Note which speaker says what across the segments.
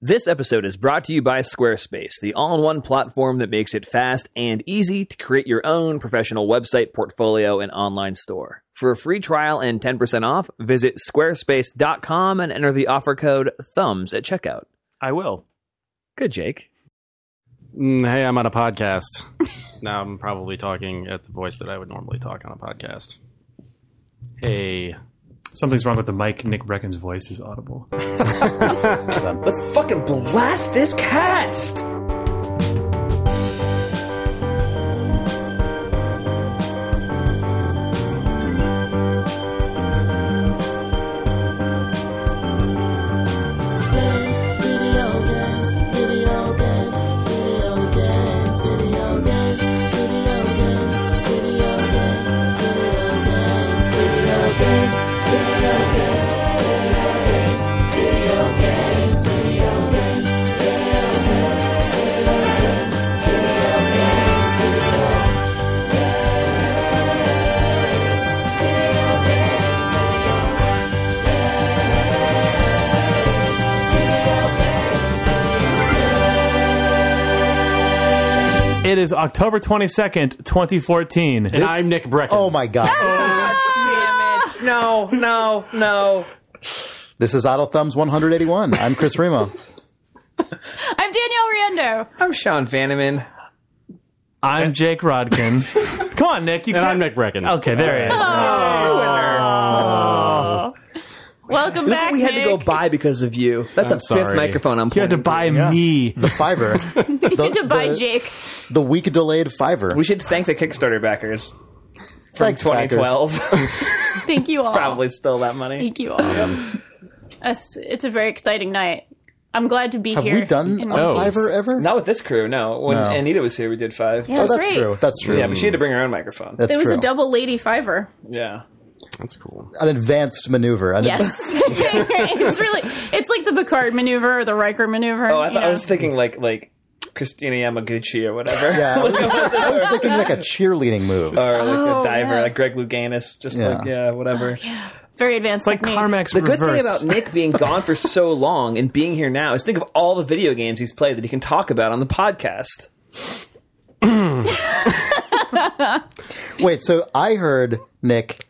Speaker 1: This episode is brought to you by Squarespace, the all in one platform that makes it fast and easy to create your own professional website, portfolio, and online store. For a free trial and 10% off, visit squarespace.com and enter the offer code THUMBS at checkout.
Speaker 2: I will.
Speaker 1: Good, Jake.
Speaker 3: Mm, hey, I'm on a podcast. now I'm probably talking at the voice that I would normally talk on a podcast. Hey.
Speaker 2: Something's wrong with the mic. Nick Brecken's voice is audible.
Speaker 1: Let's fucking blast this cast!
Speaker 2: It is October 22nd, 2014.
Speaker 3: And I'm Nick Brecken.
Speaker 4: Oh my god.
Speaker 1: No, no, no.
Speaker 4: This is Idle Thumbs 181. I'm Chris Remo.
Speaker 5: I'm Danielle Riendo.
Speaker 1: I'm Sean Vanneman.
Speaker 2: I'm Jake Rodkin. Come on, Nick. You
Speaker 3: And
Speaker 2: can't...
Speaker 3: I'm Nick Brecken.
Speaker 2: Okay, there he is.
Speaker 5: Welcome
Speaker 1: Look what
Speaker 5: back.
Speaker 1: we had to
Speaker 5: Nick.
Speaker 1: go buy because of you. That's
Speaker 3: I'm
Speaker 1: a fifth
Speaker 3: sorry.
Speaker 1: microphone I'm
Speaker 2: You had to buy me.
Speaker 4: The Fiverr. The,
Speaker 5: You had to buy
Speaker 4: the,
Speaker 5: Jake.
Speaker 4: The week delayed Fiverr.
Speaker 1: We should thank the Kickstarter backers from
Speaker 4: Thanks, backers.
Speaker 1: 2012.
Speaker 5: Thank you all.
Speaker 1: Probably stole that money.
Speaker 5: Thank you all. Us- it's a very exciting night. I'm glad to be
Speaker 4: Have
Speaker 5: here.
Speaker 4: we done a
Speaker 5: And-
Speaker 4: Fiverr ever?
Speaker 1: Not with this crew, no. When
Speaker 4: No.
Speaker 1: Anita was here, we did five.
Speaker 5: Yeah,
Speaker 4: Oh,
Speaker 5: that's,
Speaker 4: that's
Speaker 5: right.
Speaker 4: true. That's true.
Speaker 1: Yeah, but she had to bring her own microphone.
Speaker 4: that's
Speaker 5: There was
Speaker 4: true.
Speaker 5: a double lady Fiverr.
Speaker 1: Yeah.
Speaker 3: That's cool.
Speaker 4: An advanced maneuver. An
Speaker 5: Yes, it's really it's like the Bacard maneuver or the Riker maneuver.
Speaker 1: Oh, I,
Speaker 5: you
Speaker 1: thought,
Speaker 5: know.
Speaker 1: I was thinking like like Christina Yamaguchi or whatever.
Speaker 4: Yeah, I was, I was thinking like a cheerleading
Speaker 1: Or
Speaker 4: move.
Speaker 1: like
Speaker 5: Oh,
Speaker 1: a diver,
Speaker 5: yeah. Oh,
Speaker 1: like Greg Louganis, just
Speaker 4: Yeah.
Speaker 1: like yeah, whatever.
Speaker 5: very advanced.
Speaker 2: Like
Speaker 5: technique.
Speaker 2: Carmack's
Speaker 1: The good thing
Speaker 2: reverse.
Speaker 1: about Nick being gone for so long and being here now is think of all the video games he's played that he can talk about on the podcast.
Speaker 4: Wait, so I heard, Nick,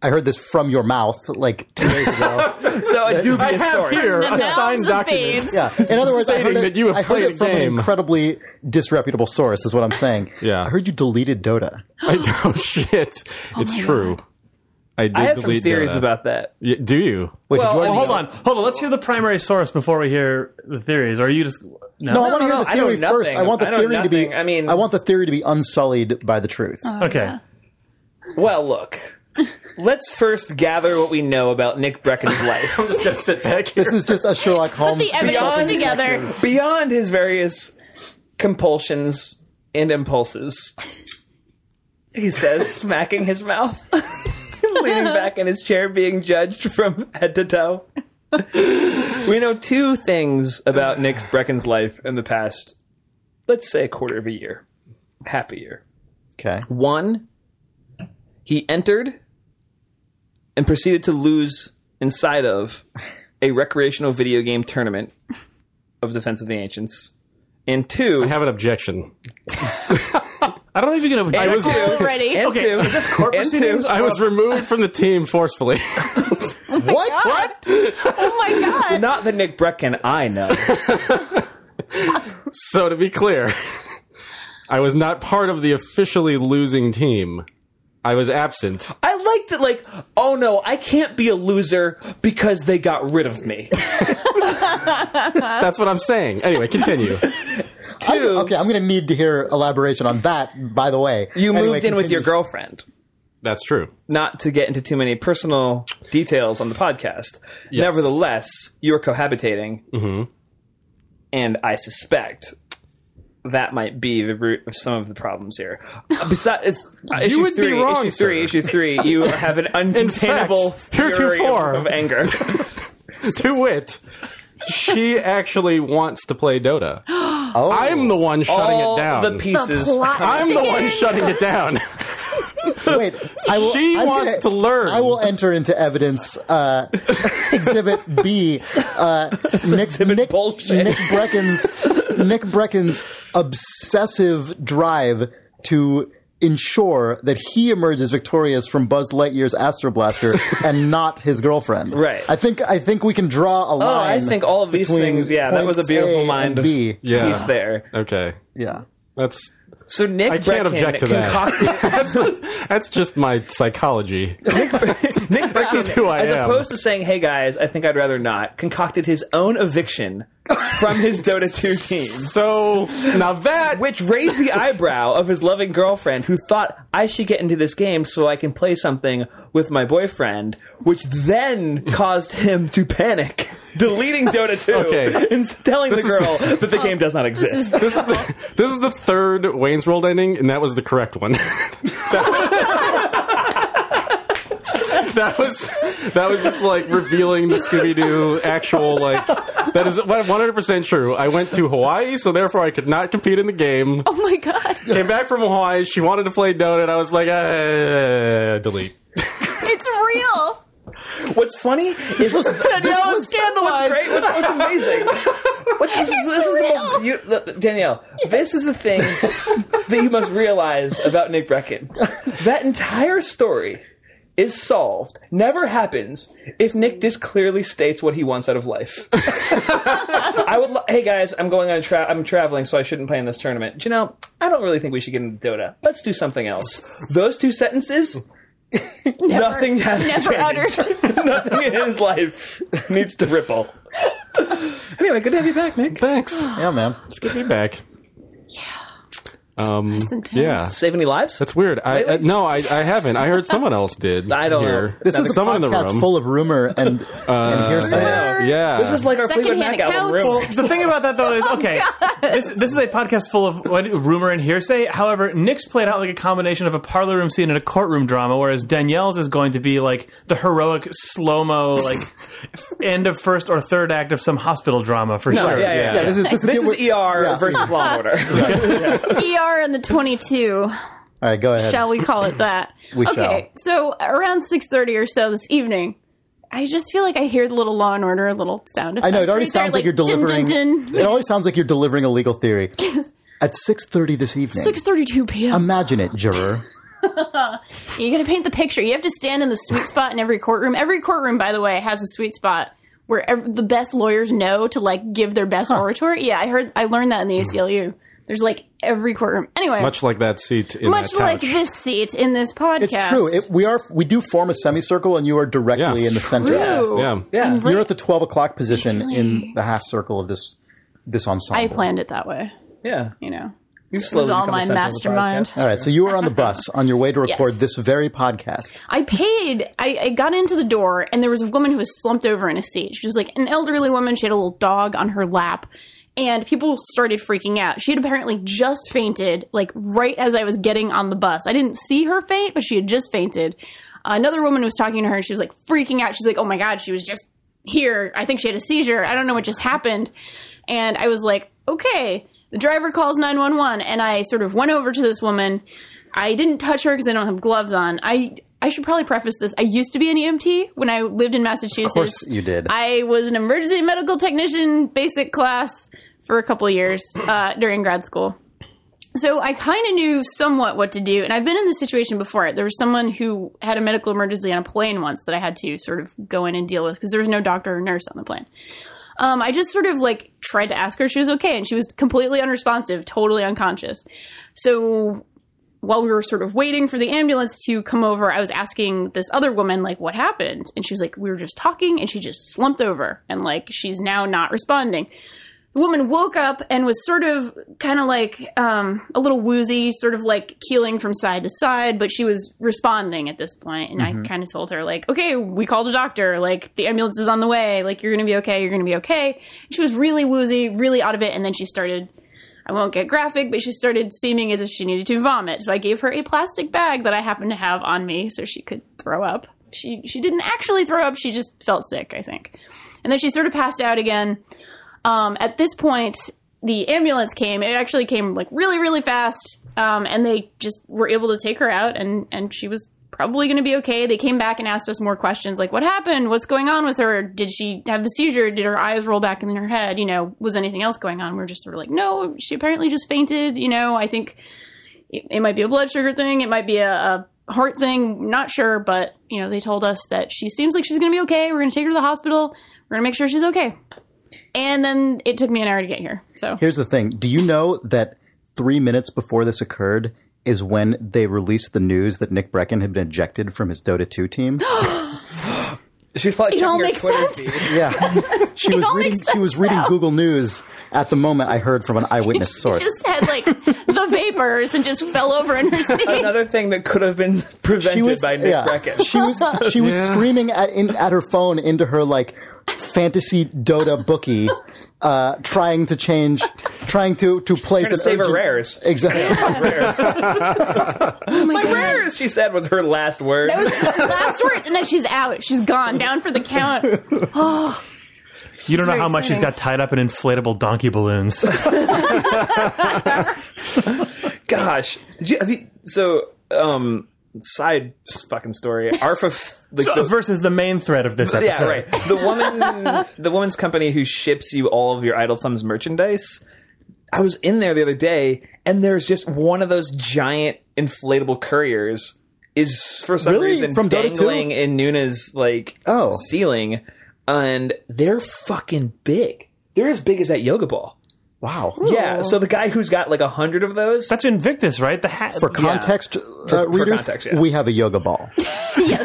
Speaker 4: I heard this from your mouth like two days ago.
Speaker 1: So a dubious source.
Speaker 5: The mouths
Speaker 3: signed
Speaker 5: of
Speaker 3: document.
Speaker 5: babes.
Speaker 4: Yeah. In other words, I
Speaker 3: Stating
Speaker 4: heard, it,
Speaker 3: that you have
Speaker 4: I heard
Speaker 3: played
Speaker 4: it
Speaker 3: a
Speaker 4: from an
Speaker 3: game.
Speaker 4: incredibly disreputable source, is what I'm saying.
Speaker 3: Yeah.
Speaker 4: I heard you deleted Dota.
Speaker 3: I don't shit. it's true. Oh I did
Speaker 1: I have some
Speaker 3: delete
Speaker 1: theories
Speaker 3: Dota.
Speaker 1: about that.
Speaker 3: Y- do you?
Speaker 4: Wait,
Speaker 1: Well,
Speaker 4: did you
Speaker 1: I
Speaker 4: already
Speaker 1: mean-
Speaker 2: Hold on, hold on. Let's hear the primary source before we hear the theories. Or are you just no?
Speaker 4: No, I want
Speaker 1: no, no,
Speaker 4: to hear
Speaker 1: I
Speaker 4: the theory
Speaker 1: know
Speaker 4: first.
Speaker 1: nothing.
Speaker 4: I want the
Speaker 1: I know
Speaker 4: theory to be.
Speaker 1: nothing. I mean-
Speaker 4: I want the theory to be unsullied by the truth.
Speaker 5: Oh.
Speaker 2: okay.
Speaker 1: Well, look. Let's first gather what we know about Nick Brecken's life.
Speaker 2: I'm just gonna sit back. Here.
Speaker 4: this is just a Sherlock Holmes.
Speaker 5: The evidence
Speaker 1: Beyond-
Speaker 5: together.
Speaker 1: beyond his various compulsions and impulses. He says, smacking his mouth, leaning back in his chair, being judged from head to toe. we know two things about Nick Brecken's life in the past, let's say a quarter of a year, half a year.
Speaker 4: okay.
Speaker 1: One, he entered and proceeded to lose inside of a recreational video game tournament of Defense of the Ancients. And two,
Speaker 3: I have an objection.
Speaker 2: I don't think you can. I was.
Speaker 1: two,
Speaker 5: Already.
Speaker 1: and
Speaker 2: Okay,
Speaker 1: two,
Speaker 2: is this court
Speaker 1: and two,
Speaker 2: proceedings?
Speaker 3: I was removed from the team forcefully.
Speaker 4: What?
Speaker 5: What? Oh my god.
Speaker 1: not the Nick Brecken I know.
Speaker 3: so to be clear, I was not part of the officially losing team. I was absent.
Speaker 1: I like that, like, oh no, I can't be a loser because they got rid of me.
Speaker 3: That's what I'm saying. Anyway, continue.
Speaker 4: I'm-
Speaker 1: Two,
Speaker 4: okay, I'm going to need to hear elaboration on that. By the way,
Speaker 1: you
Speaker 4: Anyway,
Speaker 1: moved in with your
Speaker 4: continue.
Speaker 1: girlfriend.
Speaker 3: That's true.
Speaker 1: not to get into too many personal details on the podcast. Nevertheless, you are cohabitating,
Speaker 3: Mm-hmm.
Speaker 1: and I suspect that might be the root of some of the problems here. Besides, issue
Speaker 3: would be
Speaker 1: three,
Speaker 3: wrong,
Speaker 1: issue three,
Speaker 3: sir.
Speaker 1: issue three, you have an uncontainable
Speaker 3: fact,
Speaker 1: fury of-
Speaker 3: heretofore.
Speaker 1: of anger.
Speaker 3: to wit, she actually wants to play Dota.
Speaker 4: Oh,
Speaker 3: I'm the one shutting
Speaker 1: All
Speaker 3: it down.
Speaker 1: the pieces.
Speaker 3: I'm the one shutting it down.
Speaker 4: Wait, I will,
Speaker 3: She
Speaker 4: I'm
Speaker 3: wants to
Speaker 4: gonna-
Speaker 3: learn.
Speaker 4: I will enter into evidence uh, Exhibit B, uh, Nick, Nick,
Speaker 1: bullshit.
Speaker 4: Nick Brecken's Nick Brecken's obsessive drive to ensure that he emerges victorious from Buzz Lightyear's Astro Blaster and not his girlfriend.
Speaker 1: Right.
Speaker 4: I think I think we can draw a
Speaker 1: Oh, I
Speaker 4: line.
Speaker 1: think all of these
Speaker 4: between
Speaker 1: things. Yeah, that was a
Speaker 4: points
Speaker 1: beautiful
Speaker 4: A
Speaker 1: mind
Speaker 4: and
Speaker 1: of
Speaker 4: B.
Speaker 3: Yeah.
Speaker 1: piece there.
Speaker 3: Okay.
Speaker 4: Yeah.
Speaker 3: That's
Speaker 1: So Nick
Speaker 3: I can't
Speaker 1: Brecken
Speaker 3: object to that.
Speaker 1: concocted
Speaker 3: that's just my psychology.
Speaker 1: Nick Brecken,
Speaker 3: just who I
Speaker 1: as
Speaker 3: am.
Speaker 1: opposed to saying, "Hey guys, I think I'd rather not," concocted his own eviction from his Dota 2 team.
Speaker 3: So now that
Speaker 1: Which raised the eyebrow of his loving girlfriend, who thought I should get into this game so I can play something with my boyfriend, which then caused him to panic, deleting Dota 2
Speaker 3: Okay.
Speaker 1: and telling
Speaker 3: This
Speaker 1: the
Speaker 3: is-
Speaker 1: girl that the game does not exist.
Speaker 3: this is the this is the third Wayne's World ending, and that was the correct one. that, that was that was just like revealing the Scooby Doo actual like that is one hundred percent true. I went to Hawaii, so therefore I could not compete in the game.
Speaker 5: Oh my god,
Speaker 3: Came back from Hawaii, she wanted to play Dota, and I was like, uh, delete.
Speaker 5: it's real.
Speaker 1: What's funny is what's,
Speaker 5: Danielle
Speaker 1: what's
Speaker 5: is scandalized.
Speaker 1: great, what's, what's amazing. What's, this is, this is the most beaut- look, Danielle, this is the thing that you must realize about Nick Brecken. That entire story is solved, never happens, if Nick just clearly states what he wants out of life. I would. Lo- hey guys, I'm going on. a Tra- I'm traveling, so I shouldn't play in this tournament. You know, I don't really think we should get into Dota. Let's do something else. Those two sentences. nothing has
Speaker 5: Never
Speaker 1: changed.
Speaker 5: uttered.
Speaker 1: nothing in his life needs to ripple. anyway, good to have you back, Nick.
Speaker 3: Thanks.
Speaker 4: Yeah, man.
Speaker 3: It's good to be back. Yeah. Um.
Speaker 5: intense.
Speaker 3: Yeah.
Speaker 1: Save any lives?
Speaker 3: That's weird. I,
Speaker 1: Really?
Speaker 3: uh, no, I, I haven't. I heard someone else did.
Speaker 1: I don't know.
Speaker 3: hear.
Speaker 4: This is a
Speaker 3: someone in the
Speaker 4: podcast
Speaker 3: room.
Speaker 4: full of rumor and, and hearsay.
Speaker 3: yeah.
Speaker 1: this is like our Fleetwood
Speaker 5: Secondhand
Speaker 1: Mac album.
Speaker 5: accounts.
Speaker 1: Room.
Speaker 2: The thing about that though is okay. This this is a podcast full of what, rumor and hearsay. However, Nick's played out like a combination of a parlor room scene and a courtroom drama, whereas Danielle's is going to be like the heroic slow mo like end of first or third act of some hospital drama for
Speaker 1: No,
Speaker 2: sure.
Speaker 1: yeah, yeah, yeah.
Speaker 4: this is- this is-
Speaker 1: ER
Speaker 4: yeah.
Speaker 1: versus Law and Order.
Speaker 5: ER and the 22.
Speaker 4: All right, go ahead.
Speaker 5: Shall we call it that?
Speaker 4: We
Speaker 5: okay, so around 6.30 or so this evening, I just feel like I hear the little Law & Order little sound effect.
Speaker 4: I know it already
Speaker 5: right there,
Speaker 4: sounds like, you're
Speaker 5: dun,
Speaker 4: delivering.
Speaker 5: dun, dun.
Speaker 4: It always sounds like you're delivering a legal theory. At six thirty this evening.
Speaker 5: 6.32 p.m.
Speaker 4: Imagine it, juror.
Speaker 5: you got to paint the picture. You have to stand in the sweet spot in every courtroom. Every courtroom, by the way, has a sweet spot where ev- the best lawyers know to like give their best oratory. Yeah, I heard. I learned that in
Speaker 4: Hmm.
Speaker 5: the ACLU. There's like every courtroom. Anyway,
Speaker 3: much like that seat in
Speaker 5: much
Speaker 3: that
Speaker 5: like
Speaker 3: couch.
Speaker 5: this seat in this podcast.
Speaker 4: It's true. It, we are we do form a semicircle, and you are directly
Speaker 3: Yeah.
Speaker 4: in the center.
Speaker 5: True.
Speaker 3: Yeah.
Speaker 1: Yeah.
Speaker 4: You're at the twelve o'clock position in the half circle of this this ensemble.
Speaker 5: I planned it that way.
Speaker 1: Yeah.
Speaker 5: You know,
Speaker 1: You've
Speaker 5: it was all
Speaker 1: become
Speaker 5: my
Speaker 1: the center of the
Speaker 5: mastermind.
Speaker 1: podcast.
Speaker 4: All right, so you were on the bus on your way to record
Speaker 5: Yes.
Speaker 4: this very podcast.
Speaker 5: I paid. I, I got into the door, and there was a woman who was slumped over in a seat. She was like an elderly woman. She had a little dog on her lap, and people started freaking out. She had apparently just fainted, like right as I was getting on the bus. I didn't see her faint, but she had just fainted. Another woman was talking to her, and she was like freaking out. She's like, "Oh my god, she was just here. I think she had a seizure. I don't know what just happened." And I was like, "Okay." The driver calls 911, and I sort of went over to this woman. I didn't touch her because I don't have gloves on. I I should probably preface this. I used to be an EMT when I lived in Massachusetts.
Speaker 4: Of course, you did.
Speaker 5: I was an emergency medical technician basic class for a couple years uh, during grad school. So I kind of knew somewhat what to do, and I've been in this situation before. There was someone who had a medical emergency on a plane once that I had to sort of go in and deal with because there was no doctor or nurse on the plane. Um, I just sort of like tried to ask her if she was okay, and she was completely unresponsive, totally unconscious. So while we were sort of waiting for the ambulance to come over, I was asking this other woman, like, what happened? And she was like, we were just talking and she just slumped over and like, she's now not responding. The woman woke up and was sort of kind of like um, a little woozy, sort of like keeling from side to side, but she was responding at this point. And I kind of told her, like, okay, we called a doctor. Like, the ambulance is on the way. Like, you're going to be okay. You're going to be okay. And she was really woozy, really out of it. And then she started I won't get graphic, but she started seeming as if she needed to vomit. So I gave her a plastic bag that I happened to have on me so she could throw up. She she didn't actually throw up, she just felt sick, I think. And then she sort of passed out again. Um, at this point, the ambulance came. It actually came like really, really fast. Um, and they just were able to take her out and, and she was probably going to be okay. They came back and asked us more questions like, what happened? What's going on with her? Did she have the seizure? Did her eyes roll back in her head? You know, was anything else going on? We are just sort of like, no, she apparently just fainted. You know, I think it, it might be a blood sugar thing. It might be a, a heart thing. Not sure, but, you know, they told us that she seems like she's going to be okay. We're going to take her to the hospital. We're going to make sure she's okay. And then it took me an hour to get here. So
Speaker 4: Here's the thing. Do you know that three minutes before this occurred is when they released the news that Nick Brecken had been ejected from his Dota 2 team?
Speaker 1: She's probably checking her
Speaker 5: all makes
Speaker 1: Twitter
Speaker 5: sense.
Speaker 1: feed.
Speaker 4: Yeah. She was
Speaker 5: all
Speaker 4: reading
Speaker 5: makes
Speaker 4: she was reading Google News at the moment I heard from an eyewitness source.
Speaker 5: she just had like the vapors and just fell over in her seat.
Speaker 1: Another thing that could have been prevented by Nick
Speaker 4: yeah.
Speaker 1: Brecken.
Speaker 4: She was she was screaming at in, at her phone into her like fantasy Dota bookie, uh, trying to change, trying to to place
Speaker 1: Trying to
Speaker 4: an
Speaker 1: save her
Speaker 4: urgent-
Speaker 1: rares.
Speaker 4: Exactly.
Speaker 1: Rares.
Speaker 5: my God.
Speaker 1: Rares, she said, was her last word.
Speaker 5: That was the last word, and then she's out. She's gone, down for the count.
Speaker 2: You don't know
Speaker 5: very
Speaker 2: how much she's
Speaker 5: exciting.
Speaker 2: got tied up in inflatable donkey balloons.
Speaker 1: Gosh, Did you, have you, so um, side fucking story. Arfa, f- like the,
Speaker 2: versus the main thread of this episode.
Speaker 1: yeah, right. The woman, the woman's company who ships you all of your Idle Thumbs merchandise. I was in there the other day, and there's just one of those giant inflatable couriers is for some
Speaker 4: Really?
Speaker 1: reason
Speaker 4: From Dota 2?
Speaker 1: dangling in Nuna's like
Speaker 4: Oh.
Speaker 1: ceiling, and they're fucking big. They're as big as that yoga ball.
Speaker 4: Wow.
Speaker 1: Yeah. So the guy who's got like a hundred of those,
Speaker 2: That's Invictus, right? The hat.
Speaker 4: For context, uh, readers,
Speaker 1: context, yeah.
Speaker 4: we have a yoga ball.
Speaker 5: yes,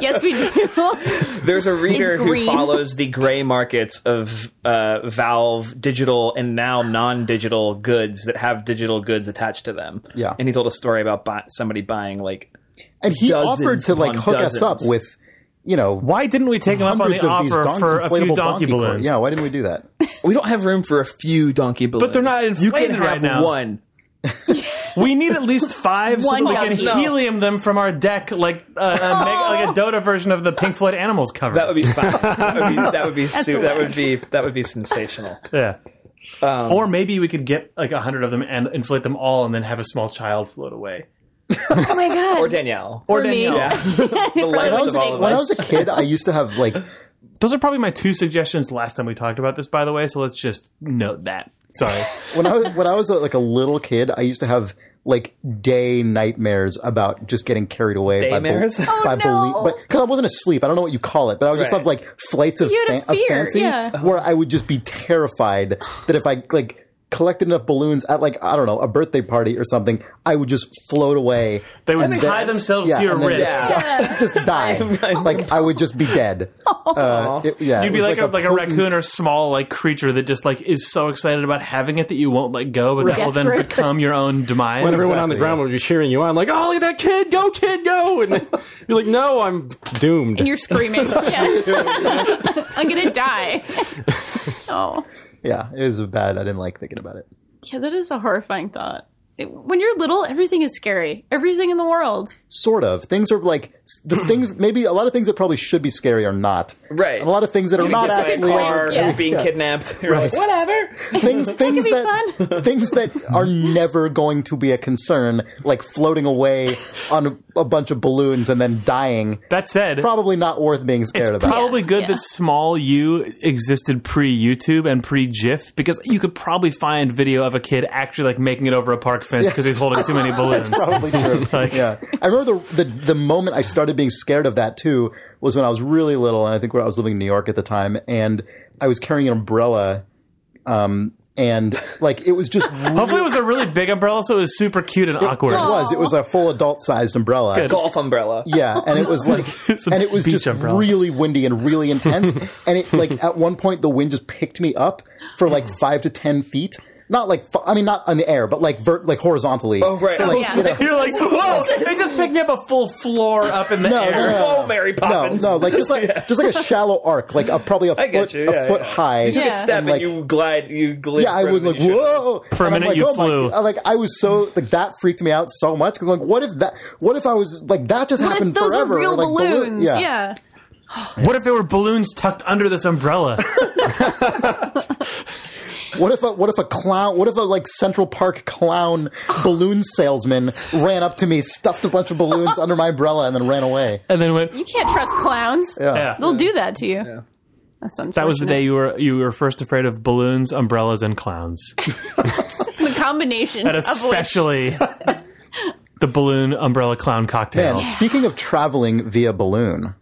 Speaker 5: yes, we do. Oh
Speaker 1: There's a reader who
Speaker 5: green.
Speaker 1: follows the gray markets of uh, Valve digital and now non-digital goods that have digital goods attached to them.
Speaker 4: Yeah.
Speaker 1: and he told a story about buy- somebody buying like
Speaker 4: And he
Speaker 1: Dozens
Speaker 4: offered to like
Speaker 1: upon
Speaker 4: hook us up
Speaker 1: dozens.
Speaker 4: with, you know,
Speaker 2: Why didn't we take him up on the
Speaker 4: hundreds of these
Speaker 2: offer
Speaker 4: donkey,
Speaker 2: for a few
Speaker 4: inflatable
Speaker 2: donkey,
Speaker 4: cor-
Speaker 2: balloons?
Speaker 4: Yeah, why didn't we do that?
Speaker 1: we don't have room for a few donkey balloons,
Speaker 2: they're not
Speaker 1: You
Speaker 2: inflated
Speaker 1: can have
Speaker 2: right now.
Speaker 1: one.
Speaker 2: We need at least five so
Speaker 5: One
Speaker 2: that we can
Speaker 5: donkey. No.
Speaker 2: helium them from our deck, like uh, a, mega, like a Dota version of the Pink Floyd Animals cover.
Speaker 1: That would be fine. that would be that would be, su- that
Speaker 5: hilarious.
Speaker 1: would be that would be sensational.
Speaker 2: yeah. or maybe we could get like a hundred of them and inflate them all, and then have a small child float away.
Speaker 5: Oh my god.
Speaker 1: Or Danielle.
Speaker 5: Or me.
Speaker 2: Danielle.
Speaker 1: yeah. the
Speaker 5: Probably
Speaker 1: life of all
Speaker 5: wouldn't take
Speaker 1: of
Speaker 4: When I
Speaker 1: us.
Speaker 4: was a kid, I used to have like
Speaker 2: Those are probably my two suggestions last time we talked about this, by the way. So let's just note that. Sorry.
Speaker 4: when I was, when I was uh, like a little kid, I used to have like day nightmares about just getting carried away by bel-
Speaker 1: Daymares? Oh,
Speaker 4: by
Speaker 5: no.
Speaker 4: but because I wasn't asleep, I don't know what you call it, but I would just
Speaker 1: Right.
Speaker 4: have like flights of,
Speaker 5: You had a
Speaker 4: fan- of
Speaker 5: fear,
Speaker 4: fancy
Speaker 5: yeah.
Speaker 2: Uh-huh.
Speaker 4: where I would just be terrified that if I like collected enough balloons at like I don't know a birthday party or something, I would just float away.
Speaker 2: They would
Speaker 1: makes
Speaker 2: tie
Speaker 1: sense.
Speaker 2: themselves
Speaker 4: Yeah,
Speaker 2: to your
Speaker 4: and then
Speaker 2: wrist.
Speaker 4: just- just die. like I would just be dead. Uh, it- yeah, it
Speaker 2: You'd be
Speaker 4: was
Speaker 2: like, a, like a
Speaker 4: potent-
Speaker 2: raccoon or small like creature that just like is so excited about having it that you won't let go, but that will then
Speaker 5: Desperate.
Speaker 2: become your own demise.
Speaker 3: When everyone on the ground would be cheering you on, like, "Oh, look at that kid! Go, kid, go!" And then you're like, "No, I'm doomed."
Speaker 5: You're screaming. Yeah. I'm gonna die. oh,
Speaker 4: Yeah, it was bad. I didn't like thinking about it.
Speaker 5: yeah. That is a horrifying thought. It- when you're little, everything is scary. Everything in the world.
Speaker 4: sort of things are like s- the things maybe a lot of things that probably should be scary are not
Speaker 1: Right.
Speaker 4: and a lot of things that are not
Speaker 1: Just like a
Speaker 4: actually
Speaker 1: car
Speaker 5: Yeah.
Speaker 1: being kidnapped. You're like, whatever.
Speaker 4: things things
Speaker 5: be
Speaker 4: that things that are never going to be a concern like floating away on a, a bunch of balloons and then dying
Speaker 2: That said,
Speaker 4: probably not worth being scared
Speaker 2: it's
Speaker 4: about
Speaker 2: probably
Speaker 5: Yeah,
Speaker 2: good
Speaker 5: yeah.
Speaker 2: that small you existed pre YouTube and pre GIF because you could probably find video of a kid actually like making it over a park fence because he's holding too many balloons.
Speaker 4: probably true.
Speaker 2: Like-
Speaker 4: yeah, I remember the, the the moment I started being scared of that too was when I was really little, and I think where I was living in New York at the time, and I was carrying an umbrella, um, and like it was just
Speaker 2: Hopefully, it was a really big umbrella, so it was super cute and awkward.
Speaker 4: It was. It was a full adult sized umbrella.
Speaker 1: Golf umbrella.
Speaker 4: Yeah, and it was like,
Speaker 2: It's a
Speaker 4: and it was
Speaker 2: beach
Speaker 4: just
Speaker 2: umbrella.
Speaker 4: really windy and really intense. and it like at one point the wind just picked me up for like five to ten feet. Not like fu- I mean not on the air, but like vert like horizontally.
Speaker 1: Oh, right.
Speaker 4: For, like,
Speaker 1: Oh,
Speaker 5: yeah.
Speaker 4: you know,
Speaker 2: You're like, whoa! They just picked me up a full floor up in the
Speaker 4: No,
Speaker 2: air.
Speaker 4: no, no.
Speaker 1: Whoa, Mary
Speaker 4: no,
Speaker 1: Poppins.
Speaker 4: no, like just like just like a shallow arc, like a, probably a
Speaker 1: I get
Speaker 4: foot
Speaker 1: you. Yeah,
Speaker 4: a foot
Speaker 1: yeah.
Speaker 4: high.
Speaker 1: You took
Speaker 5: Yeah.
Speaker 1: a step
Speaker 4: And,
Speaker 1: and,
Speaker 4: like-
Speaker 1: you glide, you glide.
Speaker 4: Yeah, I was like, whoa!
Speaker 2: For a
Speaker 4: And I'm
Speaker 2: minute
Speaker 4: like,
Speaker 2: you
Speaker 4: oh my
Speaker 2: flew.
Speaker 4: God. Like I was so like that freaked me out so much because like what if that? What if I was like that just
Speaker 5: What
Speaker 4: happened
Speaker 5: if those
Speaker 4: forever?
Speaker 5: were real
Speaker 4: Like, balloon-
Speaker 5: balloons? yeah.
Speaker 2: What if there were balloons tucked under this umbrella?
Speaker 4: What if a what if a clown? What if a like Central Park clown balloon salesman ran up to me, stuffed a bunch of balloons under my umbrella, and then ran away?
Speaker 2: and then went.
Speaker 5: You can't trust clowns.
Speaker 2: Yeah.
Speaker 5: They'll do that to you. That's unfortunate.
Speaker 2: That was the day you were you were first afraid of balloons, umbrellas, and clowns,
Speaker 5: the combination
Speaker 2: and
Speaker 5: of which
Speaker 2: especially the balloon umbrella clown cocktail.
Speaker 4: Man, speaking of traveling via balloon,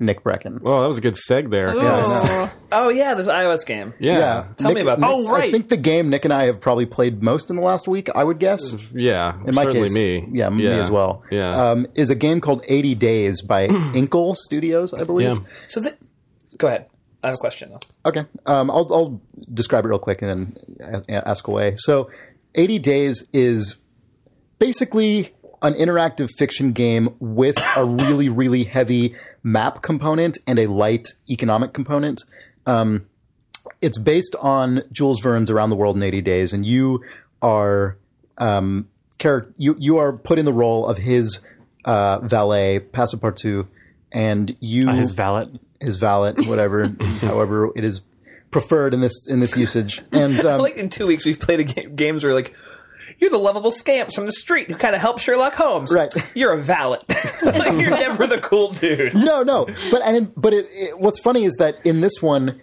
Speaker 4: Nick Brecken.
Speaker 3: Well, that was a good seg there.
Speaker 5: Ooh.
Speaker 1: Oh yeah, this iOS game.
Speaker 3: Yeah.
Speaker 4: Yeah,
Speaker 1: Tell me about that.
Speaker 2: Oh, right.
Speaker 4: I think the game Nick and I have probably played most in the last week. I would guess.
Speaker 3: Yeah.
Speaker 4: In my
Speaker 3: certainly
Speaker 4: case,
Speaker 3: me.
Speaker 4: Yeah, me as well.
Speaker 3: Yeah.
Speaker 4: um, is a game called 80 Days by Inkle Studios, I believe.
Speaker 3: yeah.
Speaker 1: So th- go ahead. I have a question though.
Speaker 4: Okay. Um, I'll, I'll describe it real quick and then a- ask away. So, 80 Days is basically an interactive fiction game with a really, really heavy map component and a light economic component. Um, it's based on Jules Verne's Around the World in 80 Days, and you are um, char- you, you are put in the role of his uh, valet, Passepartout, and you
Speaker 2: Ah, His valet.
Speaker 4: his valet, whatever, however it is preferred in this in this usage. And um,
Speaker 1: Like in two weeks, we've played a game, games where like. You're the lovable scamps from the street who kind of help Sherlock Holmes.
Speaker 4: Right.
Speaker 1: You're a valet. like you're never the cool dude.
Speaker 4: no, no, but and in- but it, it, what's funny is that in this one,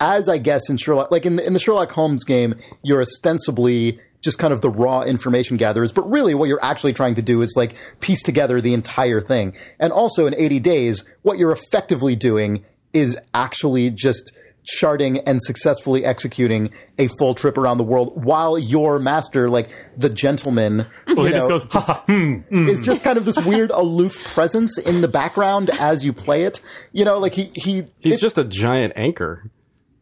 Speaker 4: as I guess in Sherlock, like in the, in the Sherlock Holmes game, you're ostensibly just kind of the raw information gatherers, but really what you're actually trying to do is like piece together the entire thing. And also in 80 days, what you're effectively doing is actually just charting and successfully executing a full trip around the world while your master, like the gentleman,
Speaker 2: Well,
Speaker 4: you
Speaker 2: he just
Speaker 4: know,
Speaker 2: goes. "Ha, ha, hmm."
Speaker 4: it's just kind of this weird aloof presence in the background as you play it. You know, like he he
Speaker 3: He's
Speaker 4: it's-
Speaker 3: just a giant anchor.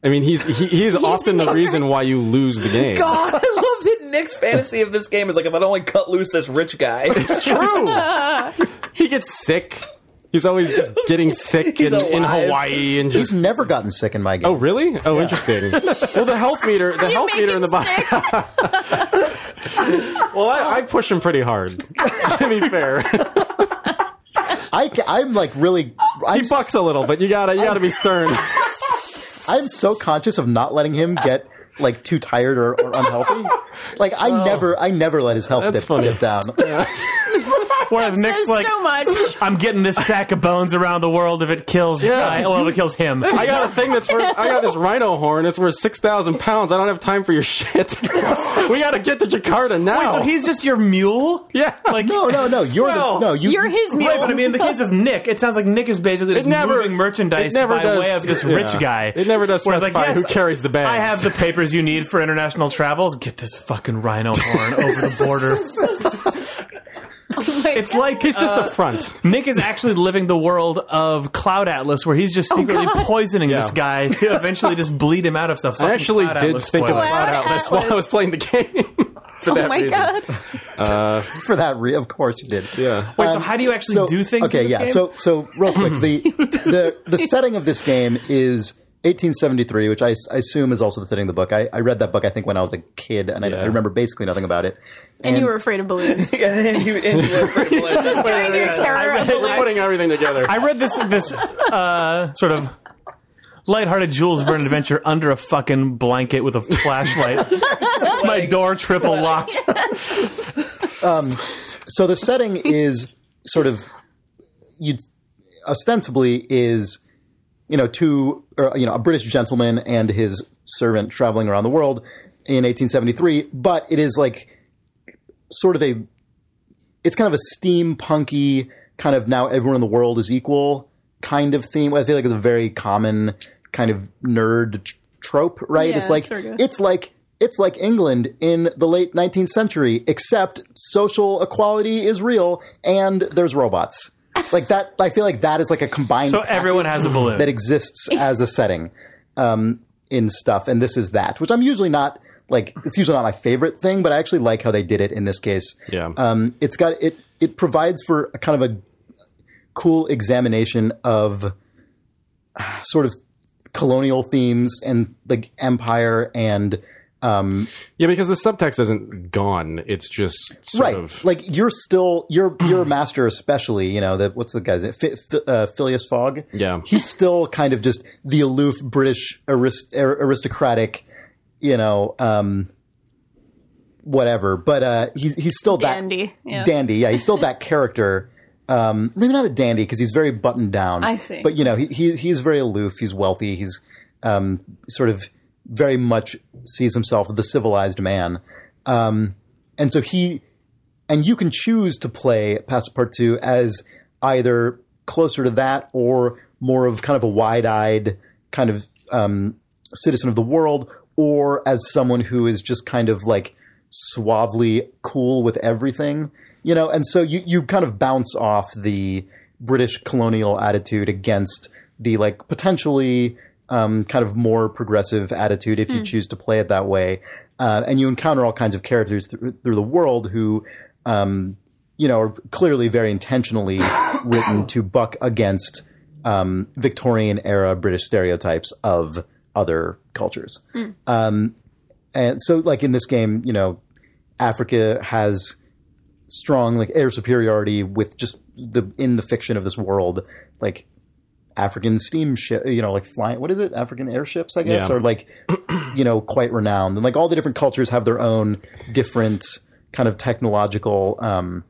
Speaker 3: I mean, he's he, he's often the reason why you lose the game.
Speaker 1: God, I love that Nick's fantasy of this game is like if I'd only cut loose this rich guy.
Speaker 3: It's true. he gets sick. He's always just getting sick
Speaker 1: He's
Speaker 3: in, in
Speaker 1: alive.
Speaker 3: Hawaii and
Speaker 4: he's
Speaker 3: just.
Speaker 4: never gotten sick in my game.
Speaker 3: Oh really? Oh, interesting. well, the health meter, the health meter in the box. Well, I, I push him pretty hard. to be fair,
Speaker 4: I ca- I'm like really I'm,
Speaker 3: he bucks a little, but you gotta you gotta be stern.
Speaker 4: I'm so conscious of not letting him get like too tired or, or unhealthy. Like I never I never let his health
Speaker 3: That's
Speaker 4: dip,
Speaker 3: funny.
Speaker 4: dip down.
Speaker 2: Whereas Nick's
Speaker 5: says
Speaker 2: like,
Speaker 5: so much.
Speaker 2: I'm getting this sack of bones around the world if it kills.
Speaker 3: Yeah.
Speaker 2: I- well, if it kills him.
Speaker 3: I got a thing that's worth. I got this rhino horn. It's worth six thousand pounds. I don't have time for your shit. we gotta get to Jakarta now.
Speaker 2: Wait, so he's just your mule?
Speaker 3: Yeah.
Speaker 2: Like
Speaker 4: No, no, no. You're
Speaker 3: Well,
Speaker 4: the, no you
Speaker 5: You're his mule.
Speaker 2: Right, but I mean, in the case of Nick, it sounds like Nick is basically just
Speaker 3: never-
Speaker 2: moving merchandise
Speaker 3: it never
Speaker 2: by
Speaker 3: does-
Speaker 2: way of this
Speaker 3: yeah.
Speaker 2: rich guy.
Speaker 3: It never does
Speaker 2: Whereas, like,
Speaker 3: specify
Speaker 2: yes,
Speaker 3: who carries the bags.
Speaker 2: I have the papers you need for international travels. Get this fucking rhino horn over the border.
Speaker 5: Oh my
Speaker 2: It's like Uh,
Speaker 3: He's just a front.
Speaker 2: Nick is actually living the world of Cloud Atlas, where he's just secretly
Speaker 5: God.
Speaker 2: poisoning
Speaker 3: Oh, Yeah.
Speaker 2: this guy to eventually just bleed him out of stuff.
Speaker 3: I
Speaker 2: Fucking
Speaker 3: actually
Speaker 2: Cloud
Speaker 3: did
Speaker 2: Atlas
Speaker 3: think of
Speaker 2: spoiler.
Speaker 5: Cloud
Speaker 3: Cloud Atlas while I
Speaker 5: Atlas.
Speaker 3: was playing the game. for that
Speaker 5: oh my
Speaker 3: reason.
Speaker 5: god!
Speaker 4: for that re- of course you did.
Speaker 3: Yeah.
Speaker 2: Wait, so how do you actually
Speaker 4: So-
Speaker 2: do things? in
Speaker 4: Okay,
Speaker 2: this
Speaker 4: yeah.
Speaker 2: game?
Speaker 4: So so real quick, the the the setting of this game is 1873, which I, s- I assume is also the setting of the book. I, I read that book I think when I was a kid, and I, I remember basically nothing about it.
Speaker 5: And, you were afraid of balloons.
Speaker 1: Yeah, and you, and you Oh were pretty blessed.
Speaker 5: During your terror of
Speaker 3: We're
Speaker 5: balloons.
Speaker 3: putting everything together.
Speaker 2: I read this this uh, sort of lighthearted Jules Verne adventure under a fucking blanket with a flashlight. My door triple locked.
Speaker 4: So the setting is sort of you ostensibly is you know two or, you know a British gentleman and his servant traveling around the world in 1873, but it is like sort of a it's kind of a steampunky kind of now everyone in the world is equal kind of theme. I feel like it's a very common kind of nerd tr- trope, right?
Speaker 5: Yeah,
Speaker 4: it's like
Speaker 5: sorta.
Speaker 4: it's like it's like England in the late 19th century, except social equality is real and there's robots. Like that, I feel like that is like a combined.
Speaker 2: So everyone has a balloon.
Speaker 4: that exists as a setting um, in stuff, and this is that, which I'm usually not like. It's usually not my favorite thing, but I actually like how they did it in this case.
Speaker 3: Yeah.
Speaker 4: um, it's got it. It provides for a kind of a cool examination of ah, sort of colonial themes and like empire and um,
Speaker 3: yeah, because the subtext isn't gone. It's just sort
Speaker 4: right
Speaker 3: of.
Speaker 4: like you're still your your master especially you know the what's the guy's name? Phi- Phi- uh, Phileas Fogg
Speaker 3: Yeah.
Speaker 4: he's still kind of just the aloof British arist- ar- er, aristocratic you know, um, whatever. But uh, he's he's still
Speaker 5: Dandy,
Speaker 4: that
Speaker 5: yeah.
Speaker 4: dandy. Yeah, he's still that character. Um, maybe not a dandy because he's very buttoned down.
Speaker 5: I see.
Speaker 4: But you know, he, he he's very aloof. He's wealthy. He's um, sort of very much sees himself as the civilized man. Um, and so he and you can choose to play Passepartout as either closer to that or more of kind of a wide-eyed kind of um, citizen of the world, or as someone who is just kind of like suavely cool with everything, you know. And so you you kind of bounce off the British colonial attitude against the like potentially um, kind of more progressive attitude if you choose to play it that way. Uh, and you encounter all kinds of characters through, through the world who, um, you know, are clearly very intentionally written to buck against um, Victorian era British stereotypes of other cultures. Um, and so, like in this game, you know, Africa has strong like air superiority with just the in the fiction of this world, like African steamship, you know, like flying. What is it? African airships, I guess,
Speaker 3: Yeah.
Speaker 4: are like you know quite renowned, and like all the different cultures have their own different kind of technological. Um,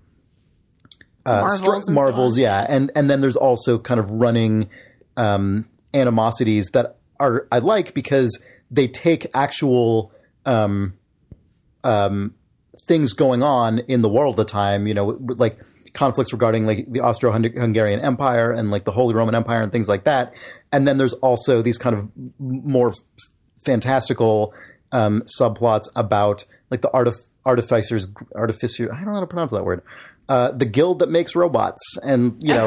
Speaker 5: Marvels.
Speaker 4: str-
Speaker 5: and so on.
Speaker 4: marvels yeah and and then there's also kind of running um animosities that are i like because they take actual um um things going on in the world at the time you know with- like conflicts regarding like the austro-hungarian empire and like the holy roman empire and things like that and then there's also these kind of m- more f- fantastical um subplots about like the artif- artificers artificer i don't know how to pronounce that word uh, the guild that makes robots, and you know,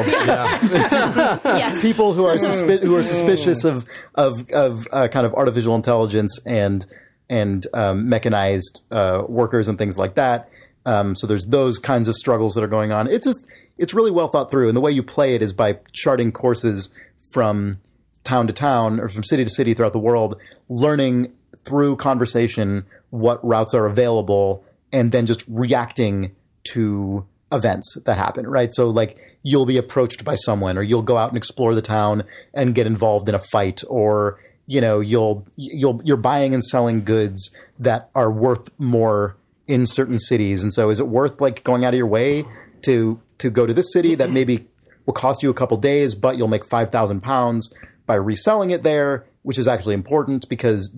Speaker 5: Yes.
Speaker 4: people who are suspi- who are suspicious of of of uh, kind of artificial intelligence and and um, mechanized uh, workers and things like that. Um, so there's those kinds of struggles that are going on. It's just it's really well thought through, and the way you play it is by charting courses from town to town or from city to city throughout the world, learning through conversation what routes are available, and then just reacting to events that happen, right? So like you'll be approached by someone or you'll go out and explore the town and get involved in a fight or you know you'll you'll you're buying and selling goods that are worth more in certain cities and so is it worth like going out of your way to to go to this city that maybe will cost you a couple days but you'll make 5000 pounds by reselling it there which is actually important because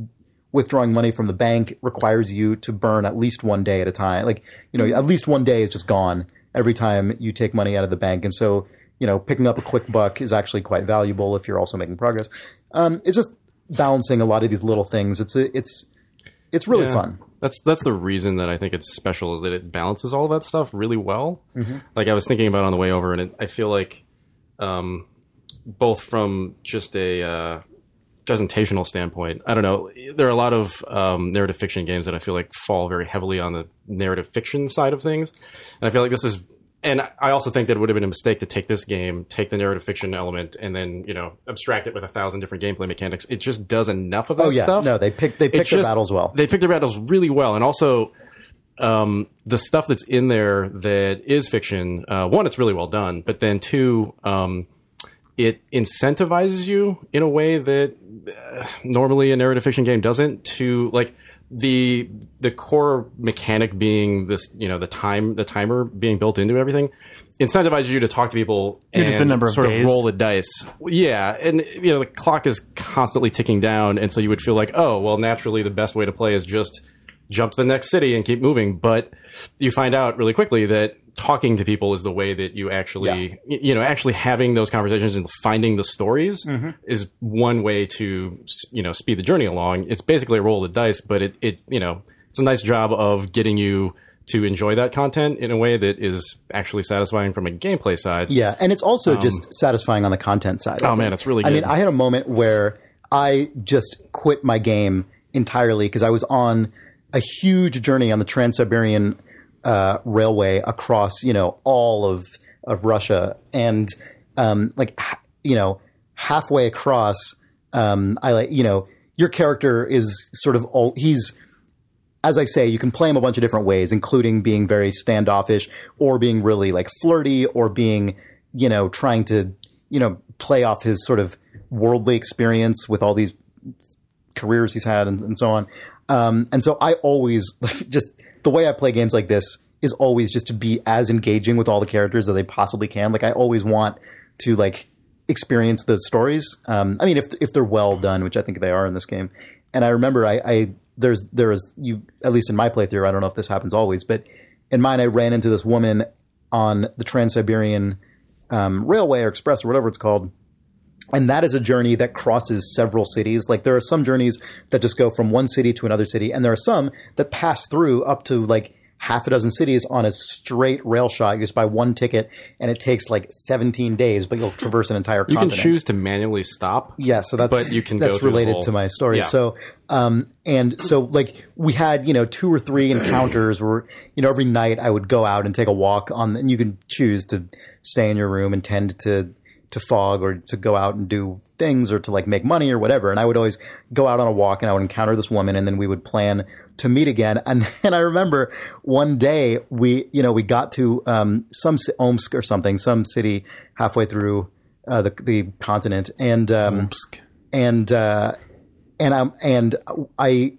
Speaker 4: withdrawing money from the bank requires you to burn at least one day at a time. Like, you know, at least one day is just gone every time you take money out of the bank. And so, you know, picking up a quick buck is actually quite valuable if you're also making progress. Um, it's just balancing a lot of these little things. It's a, it's it's really
Speaker 3: Yeah.
Speaker 4: fun.
Speaker 3: That's that's the reason that I think it's special is that it balances all that stuff really well.
Speaker 4: Mm-hmm.
Speaker 3: Like I was thinking about it on the way over, and it, I feel like um, both from just a uh, presentational standpoint, I don't know. There are a lot of um, narrative fiction games that I feel like fall very heavily on the narrative fiction side of things, and I feel like this is. And I also think that it would have been a mistake to take this game, take the narrative fiction element, and then you know abstract it with a thousand different gameplay mechanics. It just does enough of that
Speaker 4: Oh yeah,
Speaker 3: stuff
Speaker 4: no, they pick they pick
Speaker 3: it's
Speaker 4: their
Speaker 3: just-
Speaker 4: battles well.
Speaker 3: They pick their battles really well, and also um, the stuff that's in there that is fiction. Uh, one, it's really well done, but then two, um, it incentivizes you in a way that uh, normally a narrative fiction game doesn't. To like the the core mechanic being this, you know, the time the timer being built into everything incentivizes you to talk to people and
Speaker 2: just the number of
Speaker 3: sort
Speaker 2: days.
Speaker 3: of roll the dice. Yeah, and you know the clock is constantly ticking down, and so you would feel like, oh, well, naturally the best way to play is just jump to the next city and keep moving. But you find out really quickly that talking to people is the way that you actually, y- you know, actually having those conversations and finding the stories
Speaker 4: Mm-hmm.
Speaker 3: is one way to, s- you know, speed the journey along. It's basically a roll of the dice, but it, it, you know, it's a nice job of getting you. To enjoy that content in a way that is actually satisfying from a gameplay side.
Speaker 4: Yeah, and it's also just satisfying on the content side. I
Speaker 3: Um, Oh,
Speaker 4: think.
Speaker 3: man, it's really
Speaker 4: I
Speaker 3: good.
Speaker 4: mean, I had a moment where I just quit my game entirely because I was on a huge journey on the Trans Siberian uh, Railway across, you know, all of of Russia, and um, like h- you know, halfway across, um, I like you know, your character is sort of all he's as I say, you can play him a bunch of different ways, including being very standoffish or being really like flirty or being, you know, trying to, you know, play off his sort of worldly experience with all these careers he's had and, and so on. Um, and so I always like just the way I play games like this is always just to be as engaging with all the characters as I possibly can. Like I always want to like experience those stories. Um, I mean, if if they're well done, which I think they are in this game. And I remember I, I there's there is you at least in my playthrough. I don't know if this happens always, but in mine I ran into this woman on the Trans Siberian um, Railway or Express or whatever it's called. And that is a journey that crosses several cities. Like there are some journeys that just go from one city to another city, and there are some that pass through up to like half a dozen cities on a straight rail shot. You just buy one ticket, and it takes like 17 days, but you'll traverse an entire
Speaker 3: You can
Speaker 4: continent.
Speaker 3: choose to manually stop.
Speaker 4: Yeah, so that's
Speaker 3: But you can go
Speaker 4: that's
Speaker 3: through the
Speaker 4: related
Speaker 3: whole-
Speaker 4: to my story.
Speaker 3: Yeah.
Speaker 4: So, um, and so like we had you know two or three encounters where you know every night I would go out and take a walk on, and you can choose to stay in your room and tend to to fog or to go out and do things or to like make money or whatever. And I would always go out on a walk and I would encounter this woman, and then we would plan to meet again. And and I remember one day we you know we got to um, some ci- Omsk or something, some city halfway through uh, the the continent, and um, and uh, and I and I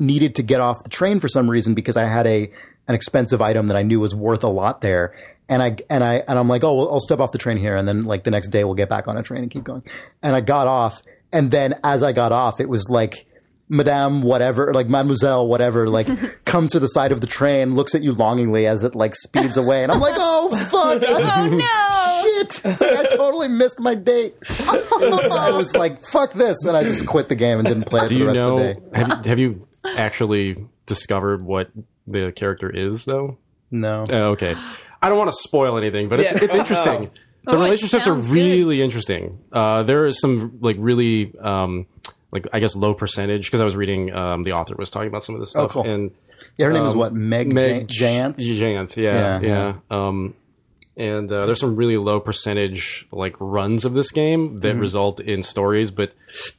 Speaker 4: needed to get off the train for some reason because I had a an expensive item that I knew was worth a lot there. And I and I and I'm like, oh, well, I'll step off the train here, and then like the next day we'll get back on a train and keep going. And I got off, and then as I got off, it was like. Madame, whatever, like Mademoiselle, whatever, like comes to the side of the train, looks at you longingly as it like speeds away, and I'm like, oh fuck,
Speaker 5: Oh no!
Speaker 4: shit. Like, I totally missed my date. It was- I was like, fuck this. And I just quit the game and didn't play it
Speaker 3: Do
Speaker 4: for the
Speaker 3: you
Speaker 4: rest
Speaker 3: know?
Speaker 4: of the day.
Speaker 3: Have, you- have you actually discovered what the character is, though?
Speaker 4: No.
Speaker 3: Oh, okay. I don't want to spoil anything, but it's,
Speaker 1: Yeah.
Speaker 3: it's interesting. The
Speaker 5: Oh, it
Speaker 3: relationships are
Speaker 5: sounds good.
Speaker 3: really interesting. Uh, there is some like really um, like I guess low percentage because I was reading um, the author was talking about some of this stuff
Speaker 4: Oh, cool.
Speaker 3: and
Speaker 4: Yeah, her name is what? Meg,
Speaker 3: um, Meg
Speaker 4: Jan- Janth?
Speaker 3: Ch- Janth, yeah,
Speaker 4: Yeah.
Speaker 3: yeah. Um, and uh, there's some really low percentage like runs of this game that result in stories, but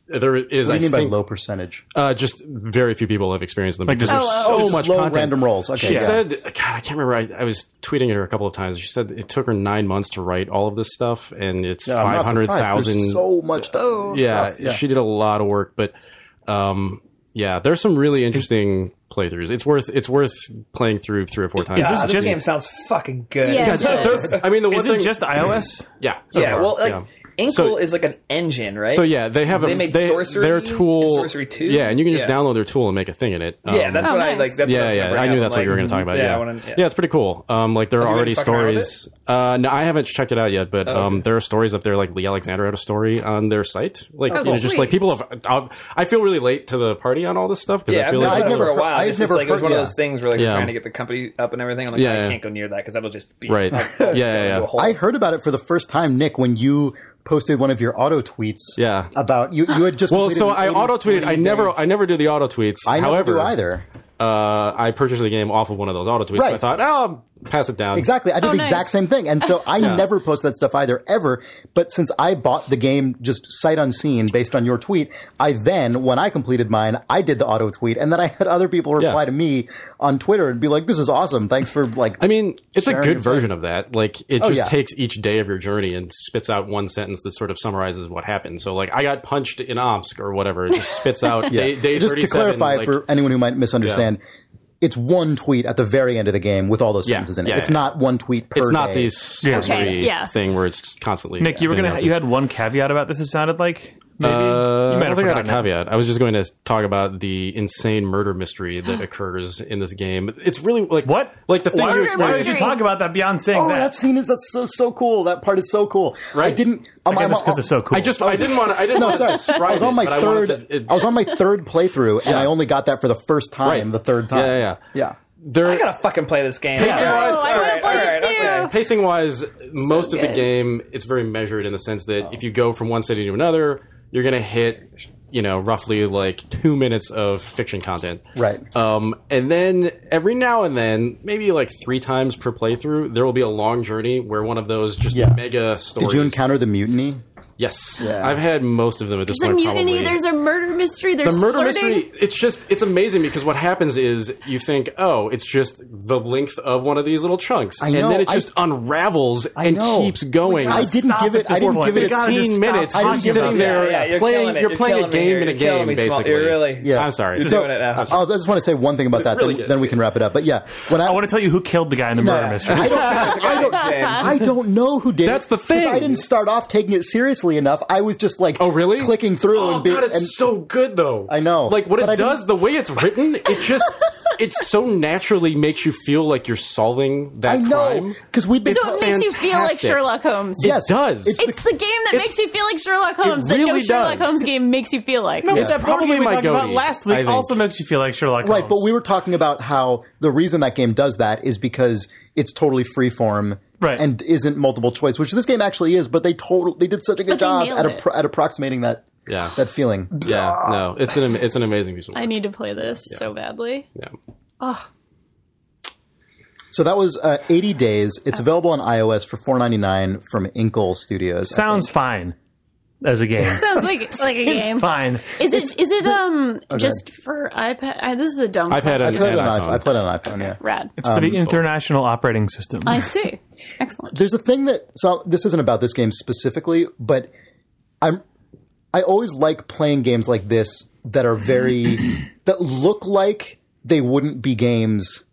Speaker 3: there is
Speaker 4: Mm-hmm. What do
Speaker 3: I
Speaker 4: you mean by
Speaker 3: think
Speaker 4: low percentage?
Speaker 3: uh, just very few people have experienced them. because
Speaker 2: there's
Speaker 3: there's
Speaker 5: Oh,
Speaker 3: so
Speaker 5: oh,
Speaker 3: much
Speaker 4: low
Speaker 3: content.
Speaker 4: random rolls. Okay.
Speaker 3: She
Speaker 4: yeah.
Speaker 3: said, God, I can't remember. I, I was tweeting at her a couple of times. She said it took her nine months to write all of this stuff, and it's
Speaker 4: I'm not
Speaker 3: five hundred
Speaker 4: surprised. There's
Speaker 3: thousand.
Speaker 4: So much. To-
Speaker 5: Oh,
Speaker 3: yeah,
Speaker 4: stuff, yeah.
Speaker 3: she did a lot of work, but um, yeah, there's some really interesting playthroughs. It's worth it's worth playing through three or four times.
Speaker 1: God,
Speaker 3: to
Speaker 1: this
Speaker 3: see.
Speaker 1: game sounds fucking good.
Speaker 5: Yeah.
Speaker 3: God, yeah, there- I mean, the one
Speaker 2: Is it
Speaker 3: thing,
Speaker 2: just iOS?
Speaker 3: yeah, so
Speaker 1: Yeah,
Speaker 3: far,
Speaker 1: well, like
Speaker 3: yeah.
Speaker 1: Inkle
Speaker 3: So-
Speaker 1: is like an engine, right?
Speaker 3: So yeah, they have
Speaker 1: They
Speaker 3: a,
Speaker 1: made
Speaker 3: they,
Speaker 1: Sorcery
Speaker 3: their
Speaker 1: and
Speaker 3: tool,
Speaker 1: Sorcery 2?
Speaker 3: Yeah, and you can just
Speaker 1: Yeah.
Speaker 3: download their tool and make a thing in it.
Speaker 1: yeah,
Speaker 3: Um,
Speaker 1: that's
Speaker 5: Oh,
Speaker 1: what I
Speaker 5: nice.
Speaker 1: like. That's
Speaker 3: yeah,
Speaker 1: what
Speaker 3: yeah.
Speaker 1: gonna
Speaker 3: I
Speaker 1: bring
Speaker 3: knew
Speaker 1: up.
Speaker 3: that's what
Speaker 1: Like,
Speaker 3: you were going to talk about. Yeah,
Speaker 1: I
Speaker 3: yeah.
Speaker 1: wanna- yeah.
Speaker 3: it's pretty cool. Um, like there are
Speaker 1: you been
Speaker 3: already
Speaker 1: fucking around with Oh,
Speaker 3: stories. Uh, no, I haven't checked it out yet, but um, there are stories up there. Like Lee Alexander had a story on their site. Like
Speaker 1: Oh,
Speaker 3: you know, just
Speaker 5: sweet.
Speaker 3: like people have. Uh, I feel really late to the party on all this stuff because
Speaker 1: Yeah,
Speaker 3: I
Speaker 1: I've
Speaker 3: feel
Speaker 1: been
Speaker 3: like
Speaker 1: like
Speaker 4: I've
Speaker 1: it for
Speaker 4: never
Speaker 1: a while.
Speaker 4: heard-
Speaker 1: It's just like it was
Speaker 4: I've
Speaker 1: one of
Speaker 4: never
Speaker 1: those things where like
Speaker 3: Yeah.
Speaker 1: are trying to get the company up and everything. I'm like, I
Speaker 3: Yeah, yeah.
Speaker 1: can't go near that because that'll just be
Speaker 3: Right. Yeah, yeah, yeah.
Speaker 4: I heard about it for the first time, Nick, when you posted one of your auto tweets.
Speaker 3: Yeah.
Speaker 4: About you, you had just
Speaker 3: Well,
Speaker 4: completed
Speaker 3: so
Speaker 4: an
Speaker 3: I
Speaker 4: 80
Speaker 3: auto tweeted. I
Speaker 4: 20
Speaker 3: never,
Speaker 4: day-
Speaker 3: I never do the auto tweets.
Speaker 4: I never
Speaker 3: However,
Speaker 4: do either.
Speaker 3: Uh, I purchased the game off of one of those auto tweets. So I
Speaker 4: Right.
Speaker 3: thought, oh, I'll pass it down.
Speaker 4: Exactly. I did
Speaker 5: Oh,
Speaker 4: the
Speaker 5: nice.
Speaker 4: exact same thing. And so I never post that stuff either, ever. But since I bought the game just sight unseen based on your tweet, I then, when I completed mine, I did the auto tweet. And then I had other people reply
Speaker 3: Yeah.
Speaker 4: to me on Twitter and be like, this is awesome. Thanks for like.
Speaker 3: I mean, it's a
Speaker 4: Sharing
Speaker 3: good
Speaker 4: your plan.
Speaker 3: version of that. Like, it just
Speaker 4: Oh, yeah.
Speaker 3: takes each day of your journey and spits out one sentence that sort of summarizes what happened. So, like, I got punched in Omsk or whatever. It just spits out day, day
Speaker 4: just to
Speaker 3: 37,
Speaker 4: clarify
Speaker 3: like-
Speaker 4: for anyone who might misunderstand. It's one tweet at the very end of the game with all those
Speaker 3: Yeah.
Speaker 4: sentences in it.
Speaker 3: Yeah,
Speaker 4: it's
Speaker 3: yeah.
Speaker 4: not one tweet per
Speaker 3: it's not
Speaker 4: day.
Speaker 3: the sorcery
Speaker 5: Okay, yeah.
Speaker 3: thing where it's constantly.
Speaker 2: Nick, you were
Speaker 3: spinning
Speaker 2: gonna
Speaker 3: out
Speaker 2: you
Speaker 3: this-
Speaker 2: had one caveat about this. It sounded like maybe
Speaker 3: Uh,
Speaker 2: you
Speaker 3: I
Speaker 2: might
Speaker 3: don't
Speaker 2: have
Speaker 3: think I had a
Speaker 2: forgotten it.
Speaker 3: caveat. I was just going to talk about the insane murder mystery that occurs in this game. It's really like
Speaker 2: What?
Speaker 3: Like the thing
Speaker 2: Why,
Speaker 3: you
Speaker 5: Murder
Speaker 2: why
Speaker 3: explained.
Speaker 2: did you
Speaker 5: mystery.
Speaker 2: talk about that beyond saying
Speaker 4: Oh,
Speaker 2: that?
Speaker 4: that scene is that's so so cool. That part is so cool. I
Speaker 3: Right.
Speaker 4: didn't. Um,
Speaker 2: I guess
Speaker 4: I'm-
Speaker 2: it's because they're so cool.
Speaker 3: I just I didn't want to. I didn't
Speaker 4: No,
Speaker 3: want to
Speaker 4: sorry.
Speaker 3: describe
Speaker 4: I was on
Speaker 3: it,
Speaker 4: my
Speaker 3: but I wanted
Speaker 4: third. I,
Speaker 3: to- it-
Speaker 4: was on my third playthrough, and I only got that for the first time.
Speaker 3: Right.
Speaker 4: The third time.
Speaker 3: Yeah, yeah, yeah. There,
Speaker 1: I gotta fucking play this game.
Speaker 3: Pacing
Speaker 1: All right,
Speaker 3: wise-
Speaker 1: all
Speaker 5: Oh, I wanna
Speaker 1: right,
Speaker 5: play
Speaker 1: all
Speaker 5: this
Speaker 1: right,
Speaker 5: too.
Speaker 1: okay.
Speaker 3: pacing wise, most of the
Speaker 1: good.
Speaker 3: game it's very measured in the sense that
Speaker 4: Oh.
Speaker 3: if you go from one city to another, you're gonna hit you know roughly like two minutes of fiction content,
Speaker 4: Right.
Speaker 3: Um, and then every now and then, maybe like three times per playthrough, there will be a long journey where one of those just
Speaker 4: Yeah.
Speaker 3: mega stories.
Speaker 4: Did you encounter the mutiny?
Speaker 3: Yes,
Speaker 4: Yeah.
Speaker 3: I've had most of them at this
Speaker 5: There's a
Speaker 3: point.
Speaker 5: mutiny.
Speaker 3: probably.
Speaker 5: There's a murder mystery. There's
Speaker 3: the murder
Speaker 5: flirting.
Speaker 3: mystery it's just it's amazing because what happens is you think oh it's just the length of one of these little chunks
Speaker 4: I know,
Speaker 3: and then it
Speaker 4: I-
Speaker 3: just unravels
Speaker 4: I
Speaker 3: and
Speaker 4: know.
Speaker 3: keeps going
Speaker 4: I didn't
Speaker 2: Stop
Speaker 4: give
Speaker 2: at
Speaker 4: it. I
Speaker 2: this
Speaker 4: didn't
Speaker 2: point.
Speaker 4: give it.
Speaker 2: We gotta
Speaker 4: a-
Speaker 3: 15
Speaker 2: just stop
Speaker 3: minutes
Speaker 4: talking
Speaker 3: you're sitting
Speaker 4: about
Speaker 3: there
Speaker 1: this. Yeah, yeah, you're
Speaker 3: playing
Speaker 1: killing it.
Speaker 3: you're
Speaker 1: You're
Speaker 3: playing a
Speaker 1: killing me
Speaker 3: game
Speaker 1: here.
Speaker 3: in a
Speaker 1: You're killing
Speaker 3: game
Speaker 1: me, Small-
Speaker 3: basically
Speaker 1: you're really-
Speaker 4: Yeah.
Speaker 3: i'm sorry
Speaker 1: You're
Speaker 3: So-
Speaker 1: doing it now.
Speaker 4: Oh, I just want to say one thing about that.
Speaker 3: really
Speaker 4: then,
Speaker 3: good.
Speaker 4: then we can wrap it up. But yeah, when I,
Speaker 2: I want to tell you who killed the guy in the murder mystery.
Speaker 4: I don't, I don't, I don't know who did.
Speaker 3: That's
Speaker 4: it,
Speaker 3: the
Speaker 4: 'cause
Speaker 3: thing.
Speaker 4: I didn't start off taking it seriously enough. I was just like,
Speaker 3: Oh really?
Speaker 4: Clicking through
Speaker 3: Oh
Speaker 4: and, be,
Speaker 3: god, it's
Speaker 4: and
Speaker 3: so good though.
Speaker 4: I know.
Speaker 3: Like what
Speaker 4: But
Speaker 3: it
Speaker 4: I
Speaker 3: does,
Speaker 4: didn't-
Speaker 3: the way it's written, it just it so naturally makes you feel like you're solving that
Speaker 4: I know
Speaker 3: crime.
Speaker 4: because we've been.
Speaker 5: So it makes you feel like
Speaker 3: fantastic.
Speaker 5: Sherlock Holmes.
Speaker 4: yes,
Speaker 3: does.
Speaker 4: It's,
Speaker 5: It's the game that
Speaker 3: It's-
Speaker 5: makes you feel like Sherlock Holmes. That no
Speaker 3: really
Speaker 5: Sherlock
Speaker 3: does.
Speaker 5: Holmes game makes you feel like.
Speaker 2: It's that
Speaker 3: Probably
Speaker 2: probably we
Speaker 3: my
Speaker 2: talked about
Speaker 3: goatee,
Speaker 2: last
Speaker 3: I
Speaker 2: week
Speaker 3: think.
Speaker 2: also makes you feel like Sherlock Holmes.
Speaker 4: right, but we were talking about how the reason that game does that is because it's totally freeform.
Speaker 2: Right.
Speaker 4: and isn't multiple choice, which this game actually is. But they total they did such a good
Speaker 5: But they
Speaker 4: job
Speaker 5: nailed
Speaker 4: at
Speaker 5: it.
Speaker 4: appro- at approximating that
Speaker 3: Yeah.
Speaker 4: that feeling.
Speaker 3: yeah. No, it's an am- it's an amazing piece of work.
Speaker 5: I need to play this so badly.
Speaker 3: yeah.
Speaker 4: So that was uh, 80 days.
Speaker 5: Oh.
Speaker 4: It's available on iOS for 4.99 from Inkle Studios.
Speaker 2: sounds fine as a game.
Speaker 5: Sounds like like a game.
Speaker 2: it's fine.
Speaker 5: Is it is it um just for iPad? I, this is a dumb
Speaker 3: iPad
Speaker 4: I
Speaker 3: and,
Speaker 5: question.
Speaker 4: played it
Speaker 3: and
Speaker 4: on
Speaker 3: iPhone.
Speaker 4: iPhone. I played it on iPhone. Yeah.
Speaker 5: Rad.
Speaker 2: It's for the international operating system.
Speaker 5: I see. Excellent.
Speaker 4: There's a thing that so this isn't about this game specifically, but I'm I always like playing games like this that are very that look like they wouldn't be games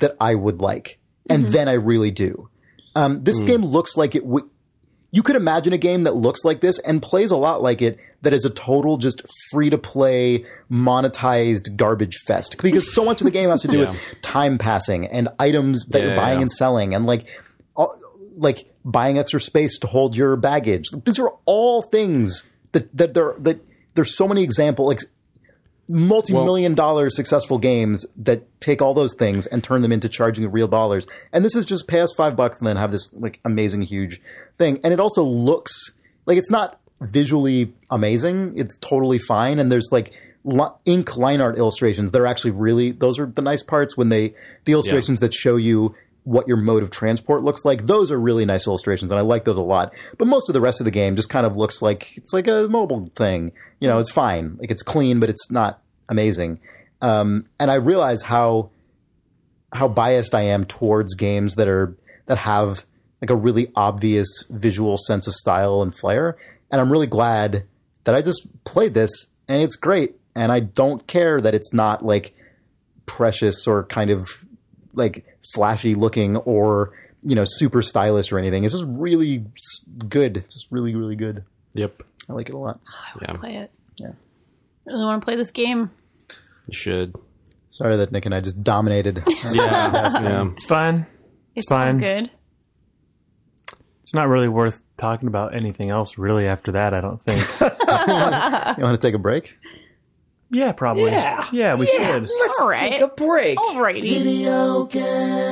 Speaker 4: that I would like, and
Speaker 3: Mm-hmm.
Speaker 4: then I really do. Um,
Speaker 3: Mm.
Speaker 4: this game looks like it would. You could imagine a game that looks like this and plays a lot like it that is a total just free to play monetized garbage fest because so much of the game has to do
Speaker 3: Yeah.
Speaker 4: with time passing and items that
Speaker 3: Yeah,
Speaker 4: you're buying
Speaker 3: yeah.
Speaker 4: and selling and like all, like buying extra space to hold your baggage. These are all things that that there that there's so many example like multi-million dollar successful games that take all those things and turn them into charging real dollars. And this is just pay us five bucks and then have this like amazing huge thing. And it also looks like it's not visually amazing. It's totally fine. And there's like li- ink line art illustrations. They're actually really those are the nice parts when they the illustrations that show you what your mode of transport looks like. Those are really nice illustrations, and I like those a lot. But most of the rest of the game just kind of looks like it's like a mobile thing. You know, it's fine. Like it's clean, but it's not amazing. Um, and I realize how how biased I am towards games that are that have like a really obvious visual sense of style and flair. And I'm really glad that I just played this and it's great. And I don't care that it's not like precious or kind of like flashy looking or you know super stylish or anything. It's just really s- good. It's just really really good.
Speaker 3: Yep.
Speaker 4: I like it a lot.
Speaker 5: Play it. Yeah. Really want to play this game.
Speaker 3: You should.
Speaker 4: Sorry that Nick and I just dominated.
Speaker 3: Yeah. yeah.
Speaker 4: Um,
Speaker 2: It's fine.
Speaker 5: It's
Speaker 2: fine.
Speaker 5: Good.
Speaker 2: It's not really worth talking about anything else really after that, I don't think.
Speaker 4: you want to take a break?
Speaker 2: yeah, probably.
Speaker 1: Yeah.
Speaker 2: we should.
Speaker 5: All
Speaker 1: Take
Speaker 5: right.
Speaker 1: a break. Oh.
Speaker 5: Alrighty.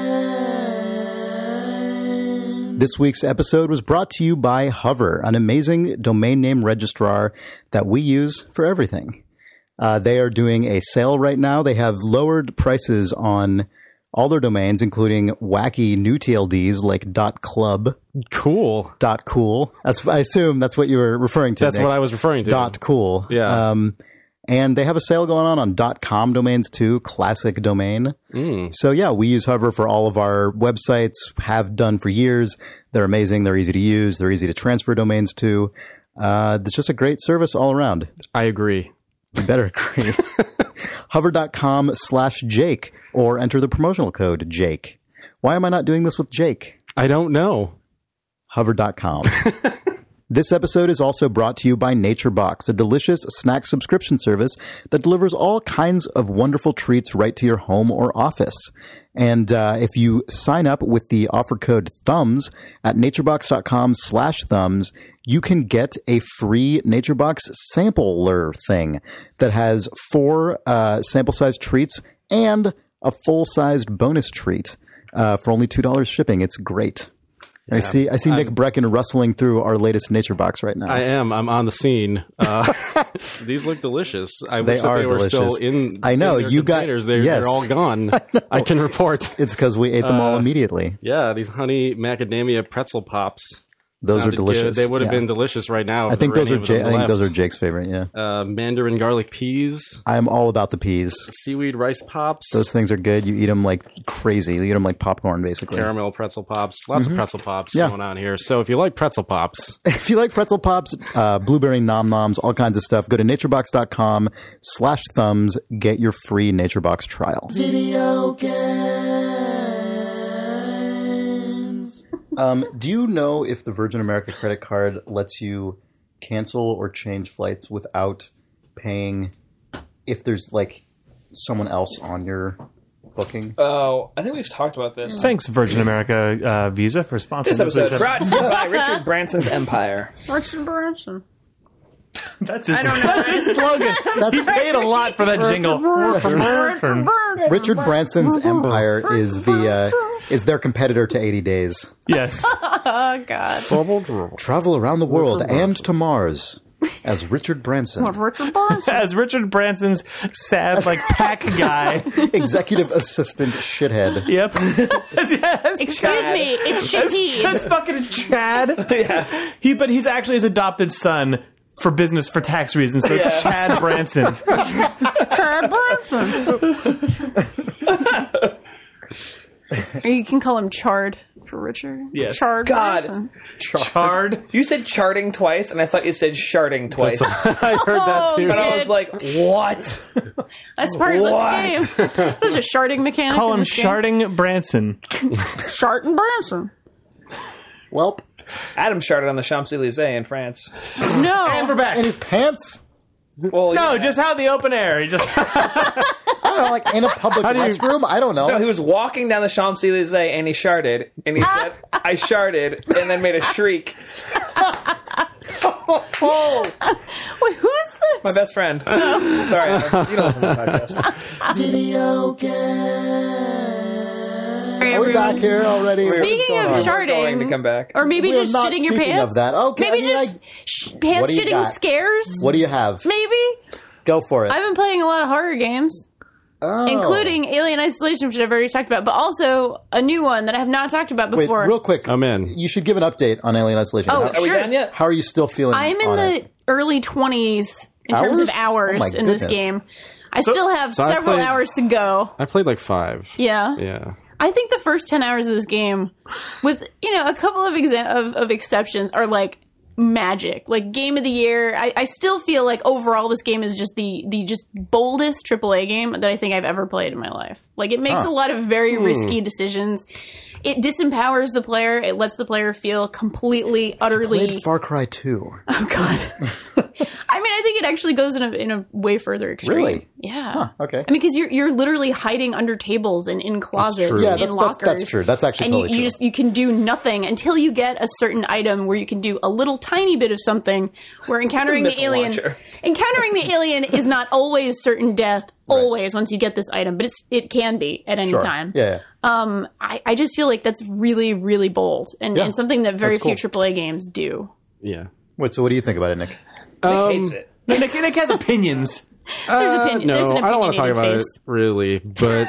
Speaker 4: This week's episode was brought to you by Hover, an amazing domain name registrar that we use for everything. Uh, they are doing a sale right now. They have lowered prices on all their domains, including wacky new TLDs like .club,
Speaker 3: Cool.
Speaker 4: .cool. That's I assume that's what you were referring to.
Speaker 3: That's
Speaker 4: Nick.
Speaker 3: what I was referring to.
Speaker 4: dot cool.
Speaker 3: Yeah.
Speaker 4: Um, and they have a sale going on on dot com domains too, classic domain. So yeah, we use Hover for all of our websites, have done for years. They're amazing. They're easy to use. They're easy to transfer domains to. Uh, it's just a great service all around.
Speaker 3: I agree.
Speaker 4: You better agree. Hover.com slash Jake or enter the promotional code Jake. Why am I not doing this with Jake?
Speaker 3: I don't know.
Speaker 4: hover.com. this episode is also brought to you by NatureBox, a delicious snack subscription service that delivers all kinds of wonderful treats right to your home or office. And uh, if you sign up with the offer code THUMBS at naturebox.com slash thumbs, you can get a free NatureBox sampler thing that has four uh, sample-sized treats and a full-sized bonus treat uh, for only $2 shipping. It's great. I see. I see Nick Brecken rustling through our latest Nature Box right now.
Speaker 3: I am. I'm on the scene. Uh, these look delicious. I
Speaker 4: They
Speaker 3: wish that
Speaker 4: are
Speaker 3: they were still
Speaker 4: delicious.
Speaker 3: in.
Speaker 4: I know,
Speaker 3: in their
Speaker 4: you got-
Speaker 3: containers. They're,
Speaker 4: yes.
Speaker 3: they're all gone. I, can report. Uh,
Speaker 4: it's because we ate them all immediately.
Speaker 3: Yeah, these honey macadamia pretzel pops.
Speaker 4: Those are
Speaker 3: Sounded good.
Speaker 4: delicious.
Speaker 3: They would have
Speaker 4: Yeah.
Speaker 3: been delicious right now.
Speaker 4: I think those are. Ja- I think those are Jake's favorite. Yeah,
Speaker 3: uh, mandarin garlic peas,
Speaker 4: I'm all about the peas.
Speaker 3: seaweed rice pops,
Speaker 4: Those things are good. You eat them like crazy. You eat them like popcorn, basically.
Speaker 3: caramel pretzel pops, lots of pretzel pops
Speaker 4: Mm-hmm. Yeah.
Speaker 3: going on here. So if you like pretzel pops,
Speaker 4: if you like pretzel pops, uh, blueberry nom noms, all kinds of stuff, go to naturebox.com slash thumbs, get your free NatureBox trial. Video games. Um, do you know if the Virgin America credit card lets you cancel or change flights without paying if there's like someone else on your booking?
Speaker 1: Oh, I think we've talked about this.
Speaker 2: Thanks, Virgin America uh, Visa, for sponsoring
Speaker 1: This episode
Speaker 2: week's
Speaker 1: brought to you by Richard Branson's Empire.
Speaker 5: Russian Branson.
Speaker 2: That's his,
Speaker 5: I don't know.
Speaker 2: that's his slogan. he paid a lot for that jingle.
Speaker 4: Richard Branson's Empire is the uh, is their competitor to 80 Days.
Speaker 2: yes.
Speaker 5: Oh God.
Speaker 4: Travel around the world and to Mars as Richard Branson,
Speaker 5: Richard Branson.
Speaker 2: As Richard Branson's sad, like, pack guy.
Speaker 4: executive assistant shithead.
Speaker 2: Yep. yes.
Speaker 5: Excuse me, it's Shahid.
Speaker 2: That's fucking Chad. He, but he's actually his adopted son for business for tax reasons. So it's Chad Branson.
Speaker 5: Chad Branson. or you can call him Chard for Richard.
Speaker 2: Yes.
Speaker 5: Chard
Speaker 1: God.
Speaker 5: Branson.
Speaker 2: Hard.
Speaker 1: You said charting twice, and I thought you said sharding twice.
Speaker 3: I heard that
Speaker 5: Oh,
Speaker 3: too.
Speaker 1: And I was like, what?
Speaker 5: That's part of
Speaker 1: What?
Speaker 5: this game. There's a sharding mechanic.
Speaker 2: Call him
Speaker 5: in this game.
Speaker 2: Sharding Branson.
Speaker 5: Shart and Branson.
Speaker 4: Welp.
Speaker 1: Adam sharded on the Champs Elysees in France.
Speaker 5: No.
Speaker 2: We're back.
Speaker 4: And his pants?
Speaker 1: Well,
Speaker 2: No,
Speaker 1: yeah.
Speaker 2: just out in the open air. He just
Speaker 4: I don't know, like in a public
Speaker 2: do you-
Speaker 4: restroom? I don't know.
Speaker 1: No, he was walking down the Champs Elysees and he sharded, and he said, "I sharded," and then made a shriek.
Speaker 5: Wait, who is this?
Speaker 1: My best friend. Sorry, you don't listen to the podcast.
Speaker 4: Are we back here already?
Speaker 5: Speaking of
Speaker 1: We're
Speaker 5: sharding,
Speaker 1: going to come back.
Speaker 5: or maybe
Speaker 4: We are
Speaker 5: just
Speaker 4: not
Speaker 5: shitting your
Speaker 4: speaking
Speaker 5: pants.
Speaker 4: of that. Okay,
Speaker 5: maybe
Speaker 4: I mean,
Speaker 5: just sh- pants
Speaker 4: What do you
Speaker 5: shitting
Speaker 4: got?
Speaker 5: scares.
Speaker 4: What do you have?
Speaker 5: Maybe
Speaker 4: Go for it.
Speaker 5: I've been playing a lot of horror games,
Speaker 4: Oh.
Speaker 5: including Alien Isolation, which I've already talked about, but also a new one that I have not talked about
Speaker 4: Wait,
Speaker 5: before.
Speaker 4: real quick.
Speaker 3: I'm in.
Speaker 4: You should give an update on Alien Isolation.
Speaker 5: Oh,
Speaker 4: how,
Speaker 1: Are we
Speaker 5: Sure.
Speaker 1: done yet?
Speaker 4: how are you still feeling?
Speaker 5: I'm in
Speaker 4: on
Speaker 5: the
Speaker 4: it?
Speaker 5: early 20s in terms
Speaker 4: Hours?
Speaker 5: of
Speaker 4: Oh
Speaker 5: hours
Speaker 4: my
Speaker 5: in this
Speaker 4: goodness.
Speaker 5: game. I still have
Speaker 3: so I
Speaker 5: several
Speaker 3: played-
Speaker 5: hours to go.
Speaker 3: I played like five.
Speaker 5: Yeah.
Speaker 3: Yeah.
Speaker 5: I think the first 10 hours of this game, with, you know, a couple of, exa- of, of exceptions, are like magic. Like game of the year. I, I still feel like overall this game is just the, the just boldest AAA game that I think I've ever played in my life. Like it makes a lot of very risky decisions. It disempowers the player. It lets the player feel completely, utterly
Speaker 4: Played Far Cry 2.
Speaker 5: Oh God! I mean, I think it actually goes in a in a way further extreme.
Speaker 4: Really?
Speaker 5: Yeah.
Speaker 4: okay.
Speaker 5: I mean, because you're you're literally hiding under tables and in closets,
Speaker 3: true.
Speaker 5: and
Speaker 3: Yeah,
Speaker 5: in
Speaker 4: that's, that's,
Speaker 5: lockers.
Speaker 4: that's true. That's actually
Speaker 5: and you,
Speaker 4: totally
Speaker 5: you
Speaker 4: true.
Speaker 5: just you can do nothing until you get a certain item where you can do a little tiny bit of something. Where encountering the
Speaker 1: missile
Speaker 5: alien,
Speaker 1: launcher.
Speaker 5: encountering the alien is not always certain death. Always, once you get this item, but it's it can be at any
Speaker 4: Sure.
Speaker 5: time.
Speaker 4: Yeah, yeah.
Speaker 5: Um, I, I just feel like that's really really bold and,
Speaker 4: Yeah.
Speaker 5: and something that very
Speaker 4: That's cool.
Speaker 5: few AAA games do.
Speaker 3: Yeah.
Speaker 4: Wait, so what do you think about it, Nick?
Speaker 1: Nick
Speaker 3: Um,
Speaker 1: hates it.
Speaker 2: Nick, Nick has opinions.
Speaker 5: There's opinion.
Speaker 3: No,
Speaker 5: there's an
Speaker 3: I don't want to talk
Speaker 5: opinionated
Speaker 3: about
Speaker 5: face.
Speaker 3: it really, but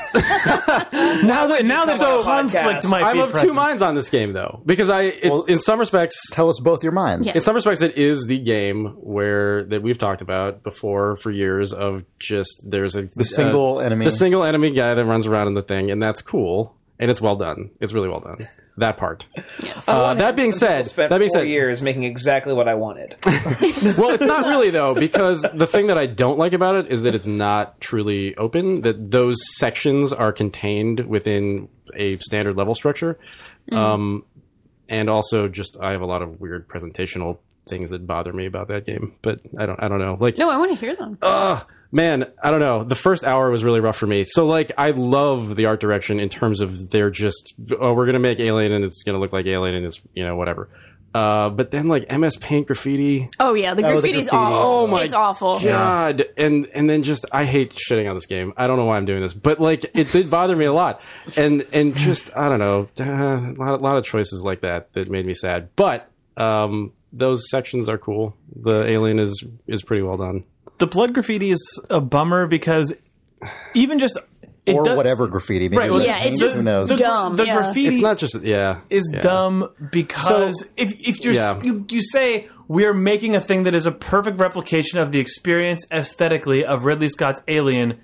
Speaker 2: Now that now there's
Speaker 1: come
Speaker 2: a
Speaker 1: on a podcast.
Speaker 2: conflict might
Speaker 3: I'm
Speaker 2: be
Speaker 3: of two
Speaker 2: present.
Speaker 3: minds on this game though, because I, it, in some respects,
Speaker 4: Tell us both your minds.
Speaker 5: Yes.
Speaker 3: in some respects, it is the game where that we've talked about before for years of just there's a
Speaker 4: The single enemy.
Speaker 3: the single enemy guy that runs around in the thing, and that's cool. And it's well done. It's really well done. That part. Uh, that being said,
Speaker 1: Spent
Speaker 3: that being
Speaker 1: four
Speaker 3: said,
Speaker 1: years making exactly what I wanted.
Speaker 3: well, it's not really though, because the thing that I don't like about it is that it's not truly open. That those sections are contained within a standard level structure, um, and also just I have a lot of weird presentational things that bother me about that game. But I don't, I don't know. Like,
Speaker 5: No, I want to hear them.
Speaker 3: man, I don't know. The first hour was really rough for me. So like, I love the art direction in terms of they're just oh, we're gonna make Alien and it's gonna look like Alien and it's you know whatever. Uh, but then like MS Paint graffiti.
Speaker 5: oh yeah, the
Speaker 4: graffiti.
Speaker 5: graffiti's awful.
Speaker 3: Oh, my
Speaker 5: it's awful.
Speaker 3: God. And and then just I hate shitting on this game. I don't know why I'm doing this, but like it did bother me a lot. And and just I don't know, uh, a lot a lot of choices like that that made me sad. But um, those sections are cool. The alien is is pretty well done.
Speaker 2: the blood graffiti is a bummer because even just
Speaker 4: or
Speaker 2: does-
Speaker 4: whatever graffiti. Maybe
Speaker 2: Right, well,
Speaker 4: that's
Speaker 5: Yeah, it's
Speaker 4: paint,
Speaker 5: just
Speaker 4: who knows.
Speaker 2: The,
Speaker 5: Dumb,
Speaker 2: The
Speaker 5: yeah.
Speaker 2: graffiti
Speaker 3: It's not just yeah.
Speaker 2: is
Speaker 3: yeah.
Speaker 2: dumb because
Speaker 3: So-
Speaker 2: if if you're,
Speaker 3: Yeah.
Speaker 2: you you say we are making a thing that is a perfect replication of the experience aesthetically of Ridley Scott's Alien,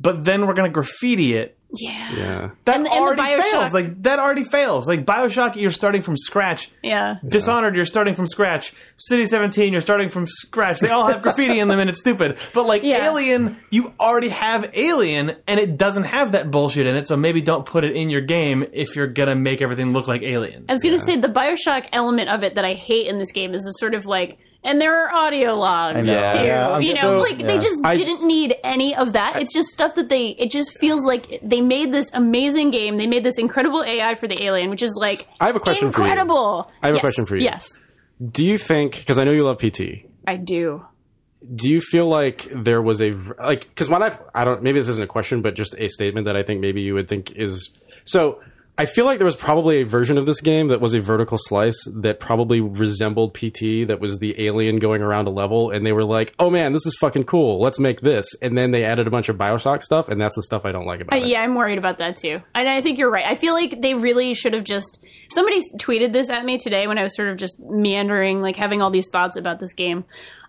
Speaker 2: but then we're gonna graffiti it.
Speaker 5: Yeah.
Speaker 3: Yeah.
Speaker 2: That
Speaker 5: And the- and the
Speaker 2: already
Speaker 5: Bioshock-
Speaker 2: fails. Like that already fails. Like Bioshock, you're starting from scratch.
Speaker 5: Yeah.
Speaker 2: Dishonored, you're starting from scratch. City 17, you're starting from scratch. They all have graffiti in them and it's stupid. But like
Speaker 5: Yeah.
Speaker 2: Alien, you already have Alien and it doesn't have that bullshit in it, so maybe don't put it in your game if you're gonna make everything look like Alien.
Speaker 5: I was going to say the Bioshock element of it that I hate in this game is a sort of like, and there are audio logs
Speaker 4: know. Yeah.
Speaker 5: too.
Speaker 4: Yeah, I'm
Speaker 5: you know,
Speaker 4: so-
Speaker 5: like they
Speaker 4: yeah.
Speaker 5: just
Speaker 3: I-
Speaker 5: didn't need any of that. it's just stuff that they. It just feels like they made this amazing game. They made this incredible AI for the alien, which is like
Speaker 3: I have a question for you.
Speaker 5: incredible.
Speaker 3: I have a
Speaker 5: Yes,
Speaker 3: question for you.
Speaker 5: Yes,
Speaker 3: Do you think because I know you love PT?
Speaker 5: I do.
Speaker 3: do you feel like there was a like because when I I don't maybe this isn't a question but just a statement that I think maybe you would think is so I feel like there was probably a version of this game that was a vertical slice that probably resembled PT that was the alien going around a level and they were like oh man this is fucking cool let's make this and then they added a bunch of Bioshock stuff and that's the stuff I don't like about
Speaker 5: Uh,
Speaker 3: it
Speaker 5: yeah, I'm worried about that too. And I think you're right. I feel like they really should have just. Somebody s- tweeted this at me today when I was sort of just meandering, like having all these thoughts about this game.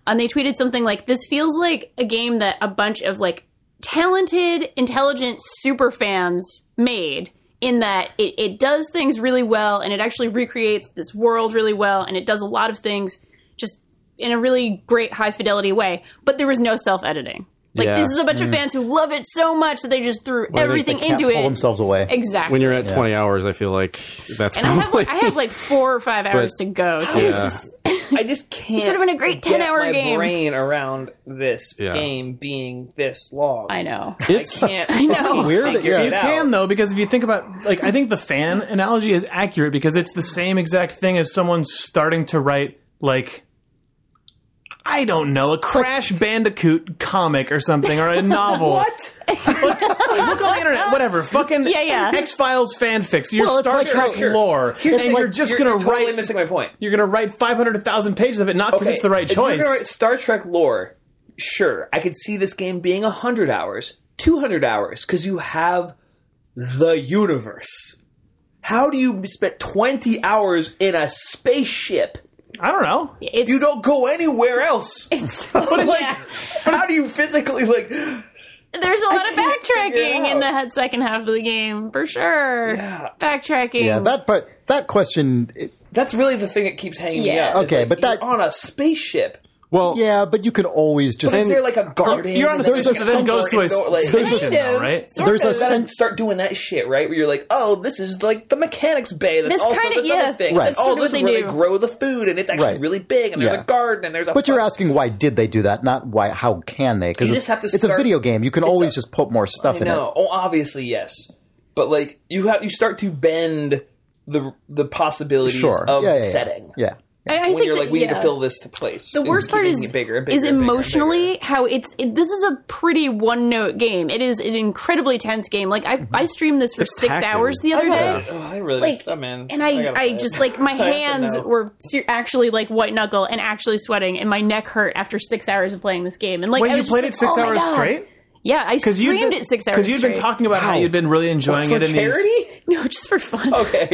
Speaker 5: And they tweeted something like, This feels like a game that a bunch of like talented, intelligent super fans made in that it, it does things really well and it actually recreates this world really well and it does a lot of things just in a really great high fidelity way. But there was no self editing. Like
Speaker 3: Yeah. Mm.
Speaker 5: this is a bunch of fans who love it so much that they just threw
Speaker 3: they-
Speaker 5: everything
Speaker 3: they
Speaker 4: Can't
Speaker 5: into
Speaker 4: pull
Speaker 5: it.
Speaker 4: themselves away.
Speaker 5: Exactly.
Speaker 3: when you're at 20 hours I feel like that's
Speaker 5: and I have
Speaker 3: probably
Speaker 5: like I have like four or five hours to go. To
Speaker 3: Yeah.
Speaker 1: I just can't.
Speaker 5: Sort of in a great
Speaker 1: get
Speaker 5: 10-hour
Speaker 1: my
Speaker 5: game.
Speaker 1: Brain around this
Speaker 3: Yeah.
Speaker 1: game being this long.
Speaker 5: I know.
Speaker 3: it's
Speaker 1: Can't. I
Speaker 5: know.
Speaker 4: Weird that- yeah.
Speaker 2: You can though, because if you think about like I think the fan analogy is accurate because it's the same exact thing as someone starting to write like I don't know, a Crash Bandicoot comic or something, or a novel.
Speaker 1: What?
Speaker 2: Look on the internet, whatever. Fucking
Speaker 5: Yeah, yeah.
Speaker 2: X Files fanfics. You're
Speaker 5: Well, it's
Speaker 2: Star
Speaker 5: like-
Speaker 2: Trek
Speaker 1: Sure.
Speaker 2: lore,
Speaker 1: Here's
Speaker 2: and
Speaker 1: the-
Speaker 2: you're just
Speaker 1: you're,
Speaker 2: gonna
Speaker 1: you're totally
Speaker 2: write.
Speaker 1: missing my point.
Speaker 2: You're gonna write five hundred thousand pages of it, not because
Speaker 1: Okay,
Speaker 2: it's the right
Speaker 1: if you're
Speaker 2: choice.
Speaker 1: gonna write Star Trek lore, sure, I could see this game being 100 hours, 200 hours, because you have the universe. How do you spend 20 hours in a spaceship?
Speaker 2: I don't know.
Speaker 5: It's,
Speaker 1: You don't go anywhere else.
Speaker 5: It's,
Speaker 1: like,
Speaker 5: yeah.
Speaker 1: how do you physically, like,
Speaker 5: There's a lot of
Speaker 1: can't figure it
Speaker 5: backtracking in the
Speaker 1: out.
Speaker 5: head- second half of the game for sure.
Speaker 1: Yeah.
Speaker 5: Backtracking.
Speaker 4: Yeah, that part. That question. it-
Speaker 1: that's really the thing that keeps hanging me
Speaker 5: Yeah.
Speaker 1: up. is,
Speaker 4: Okay,
Speaker 1: like,
Speaker 4: but that-
Speaker 1: you're on a spaceship.
Speaker 3: well
Speaker 4: yeah, but you can always just.
Speaker 1: Is there like a garden?
Speaker 2: You're on the
Speaker 1: and
Speaker 4: there's
Speaker 2: station
Speaker 4: a
Speaker 2: that then goes to a
Speaker 1: door, like-
Speaker 2: station,
Speaker 5: Kind
Speaker 2: now,
Speaker 5: of,
Speaker 2: right?
Speaker 5: sort
Speaker 4: There's a
Speaker 5: of.
Speaker 4: sense-
Speaker 1: and start doing that shit, right? Where you're like, oh, this is like the mechanics bay. That's,
Speaker 5: That's
Speaker 1: also
Speaker 5: kinda-
Speaker 1: this
Speaker 5: yeah,
Speaker 1: other thing.
Speaker 4: Right.
Speaker 1: And
Speaker 4: that's
Speaker 1: oh,
Speaker 5: sorta
Speaker 1: this
Speaker 5: what
Speaker 1: is
Speaker 5: they
Speaker 1: where they
Speaker 5: do.
Speaker 1: grow the food, and it's actually
Speaker 4: Right.
Speaker 1: really big, and
Speaker 4: Yeah.
Speaker 1: there's a garden, and there's a.
Speaker 4: But you're
Speaker 1: fuck-
Speaker 4: asking why did they do that, not why how can they? Because
Speaker 1: You just have to
Speaker 4: it's a
Speaker 1: start-
Speaker 4: video game. You can
Speaker 1: it's
Speaker 4: always
Speaker 1: a-
Speaker 4: just put more stuff in it.
Speaker 1: No, oh, obviously yes, but like you have you start to bend the the possibilities
Speaker 4: Sure.
Speaker 1: of
Speaker 4: yeah, yeah,
Speaker 1: the
Speaker 4: yeah.
Speaker 1: setting.
Speaker 4: Yeah.
Speaker 5: I, I
Speaker 1: When
Speaker 5: think
Speaker 1: you're
Speaker 5: that-
Speaker 1: like, we need
Speaker 5: yeah.
Speaker 1: to fill this to place.
Speaker 5: the worst part is
Speaker 1: it bigger, and bigger
Speaker 5: is
Speaker 1: and bigger and
Speaker 5: emotionally
Speaker 1: bigger.
Speaker 5: how it's it, this is a pretty one note game. It is an incredibly tense game. Like I I streamed this for six
Speaker 3: packing.
Speaker 5: hours the other day.
Speaker 1: Oh, Mm-hmm. I really,
Speaker 5: Like,
Speaker 1: oh, man,
Speaker 5: And I,
Speaker 1: gotta
Speaker 5: I,
Speaker 1: play it.
Speaker 5: just like my
Speaker 1: have to
Speaker 5: hands
Speaker 1: know.
Speaker 5: were ser- actually like white knuckle and actually sweating, and my neck hurt after six hours of playing this game. And like,
Speaker 2: Wait,
Speaker 5: I
Speaker 2: you
Speaker 5: was
Speaker 2: played it
Speaker 5: just
Speaker 2: six
Speaker 5: like, "Oh my
Speaker 2: hours
Speaker 5: God."
Speaker 2: straight?
Speaker 5: Yeah, I
Speaker 2: Because
Speaker 5: streamed it six hours.
Speaker 2: Because you'd been
Speaker 5: straight.
Speaker 2: talking about how
Speaker 1: Wow.
Speaker 2: you'd been really enjoying
Speaker 1: for
Speaker 2: it in these.
Speaker 1: charity.
Speaker 5: No, just for fun.
Speaker 1: Okay.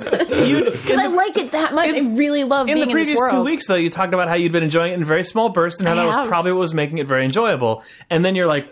Speaker 5: Because I like it that much. I really love
Speaker 2: in
Speaker 5: being
Speaker 2: the previous
Speaker 5: in this world.
Speaker 2: two weeks, though, you talked about how you'd been enjoying it in very small bursts and how
Speaker 5: I
Speaker 2: that was
Speaker 5: have.
Speaker 2: probably what was making it very enjoyable. And then you're like,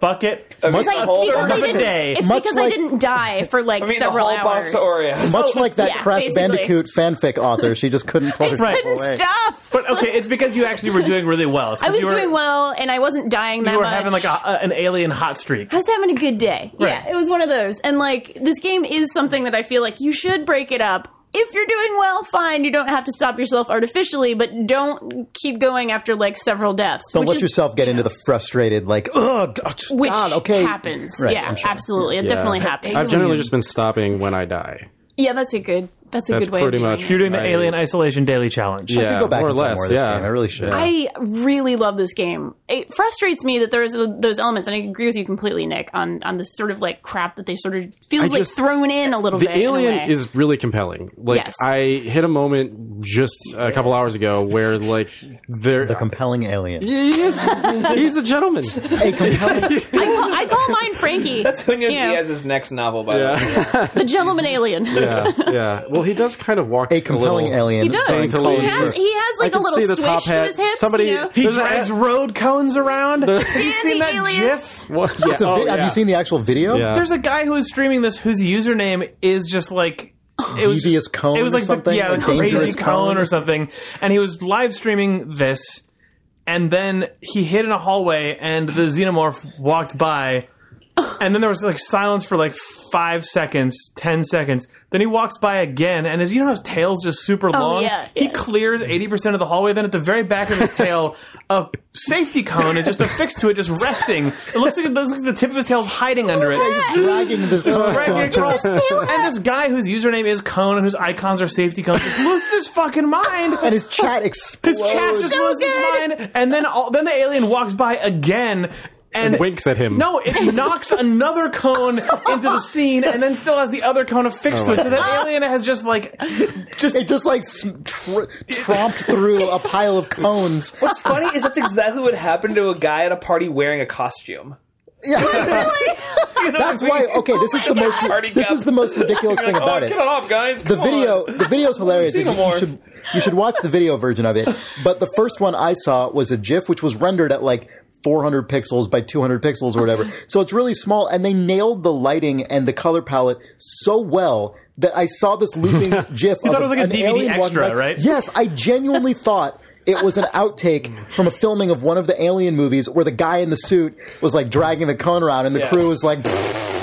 Speaker 2: "Fuck it."
Speaker 5: It's like
Speaker 1: Whole-
Speaker 5: because I
Speaker 2: another
Speaker 5: didn't.
Speaker 2: day.
Speaker 5: It's
Speaker 4: Much
Speaker 5: because I
Speaker 4: like-
Speaker 5: didn't die for like
Speaker 1: I mean, a
Speaker 5: several
Speaker 1: whole
Speaker 5: hours.
Speaker 1: box of Oreos.
Speaker 4: Much like that
Speaker 5: yeah,
Speaker 4: Crash
Speaker 5: basically.
Speaker 4: Bandicoot fanfic author, she just couldn't put herself
Speaker 2: Right.
Speaker 5: Couldn't
Speaker 4: away.
Speaker 5: stop.
Speaker 2: But okay, it's because you actually were doing really well. It's
Speaker 5: I
Speaker 2: 'cause
Speaker 5: was
Speaker 2: you were,
Speaker 5: doing well, and I wasn't dying that
Speaker 2: You were
Speaker 5: much.
Speaker 2: having like a, a- an alien hot streak.
Speaker 5: I was having a good day.
Speaker 2: Right.
Speaker 5: Yeah, it was one of those. And like this game is something that I feel like you should break it up. If you're doing well, fine. You don't have to stop yourself artificially, but don't keep going after like several deaths.
Speaker 4: Don't
Speaker 5: which
Speaker 4: let
Speaker 5: is-
Speaker 4: yourself get into the frustrated, like, ugh,
Speaker 5: Which
Speaker 4: God, okay.
Speaker 5: happens.
Speaker 4: Right,
Speaker 5: yeah,
Speaker 4: I'm sure.
Speaker 5: absolutely. It
Speaker 3: yeah.
Speaker 5: definitely happens.
Speaker 3: I've generally just been stopping when I die
Speaker 5: yeah, that's a good. That's a
Speaker 3: That's
Speaker 5: good way of
Speaker 3: pretty
Speaker 5: doing
Speaker 3: much-
Speaker 5: it.
Speaker 2: You're doing the
Speaker 3: I-
Speaker 2: Alien Isolation Daily Challenge.
Speaker 3: Yeah,
Speaker 4: I should go back
Speaker 3: more or
Speaker 4: and play
Speaker 3: less,
Speaker 4: more of this
Speaker 3: yeah.
Speaker 4: game. I really should.
Speaker 5: I really love this game. It frustrates me that there's those elements, and I agree with you completely, Nick, on on this sort of like crap that they sort of feels
Speaker 3: I
Speaker 5: like
Speaker 3: just-
Speaker 5: thrown in a little
Speaker 3: The
Speaker 5: bit. in a
Speaker 3: alien
Speaker 5: way.
Speaker 3: is really compelling. Like
Speaker 5: Yes.
Speaker 3: I hit a moment just a couple hours ago where like there
Speaker 4: the compelling alien.
Speaker 3: he is he's a gentleman.
Speaker 4: A compelling
Speaker 5: I call, I call mine Frankie.
Speaker 1: That's Antonio
Speaker 5: You know,
Speaker 1: Diaz's next novel, by the way.
Speaker 3: Yeah.
Speaker 5: the gentleman alien.
Speaker 3: yeah, yeah. Well, he does kind of walk
Speaker 4: a compelling
Speaker 3: little,
Speaker 4: alien.
Speaker 5: He does.
Speaker 3: Starting to
Speaker 5: He
Speaker 3: lean
Speaker 5: has,
Speaker 3: first.
Speaker 5: he has
Speaker 3: I
Speaker 5: like a
Speaker 3: can
Speaker 5: little
Speaker 3: see the
Speaker 5: switch
Speaker 3: top
Speaker 5: to
Speaker 3: hat.
Speaker 5: his hips.
Speaker 3: Somebody-
Speaker 5: you know?
Speaker 2: He
Speaker 3: There's a-
Speaker 2: drags road cones around. Have you
Speaker 5: And
Speaker 2: seen
Speaker 5: the
Speaker 2: that
Speaker 5: alien.
Speaker 2: GIF?
Speaker 3: Well, yeah.
Speaker 4: It's a vi- Have you seen the actual video?
Speaker 3: Yeah.
Speaker 2: There's a guy who is streaming this whose username is just like it was,
Speaker 4: Devious cone
Speaker 2: It was
Speaker 4: or
Speaker 2: like
Speaker 4: something?
Speaker 2: The, yeah,
Speaker 4: Or
Speaker 2: the crazy
Speaker 4: dangerous
Speaker 2: cone,
Speaker 4: cone?
Speaker 2: or something. And he was live streaming this, and then he hid in a hallway, and the xenomorph walked by. And then there was like silence for like five seconds, ten seconds. Then he walks by again, and as you know, his tail's just super long.
Speaker 5: Oh, yeah,
Speaker 2: he
Speaker 5: yeah.
Speaker 2: clears eighty percent of the hallway. Then at the very back of his tail, a safety cone is just affixed to it, just resting. It looks like, it looks like the tip of his tail's hiding under
Speaker 5: Oh,
Speaker 2: it.
Speaker 4: Dragging this cone
Speaker 2: Greg
Speaker 4: along.
Speaker 2: Nichols. and this guy whose username is Cone and whose icons are safety cones just loses his fucking mind.
Speaker 4: and his chat
Speaker 2: His
Speaker 4: explodes.
Speaker 2: chat just
Speaker 5: So
Speaker 2: loses
Speaker 5: good.
Speaker 2: his mind, and then all, then the alien walks by again and
Speaker 3: winks at him.
Speaker 2: No, it knocks another cone into the scene, and then still has the other cone affixed to it. So that alien has just like just
Speaker 4: It just like s- tr- tromped through a pile of cones.
Speaker 1: What's funny is that's exactly what happened to a guy at a party wearing a costume.
Speaker 4: Yeah. That's why. Okay, this is the most.
Speaker 1: Party
Speaker 4: This
Speaker 1: cup.
Speaker 4: is the most ridiculous
Speaker 1: You're
Speaker 4: thing
Speaker 1: like,
Speaker 4: about
Speaker 1: oh,
Speaker 4: it.
Speaker 1: get it off, guys.
Speaker 4: the
Speaker 1: Come on."
Speaker 4: video the video's hilarious
Speaker 1: I've
Speaker 4: you,
Speaker 1: seen
Speaker 4: you
Speaker 1: Amorph.
Speaker 4: should you should watch the video version of it but the first one i saw was a gif which was rendered at like 400 pixels by 200 pixels or whatever so it's really small and they nailed the lighting and the color palette so well that i saw this looping gif you
Speaker 2: thought it was like a DVD extra, right?
Speaker 4: yes i genuinely thought it was an outtake from a filming of one of the alien movies where the guy in the suit was like dragging the cone around and the
Speaker 1: Yeah.
Speaker 4: crew was like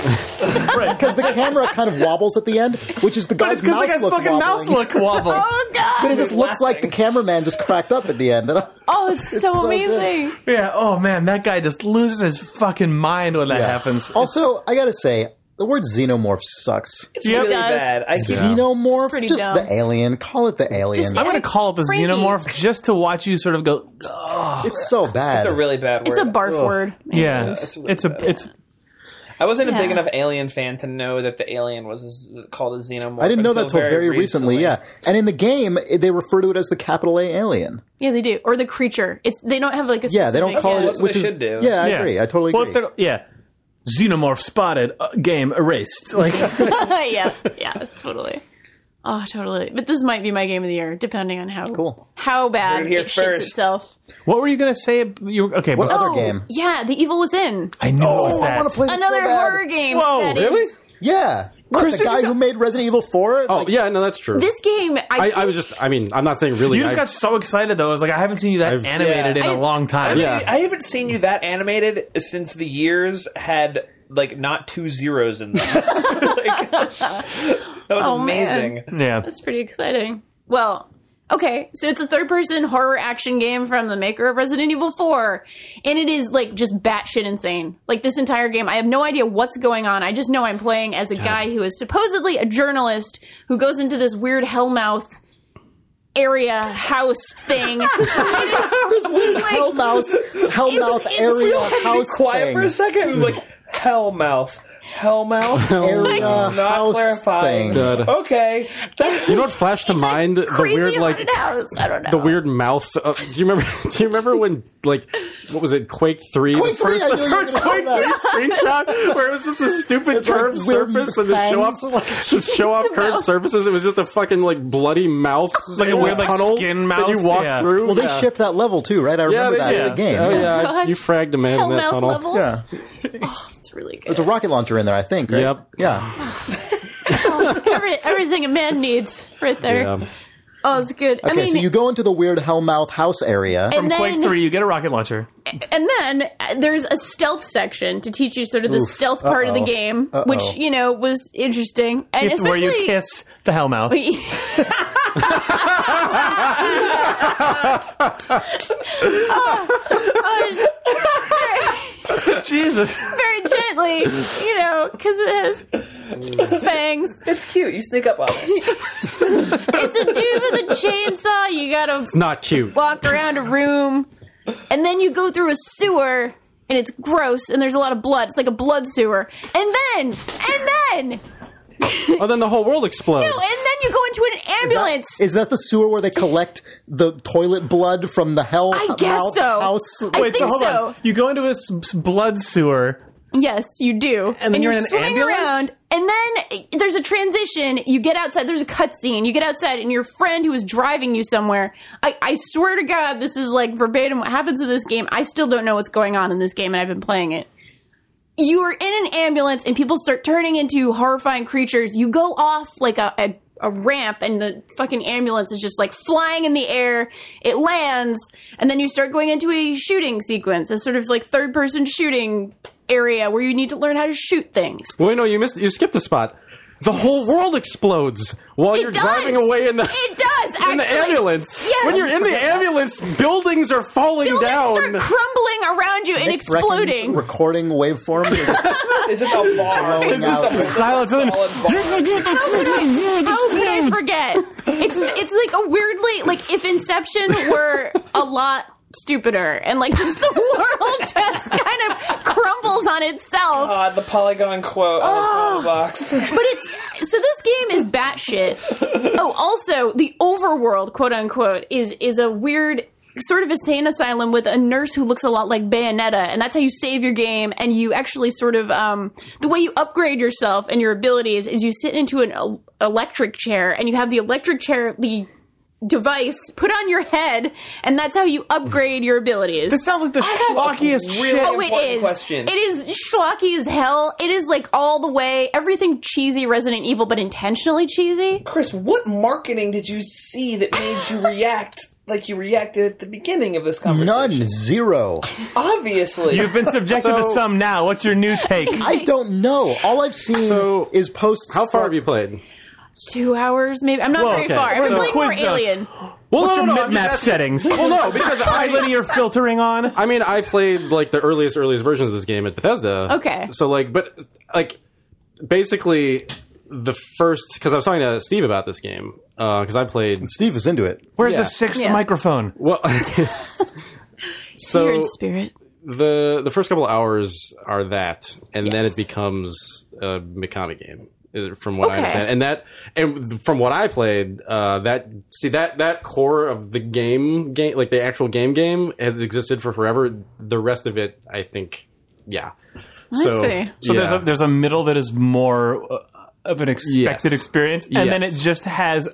Speaker 4: because the camera kind of wobbles at the end which is the
Speaker 2: it's
Speaker 4: guy's
Speaker 2: because the
Speaker 4: mouse
Speaker 2: guy's
Speaker 4: look
Speaker 2: fucking
Speaker 4: wobbling.
Speaker 2: mouse look wobbles.
Speaker 5: Oh god!
Speaker 4: But it just looks like the cameraman just cracked up at the end. And I-
Speaker 5: Oh, it's so,
Speaker 4: so good.
Speaker 5: amazing.
Speaker 2: Yeah. Oh man, that guy just loses his fucking mind when that happens.
Speaker 4: Oh, Also, I gotta say, the word xenomorph sucks.
Speaker 1: It's really
Speaker 5: does.
Speaker 1: bad. I keep
Speaker 4: Xenomorph,
Speaker 5: pretty
Speaker 4: just
Speaker 5: dumb.
Speaker 4: the alien. Call it the alien.
Speaker 2: I'm gonna call it the
Speaker 5: Frankie.
Speaker 2: xenomorph just to watch you sort of go. "Oh,
Speaker 4: it's so bad.
Speaker 1: It's a really bad word.
Speaker 5: It's a barf word.
Speaker 2: Yeah,
Speaker 1: that's really
Speaker 2: it's a
Speaker 1: bad.
Speaker 2: it's
Speaker 1: I wasn't a big
Speaker 5: Yeah.
Speaker 1: enough Alien fan to know that the alien was called a xenomorph.
Speaker 4: I didn't know that till very, recently. Yeah, and in the game, it- they refer to it as the capital A alien.
Speaker 5: Yeah, they do. Or the creature. It's they don't have like a
Speaker 4: Yeah, they don't
Speaker 5: specific-
Speaker 4: call
Speaker 1: what
Speaker 4: it.
Speaker 1: they
Speaker 4: Which is
Speaker 1: should do.
Speaker 4: yeah, I
Speaker 2: yeah.
Speaker 4: agree. I totally
Speaker 2: Well,
Speaker 4: agree.
Speaker 2: if they're- yeah, xenomorph spotted, uh, game erased. Like
Speaker 5: yeah, yeah, totally. Oh, totally. But this might be my game of the year, depending on how
Speaker 4: Cool.
Speaker 5: how bad
Speaker 1: Heard it
Speaker 5: it,
Speaker 1: here
Speaker 5: shits
Speaker 1: first.
Speaker 5: itself.
Speaker 2: what were you gonna say? You were- okay?
Speaker 4: What
Speaker 2: but-
Speaker 4: other
Speaker 5: oh,
Speaker 4: game?
Speaker 5: Yeah, The Evil Within.
Speaker 2: I knew it was
Speaker 4: Oh, I
Speaker 2: that.
Speaker 4: want to play this so
Speaker 5: Another
Speaker 4: bad.
Speaker 5: horror game.
Speaker 2: Whoa,
Speaker 5: that
Speaker 2: really?
Speaker 5: is-
Speaker 4: Yeah, What,
Speaker 2: Chris,
Speaker 4: the
Speaker 2: is
Speaker 4: guy
Speaker 2: it-
Speaker 4: who made Resident Evil Four.
Speaker 3: Oh yeah, no, that's true.
Speaker 5: this game,
Speaker 3: I,
Speaker 5: I,
Speaker 3: I was just. I mean, I'm not saying really.
Speaker 2: you just
Speaker 3: I-
Speaker 2: got so excited though. I was like, I haven't seen you that
Speaker 3: I've-
Speaker 2: animated
Speaker 1: Yeah.
Speaker 2: in a
Speaker 5: I-
Speaker 2: long time.
Speaker 3: Yeah.
Speaker 1: I haven't seen you that animated since the years had like not two zeros in them. Like, that was
Speaker 5: Oh, man.
Speaker 1: amazing.
Speaker 2: yeah.
Speaker 5: That's pretty exciting. Well, okay, so it's a third person horror action game from the maker of Resident Evil 4, and it is like just batshit insane. Like this entire game, I have no idea what's going on. I just know I'm playing as a guy who is supposedly a journalist who goes into this weird hellmouth area house thing.
Speaker 4: this weird hellmouth, hellmouth area house
Speaker 1: Quiet
Speaker 4: thing. Hmm.
Speaker 1: for a second. Like hellmouth, hellmouth,
Speaker 4: Area
Speaker 1: not
Speaker 4: house
Speaker 1: clarifying.
Speaker 4: thing.
Speaker 1: Okay, that,
Speaker 3: you know what flashed to mind? the
Speaker 5: Crazy
Speaker 3: weird like
Speaker 5: haunted house. I don't know.
Speaker 3: the weird mouth. Uh, do you remember? Do you remember when like what was it? Quake three.
Speaker 4: Quake
Speaker 3: the first,
Speaker 4: 3,
Speaker 3: the
Speaker 4: I knew you were
Speaker 3: first
Speaker 4: gonna say
Speaker 3: Quake three screenshot where it was just a stupid
Speaker 4: It's like
Speaker 3: curved
Speaker 4: weird
Speaker 3: surface and the show off
Speaker 4: fangs, like-
Speaker 3: just show off curved surfaces. It was just a fucking like bloody mouth,
Speaker 2: Like a
Speaker 3: in
Speaker 2: weird, like,
Speaker 3: tunnel
Speaker 2: skin
Speaker 3: that you
Speaker 2: mouth,
Speaker 3: walk
Speaker 2: yeah.
Speaker 3: through.
Speaker 4: Well, they
Speaker 3: yeah.
Speaker 4: shipped that level too, right? I
Speaker 3: Yeah,
Speaker 4: remember
Speaker 3: they
Speaker 4: that
Speaker 3: did.
Speaker 4: in the game.
Speaker 3: Oh
Speaker 4: yeah.
Speaker 3: yeah,
Speaker 5: God.
Speaker 3: you fragged a man in that
Speaker 5: hellmouth
Speaker 3: tunnel.
Speaker 5: level. Oh,
Speaker 4: Yeah.
Speaker 5: It's really good.
Speaker 4: There's a rocket launcher in there, I think. Right?
Speaker 3: Yep.
Speaker 4: Yeah.
Speaker 5: Every- everything a man needs right there.
Speaker 3: Yeah.
Speaker 5: Oh, it's good. I
Speaker 4: Okay,
Speaker 5: mean,
Speaker 4: so you go into the weird Hellmouth house area.
Speaker 5: and then
Speaker 2: Quake three, you get a rocket launcher.
Speaker 5: And then uh, there's a stealth section to teach you sort of the
Speaker 4: Oof.
Speaker 5: stealth part of the
Speaker 4: Uh-oh.
Speaker 5: game,
Speaker 4: Uh-oh.
Speaker 5: which you know was interesting, and
Speaker 2: It's where
Speaker 5: especially
Speaker 2: you kiss the hellmouth.
Speaker 5: Oh, oh, it's-
Speaker 2: Jesus.
Speaker 5: very gently, you know, because it has fangs.
Speaker 1: It's cute. You sneak up on it.
Speaker 5: It's a dude with a chainsaw. You gotta
Speaker 3: Not cute.
Speaker 5: walk around a room, and then you go through a sewer, and it's gross, and there's a lot of blood. It's like a blood sewer, and then, and then,
Speaker 3: Oh, then the whole world explodes.
Speaker 5: and then you go into an ambulance.
Speaker 4: Is that the sewer where they collect the toilet blood from the hell
Speaker 5: I guess
Speaker 4: mouth
Speaker 5: so.
Speaker 4: house?
Speaker 5: I think so.
Speaker 2: You go into a s- s- blood sewer.
Speaker 5: Yes, you do.
Speaker 2: And then you're
Speaker 5: you
Speaker 2: in an
Speaker 5: swing
Speaker 2: ambulance?
Speaker 5: around, and then eh, there's a transition. You get outside. There's a cutscene. You get outside, and your friend who is driving you somewhere. I, I swear to God, this is like verbatim what happens in this game. I still don't know what's going on in this game, and I've been playing it. You are in an ambulance, and people start turning into horrifying creatures. You go off like a. a a ramp and the fucking ambulance is just like flying in the air. It lands, and then you start going into a shooting sequence, a sort of like third person shooting area where you need to learn how to shoot things.
Speaker 3: Wait, no, you missed. You skipped a spot. The whole world explodes while
Speaker 5: It
Speaker 3: you're
Speaker 5: does.
Speaker 3: driving away in the
Speaker 5: It does actually.
Speaker 3: in the ambulance.
Speaker 5: Yes.
Speaker 3: When you're in the ambulance, buildings are falling
Speaker 5: Buildings start
Speaker 3: down.
Speaker 5: crumbling around you and
Speaker 4: Nick Brecken's
Speaker 5: exploding.
Speaker 4: recording waveform.
Speaker 1: Is this a bar? Is this a
Speaker 2: Silence.
Speaker 1: solid bar?
Speaker 5: How could I forget? It's it's like a weirdly like if Inception were a lot stupider and like just the world just kind of crumbles on itself.
Speaker 1: Uh, the Polygon quote on the box.
Speaker 5: But it's so this game is batshit. Oh, also the overworld, quote unquote, is is a weird sort of insane asylum with a nurse who looks a lot like Bayonetta, and that's how you save your game. And you actually sort of um, the way you upgrade yourself and your abilities is you sit into an el- electric chair, and you have the electric chair the device put on your head, and that's how you upgrade your abilities.
Speaker 2: This sounds like the schlockiest
Speaker 1: really-
Speaker 2: shit.
Speaker 5: Oh, it
Speaker 1: important
Speaker 5: is.
Speaker 1: question.
Speaker 5: It is schlocky as hell. It is like all the way everything cheesy Resident Evil, but intentionally cheesy.
Speaker 1: Chris, what marketing did you see that made you react like you reacted at the beginning of this
Speaker 4: None,
Speaker 1: conversation?
Speaker 4: zero.
Speaker 1: Obviously.
Speaker 2: You've been subjected to
Speaker 3: So-
Speaker 2: some now. What's your new take?
Speaker 4: I don't know. All I've seen
Speaker 3: So-
Speaker 4: is posts.
Speaker 3: How far
Speaker 4: for-
Speaker 3: have you played?
Speaker 5: Two hours, maybe. I'm not
Speaker 2: Well,
Speaker 5: very
Speaker 2: okay.
Speaker 5: far. I've been
Speaker 2: So-
Speaker 5: playing more
Speaker 2: Quiz zone.
Speaker 5: Alien.
Speaker 3: Well,
Speaker 2: What's your
Speaker 3: no, no,
Speaker 2: mid
Speaker 3: I'm just
Speaker 2: map
Speaker 3: asking-
Speaker 2: settings?
Speaker 3: Well, no, because I
Speaker 2: linear filtering on.
Speaker 3: I mean, I played like the earliest, earliest versions of this game at Bethesda.
Speaker 5: Okay.
Speaker 3: So like, but like, basically, the first because I was talking to Steve about this game because I played.
Speaker 4: Steve is into it.
Speaker 2: Where's
Speaker 3: Yeah.
Speaker 2: the sixth
Speaker 5: Yeah.
Speaker 2: microphone?
Speaker 3: Well,
Speaker 5: You're
Speaker 3: so
Speaker 5: in spirit.
Speaker 3: the the first couple hours are that, and then
Speaker 5: Yes.
Speaker 3: it becomes a Mikami game, uh, from what I
Speaker 5: Okay.
Speaker 3: understand. And that, and from what I played, uh, that see that that core of the game game, like the actual game game, has existed for forever. The rest of it, I think, yeah. so,
Speaker 5: see.
Speaker 2: So there's
Speaker 3: yeah.
Speaker 2: a there's a middle that is more uh, of an expected
Speaker 3: Yes.
Speaker 2: experience, and then it
Speaker 3: Yes.
Speaker 2: just has,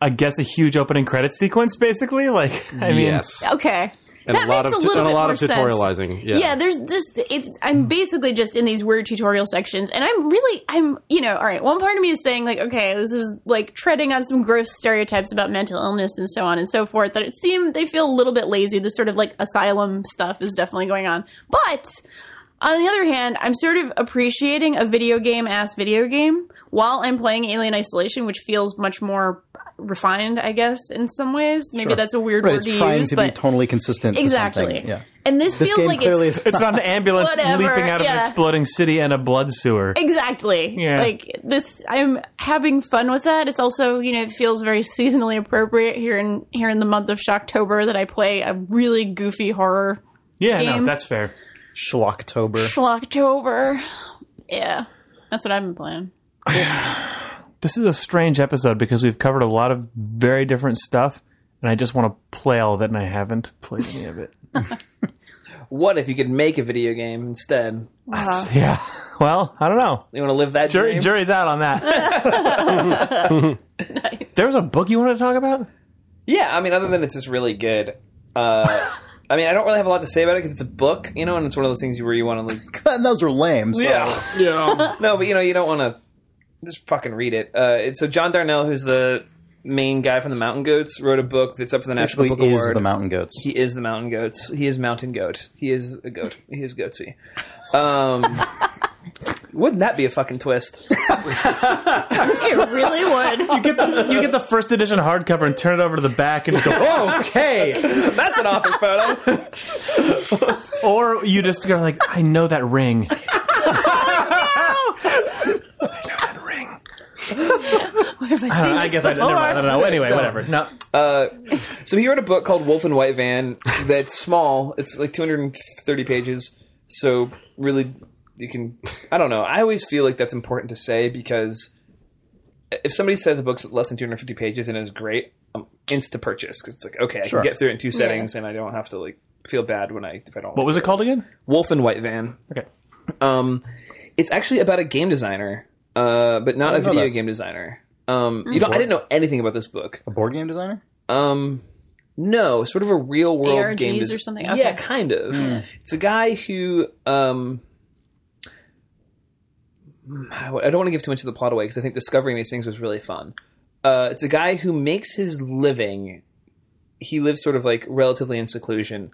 Speaker 2: I guess, a huge opening credit sequence. Basically, like I mean,
Speaker 3: yes,
Speaker 5: Okay.
Speaker 3: and
Speaker 5: Mm. that
Speaker 3: a lot
Speaker 5: makes
Speaker 3: of
Speaker 5: a
Speaker 3: tu-
Speaker 5: little
Speaker 3: and
Speaker 5: bit
Speaker 3: a lot
Speaker 5: more
Speaker 3: of
Speaker 5: sense.
Speaker 3: tutorializing. Yeah.
Speaker 5: Yeah, there's just it's.
Speaker 4: Mm.
Speaker 5: I'm basically just in these weird tutorial sections, and I'm really, I'm, you know, all right. One part of me is saying like, okay, this is like treading on some gross stereotypes about mental illness and so on and so forth. That it seemed they feel a little bit lazy. This sort of like asylum stuff is definitely going on, but on the other hand, I'm sort of appreciating a video game ass video game while I'm playing Alien Isolation, which feels much more refined, I guess, in some ways. Maybe that's a weird
Speaker 4: Right,
Speaker 5: word
Speaker 4: it's
Speaker 5: to
Speaker 4: trying
Speaker 5: use,
Speaker 4: to be
Speaker 5: but
Speaker 4: totally consistent. to something.
Speaker 5: exactly.
Speaker 4: yeah.
Speaker 5: And this,
Speaker 4: This
Speaker 5: feels
Speaker 4: game
Speaker 5: like
Speaker 4: clearly
Speaker 5: it's
Speaker 4: is
Speaker 2: it's not an ambulance
Speaker 5: Whatever,
Speaker 2: leaping out of an
Speaker 5: yeah.
Speaker 2: exploding city and a blood sewer.
Speaker 5: Exactly.
Speaker 2: Yeah.
Speaker 5: Like this I'm having fun with that. It's also, you know, it feels very seasonally appropriate here in here in the month of Shocktober that I play a really goofy horror
Speaker 2: yeah, no,
Speaker 5: game.
Speaker 2: that's fair.
Speaker 4: Schlocktober.
Speaker 5: Schlocktober. Yeah. That's what I've been playing.
Speaker 2: This is a strange episode because we've covered a lot of very different stuff, and I just want to play all of it, and I haven't played any of it.
Speaker 1: what if you could make a video game instead?
Speaker 2: yeah. Well, I don't know.
Speaker 1: You want to live that
Speaker 2: Jury,
Speaker 1: dream?
Speaker 2: jury's out on that. There was a book you wanted to talk about?
Speaker 1: Yeah, I mean, other than it's just really good. Uh, I mean, I don't really have a lot to say about it because it's a book, you know, and it's one of those things where you want to like,
Speaker 4: And those were lame. So.
Speaker 3: yeah.
Speaker 1: no, but you know, you don't want to just fucking read it. Uh, it's so John Darnell, who's the main guy from the Mountain Goats, wrote a book that's up for the National
Speaker 4: Actually,
Speaker 1: Book
Speaker 4: is
Speaker 1: Award.
Speaker 4: the Mountain Goats.
Speaker 1: he is the Mountain Goats. He is Mountain Goat. He is a goat. He is goatsy. Um, wouldn't that be a fucking twist?
Speaker 5: It really would.
Speaker 2: Get the, you get the first edition hardcover and turn it over to the back and just go, okay.
Speaker 1: That's an author photo.
Speaker 2: or you just go like, I know that ring.
Speaker 5: Where have I seen
Speaker 2: I, don't know, I
Speaker 5: this
Speaker 2: guess I, never
Speaker 5: before?
Speaker 2: mind. I don't know. Anyway, whatever. No,
Speaker 1: So he wrote a book called Wolf and White Van that's small. It's like 230 pages. So really, you can. I don't know. I always feel like that's important to say because if somebody says a book's less than 250 pages and is great, I'm insta purchase because it's like okay,
Speaker 4: Sure.
Speaker 1: I can get through it in two settings and I don't have to like feel bad when I if I don't.
Speaker 2: what was it called again?
Speaker 1: Wolf and White Van.
Speaker 2: Okay.
Speaker 1: Um, it's actually about a game designer, uh, but not a
Speaker 4: know
Speaker 1: video
Speaker 4: that.
Speaker 1: game designer. Um, you know, I didn't know anything about this book.
Speaker 4: A board game designer?
Speaker 1: Um, no, sort of a real world
Speaker 5: ARGs
Speaker 1: game
Speaker 5: or something?
Speaker 1: Yeah,
Speaker 5: Okay.
Speaker 1: kind of. It's a guy who um, I I don't want to give too much of the plot away because I think discovering these things was really fun. Uh, it's a guy who makes his living. He lives sort of like relatively in seclusion.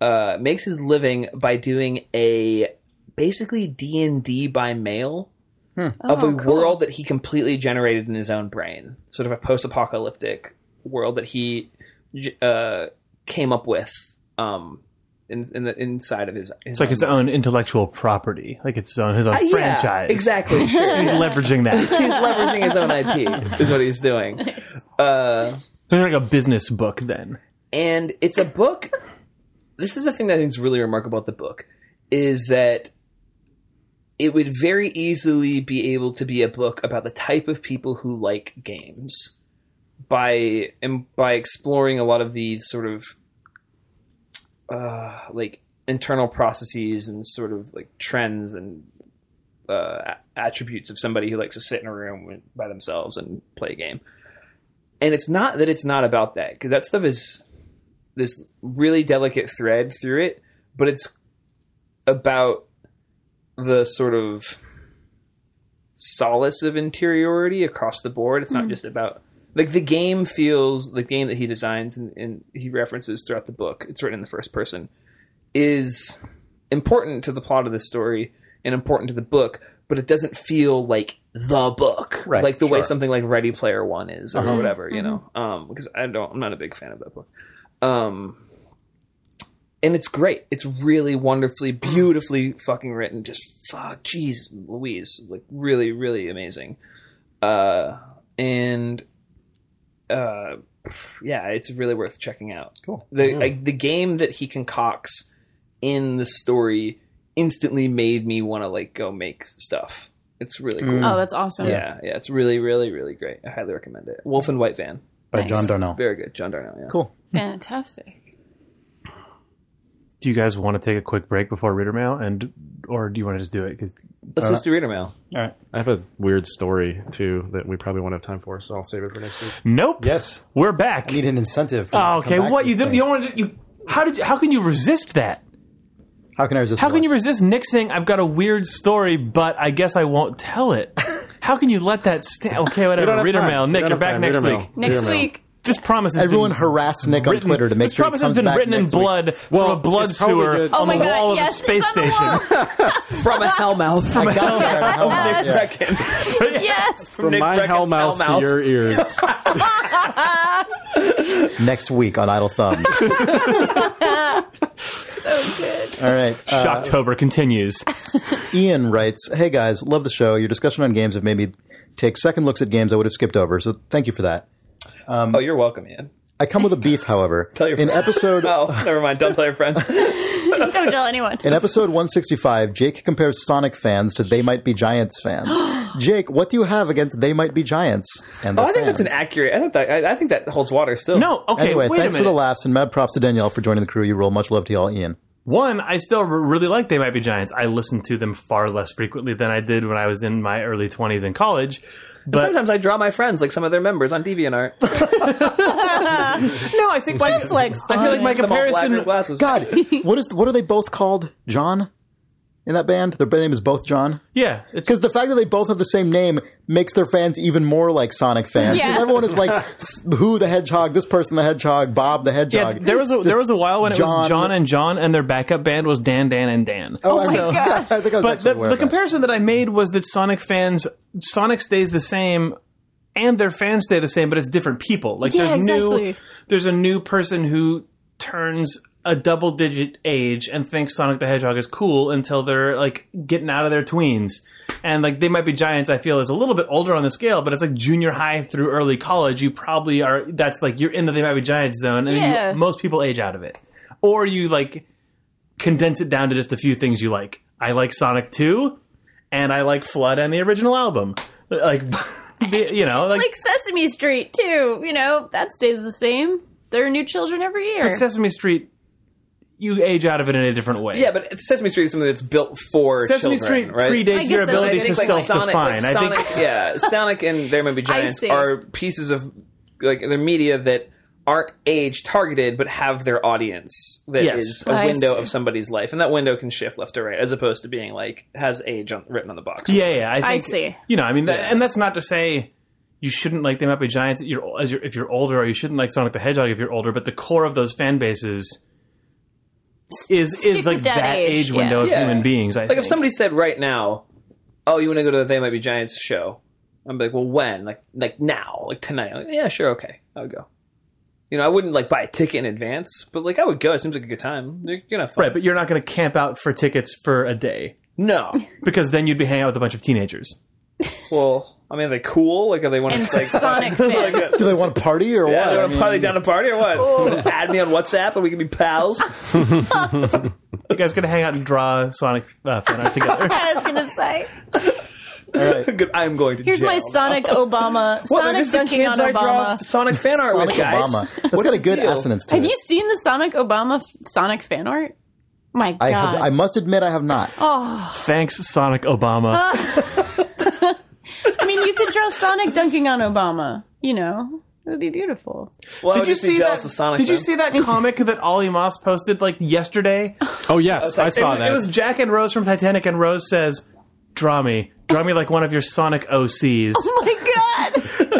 Speaker 1: Uh, makes his living by doing a basically D and D by mail of
Speaker 5: Oh,
Speaker 1: a
Speaker 5: cool.
Speaker 1: world that he completely generated in his own brain, sort of a post-apocalyptic world that he j- uh, came up with um, in, in the inside of his. Ah,
Speaker 2: It's like his own intellectual property, like it's own his own franchise.
Speaker 1: Uh, Yeah, exactly. Sure.
Speaker 2: He's leveraging that.
Speaker 1: he's leveraging his own IP, is what he's doing. Uh,
Speaker 2: They're like a business book then.
Speaker 1: and it's a book. This is the thing that I think is really remarkable about the book is that it would very easily be able to be a book about the type of people who like games by and by exploring a lot of the sort of uh, like internal processes and sort of like trends and uh, attributes of somebody who likes to sit in a room with, by themselves and play a game. And it's not that it's not about that because that stuff is this really delicate thread through it, but it's about the sort of solace of interiority across the board. It's not
Speaker 4: Mm-hmm.
Speaker 1: just about like the game feels the game that he designs and, and he references throughout the book. It's written in the first person is important to the plot of the story and important to the book, but it doesn't feel like the book,
Speaker 4: Right,
Speaker 1: like the way
Speaker 4: sure. Uh-huh.
Speaker 1: something like Ready Player One is or whatever, you know. Um, because I don't, I'm not a big fan of that book. Um, and it's great. It's really wonderfully, beautifully fucking written. Just fuck, jeez, Louise, like really, really amazing. Uh, and uh, yeah, it's really worth checking out. Cool. Mm-hmm. The like, the game that he concocts in the story instantly made me want to like go make stuff. It's really cool.
Speaker 5: Oh, that's awesome.
Speaker 1: Yeah, yeah, it's really, really, really great. I highly recommend it. Wolf and White Van,
Speaker 4: By
Speaker 5: Nice.
Speaker 4: John Darnell.
Speaker 1: very good. John Darnell. Yeah.
Speaker 4: Cool.
Speaker 5: Fantastic.
Speaker 2: Do you guys want to take a quick break before reader mail, and or do you want to just do it? Because
Speaker 1: Let's just do reader mail.
Speaker 4: All right.
Speaker 3: I have a weird story too that we probably won't have time for, so I'll save it for next week.
Speaker 2: nope.
Speaker 4: Yes.
Speaker 2: We're back.
Speaker 4: I need an incentive. for
Speaker 2: Oh,
Speaker 4: you to come
Speaker 2: okay.
Speaker 4: back
Speaker 2: What
Speaker 4: to
Speaker 2: you
Speaker 4: this
Speaker 2: didn't?
Speaker 4: thing.
Speaker 2: You don't want to? You how did? you- How can you resist that?
Speaker 4: How can I resist?
Speaker 2: How can you
Speaker 4: resist?
Speaker 2: resist Nick saying I've got a weird story, but I guess I won't tell it? How can you let that stand? Okay, whatever.
Speaker 3: have
Speaker 2: Reader
Speaker 3: time.
Speaker 2: mail. Nick,
Speaker 3: We don't
Speaker 2: you're
Speaker 3: have
Speaker 2: back
Speaker 3: time.
Speaker 2: next
Speaker 3: Reader
Speaker 2: week.
Speaker 3: mail.
Speaker 5: Next
Speaker 3: Reader mail.
Speaker 5: week.
Speaker 2: This promise has
Speaker 4: Everyone
Speaker 2: been
Speaker 4: harass Nick on
Speaker 2: written-
Speaker 4: Twitter to make
Speaker 2: this
Speaker 4: sure he
Speaker 2: promise has
Speaker 4: comes
Speaker 2: been
Speaker 4: back
Speaker 2: written in
Speaker 4: next week.
Speaker 2: blood
Speaker 3: Well,
Speaker 2: from a blood
Speaker 3: it's probably
Speaker 2: sewer
Speaker 3: good-
Speaker 5: Oh
Speaker 2: on
Speaker 5: my
Speaker 2: the
Speaker 5: god,
Speaker 2: wall of
Speaker 5: yes,
Speaker 2: the space
Speaker 5: it's on the
Speaker 2: station.
Speaker 5: wall.
Speaker 1: From a hellmouth. From a
Speaker 4: Got it.
Speaker 2: Oh,
Speaker 4: Yeah.
Speaker 5: yes.
Speaker 3: From
Speaker 1: Nick
Speaker 3: my
Speaker 1: Brecken's
Speaker 3: hell mouth
Speaker 1: hellmouth.
Speaker 3: to your ears.
Speaker 4: Next week on Idle Thumbs.
Speaker 5: So good.
Speaker 4: All right. Uh,
Speaker 2: Shocktober continues.
Speaker 4: Ian writes, "Hey guys, love the show. Your discussion on games have made me take second looks at games I would have skipped over. So thank you for that.
Speaker 1: oh, you're welcome, Ian.
Speaker 4: I come with a beef, however.
Speaker 1: Tell your
Speaker 4: in
Speaker 1: friends.
Speaker 4: episode
Speaker 1: Oh, never mind. Don't tell your friends.
Speaker 5: Don't tell anyone.
Speaker 4: In episode 165, Jake compares Sonic fans to They Might Be Giants fans. Jake, what do you have against They Might Be Giants? And the
Speaker 1: Oh, I think
Speaker 4: fans?
Speaker 1: that's an accurate. I think that I, I think that holds water still.
Speaker 2: No, okay,
Speaker 4: Anyway,
Speaker 2: wait
Speaker 4: thanks
Speaker 2: a
Speaker 4: for
Speaker 2: minute.
Speaker 4: the laughs and mad props to Danielle for joining the crew. You roll. Much love to y'all, Ian.
Speaker 2: One, I still r- really like They Might Be Giants. I listen to them far less frequently than I did when I was in my early 20s in college. But
Speaker 1: Sometimes I draw my friends like some of their members on DeviantArt.
Speaker 2: no, I think my,
Speaker 5: Just like
Speaker 2: I feel like my
Speaker 1: Them all black
Speaker 2: comparison
Speaker 1: red glasses.
Speaker 4: God, what is what are they both called? John? In that band? Their name is both John?
Speaker 2: Yeah, it's
Speaker 4: Because the fact that they both have the same name makes their fans even more like Sonic fans. 'Cause
Speaker 5: Yeah.
Speaker 4: Everyone is like, s- who the hedgehog, this person the hedgehog, Bob the
Speaker 2: yeah,
Speaker 4: hedgehog.
Speaker 2: there was a, there was a while when it
Speaker 4: John-
Speaker 2: was John and John and their backup band was Dan Dan and Dan.
Speaker 4: oh,
Speaker 5: my
Speaker 4: I,
Speaker 5: gosh.
Speaker 4: I think I was
Speaker 2: but
Speaker 4: actually
Speaker 2: the,
Speaker 4: aware
Speaker 2: the
Speaker 4: of that.
Speaker 2: comparison that I made was that Sonic fans, Sonic stays the same, and their fans stay the same, but it's different people. Like
Speaker 5: Yeah,
Speaker 2: there's new,
Speaker 5: exactly.
Speaker 2: there's a new person who turns a double digit age and think Sonic the Hedgehog is cool until they're like getting out of their tweens. And like they might be giants, I feel is a little bit older on the scale, but it's like junior high through early college. You probably are. That's like you're in the they might be giants zone, and then you-
Speaker 5: Yeah.
Speaker 2: most people age out of it, or you like condense it down to just a few things you like. I like Sonic Two, and I like Flood and the original album. Like, you know, like,
Speaker 5: like Sesame Street too. You know that stays the same. There are new children every year.
Speaker 2: Sesame Street. You age out of it in a different way.
Speaker 1: Yeah, but Sesame Street is something that's built for
Speaker 2: Sesame
Speaker 1: children,
Speaker 2: Street
Speaker 1: right?
Speaker 5: I
Speaker 2: predates
Speaker 5: guess
Speaker 2: your
Speaker 5: that's
Speaker 2: ability
Speaker 5: right.
Speaker 2: to
Speaker 5: It's like
Speaker 2: self-define.
Speaker 1: Sonic, like
Speaker 2: I think
Speaker 1: Sonic, yeah, Sonic and There May Be Giants
Speaker 5: see.
Speaker 1: are pieces of like their media that aren't age targeted but have their audience that is
Speaker 2: Yes.
Speaker 1: a
Speaker 5: I
Speaker 1: window
Speaker 5: see.
Speaker 1: of somebody's life and that window can shift left or right as opposed to being like has age on, written on the box
Speaker 2: Yeah, yeah. I, think,
Speaker 5: I see.
Speaker 2: You know, I mean, that, and that's not to say you shouldn't like They Might Be Giants if you're, as you're, if you're older, or you shouldn't like Sonic the Hedgehog if you're older. But the core of those fan bases is is
Speaker 5: with
Speaker 2: like
Speaker 5: that
Speaker 2: that,
Speaker 5: age,
Speaker 2: age, window
Speaker 5: yeah.
Speaker 2: of
Speaker 1: Yeah.
Speaker 2: human beings. I
Speaker 1: like if
Speaker 2: think.
Speaker 1: somebody said right now oh you want to go to the They Might Be Giants show I'm like well when like like now like tonight I'm like, yeah sure okay I'll go you know I wouldn't like buy a ticket in advance but like I would go it seems like a good time you're gonna have fun
Speaker 2: right, but you're not going to camp out for tickets for a day
Speaker 1: no
Speaker 2: because then you'd be hanging out with a bunch of teenagers.
Speaker 1: well I mean are they cool like are they one of
Speaker 5: and
Speaker 1: like
Speaker 5: Sonic fans.
Speaker 4: Do they want to party or
Speaker 1: Yeah,
Speaker 4: what?
Speaker 1: you want to party down a party or what? Add me on WhatsApp and we can be pals.
Speaker 2: You guys going to hang out and draw Sonic uh, fan art together?
Speaker 5: I was gonna say.
Speaker 1: Good, I'm going to
Speaker 5: Here's
Speaker 1: jail.
Speaker 5: my Sonic Obama.
Speaker 1: What,
Speaker 5: Sonic
Speaker 1: this
Speaker 5: dunking
Speaker 1: the
Speaker 5: on
Speaker 1: kids I draw
Speaker 5: Obama.
Speaker 1: Sonic fan art
Speaker 4: Sonic
Speaker 1: with guys.
Speaker 4: Obama. That's got a good
Speaker 1: deal?
Speaker 4: assonance to
Speaker 5: Have
Speaker 4: it.
Speaker 5: you seen the Sonic Obama f- Sonic fan art? My God. Oh.
Speaker 4: I, have, I must admit, I have not.
Speaker 2: Thanks, Sonic Obama.
Speaker 5: I mean, you could draw Sonic dunking on Obama. You know, it would be beautiful.
Speaker 1: Well, I would Oh, just be jealous
Speaker 2: that?
Speaker 1: of Sonic?
Speaker 2: did you
Speaker 1: then.
Speaker 2: see that comic that Ollie Moss posted like yesterday?
Speaker 3: Oh yes, I
Speaker 2: it
Speaker 3: saw
Speaker 2: was,
Speaker 3: that.
Speaker 2: It was Jack and Rose from Titanic, and Rose says, "Draw me, draw me like one of your Sonic OCs."
Speaker 5: Oh My God.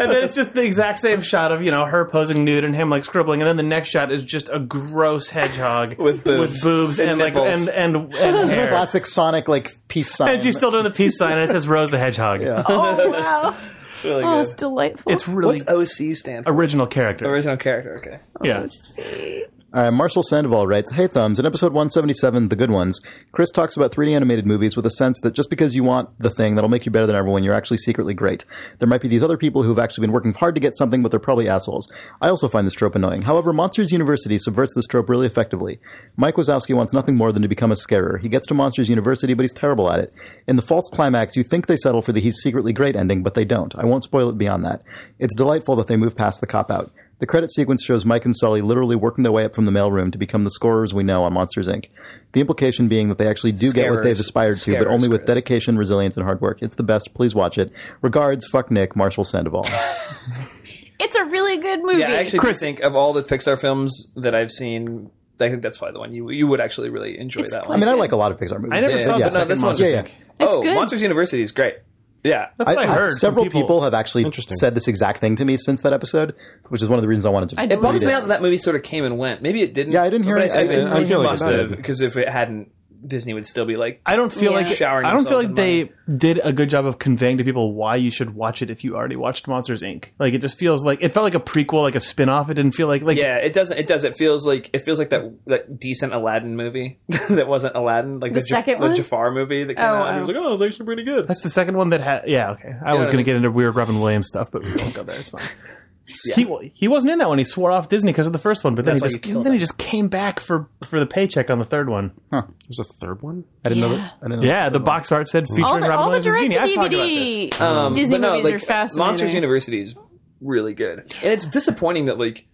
Speaker 2: and then it's just the exact same shot of you know her posing nude and him like scribbling, and then the next shot is just a gross hedgehog
Speaker 1: With boobs.
Speaker 2: boobs
Speaker 1: And
Speaker 2: and, like
Speaker 1: nipples.
Speaker 2: and and, and hair.
Speaker 4: Classic Sonic like peace sign.
Speaker 2: And she's still doing the peace sign, and it says Rose the Hedgehog.
Speaker 5: Oh, wow.
Speaker 1: It's really
Speaker 5: Oh,
Speaker 1: good.
Speaker 5: it's delightful.
Speaker 2: It's really
Speaker 1: What's OC stand for?
Speaker 2: original character.
Speaker 1: Original character. Okay.
Speaker 2: Yeah.
Speaker 4: All right, Uh, Marshall Sandoval writes, "Hey thumbs, in episode 177, The Good Ones, Chris talks about 3D animated movies with a sense that just because you want the thing that'll make you better than everyone, you're actually secretly great. There might be these other people who've actually been working hard to get something, but they're probably assholes. I also find this trope annoying. However, Monsters University subverts this trope really effectively. Mike Wazowski wants nothing more than to become a scarer. He gets to Monsters University, but he's terrible at it. In the false climax, you think they settle for the he's secretly great ending, but they don't. I won't spoil it beyond that. It's delightful that they move past the cop out." The credit sequence shows Mike and Sully literally working their way up from the mailroom to become the scorers we know on Monsters Inc. The implication being that they actually do get what
Speaker 1: Scarers.
Speaker 4: they've aspired to, but
Speaker 1: Scarers,
Speaker 4: only with
Speaker 1: Chris.
Speaker 4: dedication, resilience, and hard work. It's the best. Please watch it. Regards, fuck Nick, Marshall Sandoval.
Speaker 5: It's a really good movie.
Speaker 1: Yeah, I actually think of all the Pixar films that I've seen, I think that's probably the one you you would actually really enjoy that
Speaker 4: I
Speaker 1: one.
Speaker 4: mean, I like a lot of Pixar movies.
Speaker 2: I never
Speaker 1: Yeah,
Speaker 2: saw
Speaker 1: but
Speaker 2: the
Speaker 1: no,
Speaker 2: second
Speaker 1: this one's-
Speaker 2: Monsters,
Speaker 4: yeah, yeah.
Speaker 2: Inc.
Speaker 1: oh,
Speaker 5: good.
Speaker 1: Monsters University is great. Yeah.
Speaker 2: That's what I,
Speaker 4: I-
Speaker 2: heard. from
Speaker 4: several people.
Speaker 2: people
Speaker 4: have actually said this exact thing to me since that episode, which is one of the reasons I wanted to.
Speaker 5: I
Speaker 1: It bums
Speaker 5: believe
Speaker 1: me out that that movie sort of came and went. Maybe it didn't.
Speaker 4: Yeah, I didn't hear
Speaker 1: but
Speaker 4: it.
Speaker 1: I, think
Speaker 4: I-
Speaker 1: it-
Speaker 4: I
Speaker 1: it
Speaker 3: feel like it
Speaker 1: must have
Speaker 3: did.
Speaker 1: because if it hadn't, Disney would still be like,
Speaker 2: I don't feel
Speaker 5: Yeah.
Speaker 2: like
Speaker 1: Showering
Speaker 2: I don't feel
Speaker 1: themselves
Speaker 2: like
Speaker 1: in
Speaker 2: they did a good job of conveying to people why you should watch it if you already watched Monsters Inc. Like it just feels like it felt like a prequel, like a spin-off. It didn't feel like like
Speaker 1: Yeah, it doesn't. It does. It feels like it feels like that that decent Aladdin movie that wasn't Aladdin, like the,
Speaker 5: The second
Speaker 1: the
Speaker 5: one?
Speaker 1: Jafar movie that came
Speaker 5: Oh,
Speaker 1: out.
Speaker 5: wow.
Speaker 1: It was like, oh, it was actually pretty good.
Speaker 2: that's the second one that had yeah okay. I was
Speaker 1: I
Speaker 2: gonna
Speaker 1: mean-
Speaker 2: get into weird Robin Williams stuff, but we won't go there. It's fine. He he wasn't in that one. He swore off Disney because of the first one, but then
Speaker 1: That's why
Speaker 2: he
Speaker 1: you
Speaker 2: just
Speaker 1: killed
Speaker 2: then he just came back for for the paycheck on the third one.
Speaker 3: There's a third one.
Speaker 4: I didn't know.
Speaker 5: Yeah.
Speaker 4: That, I didn't know
Speaker 2: Yeah, the box art said featuring
Speaker 5: all the,
Speaker 2: Robin
Speaker 5: all the
Speaker 2: Williams. as
Speaker 5: direct to
Speaker 2: Genie. I've talked about this.
Speaker 5: DVD
Speaker 1: Um,
Speaker 5: Disney
Speaker 1: but no,
Speaker 5: movies
Speaker 1: like,
Speaker 5: are fascinating.
Speaker 1: Monsters University is really good, and it's disappointing that like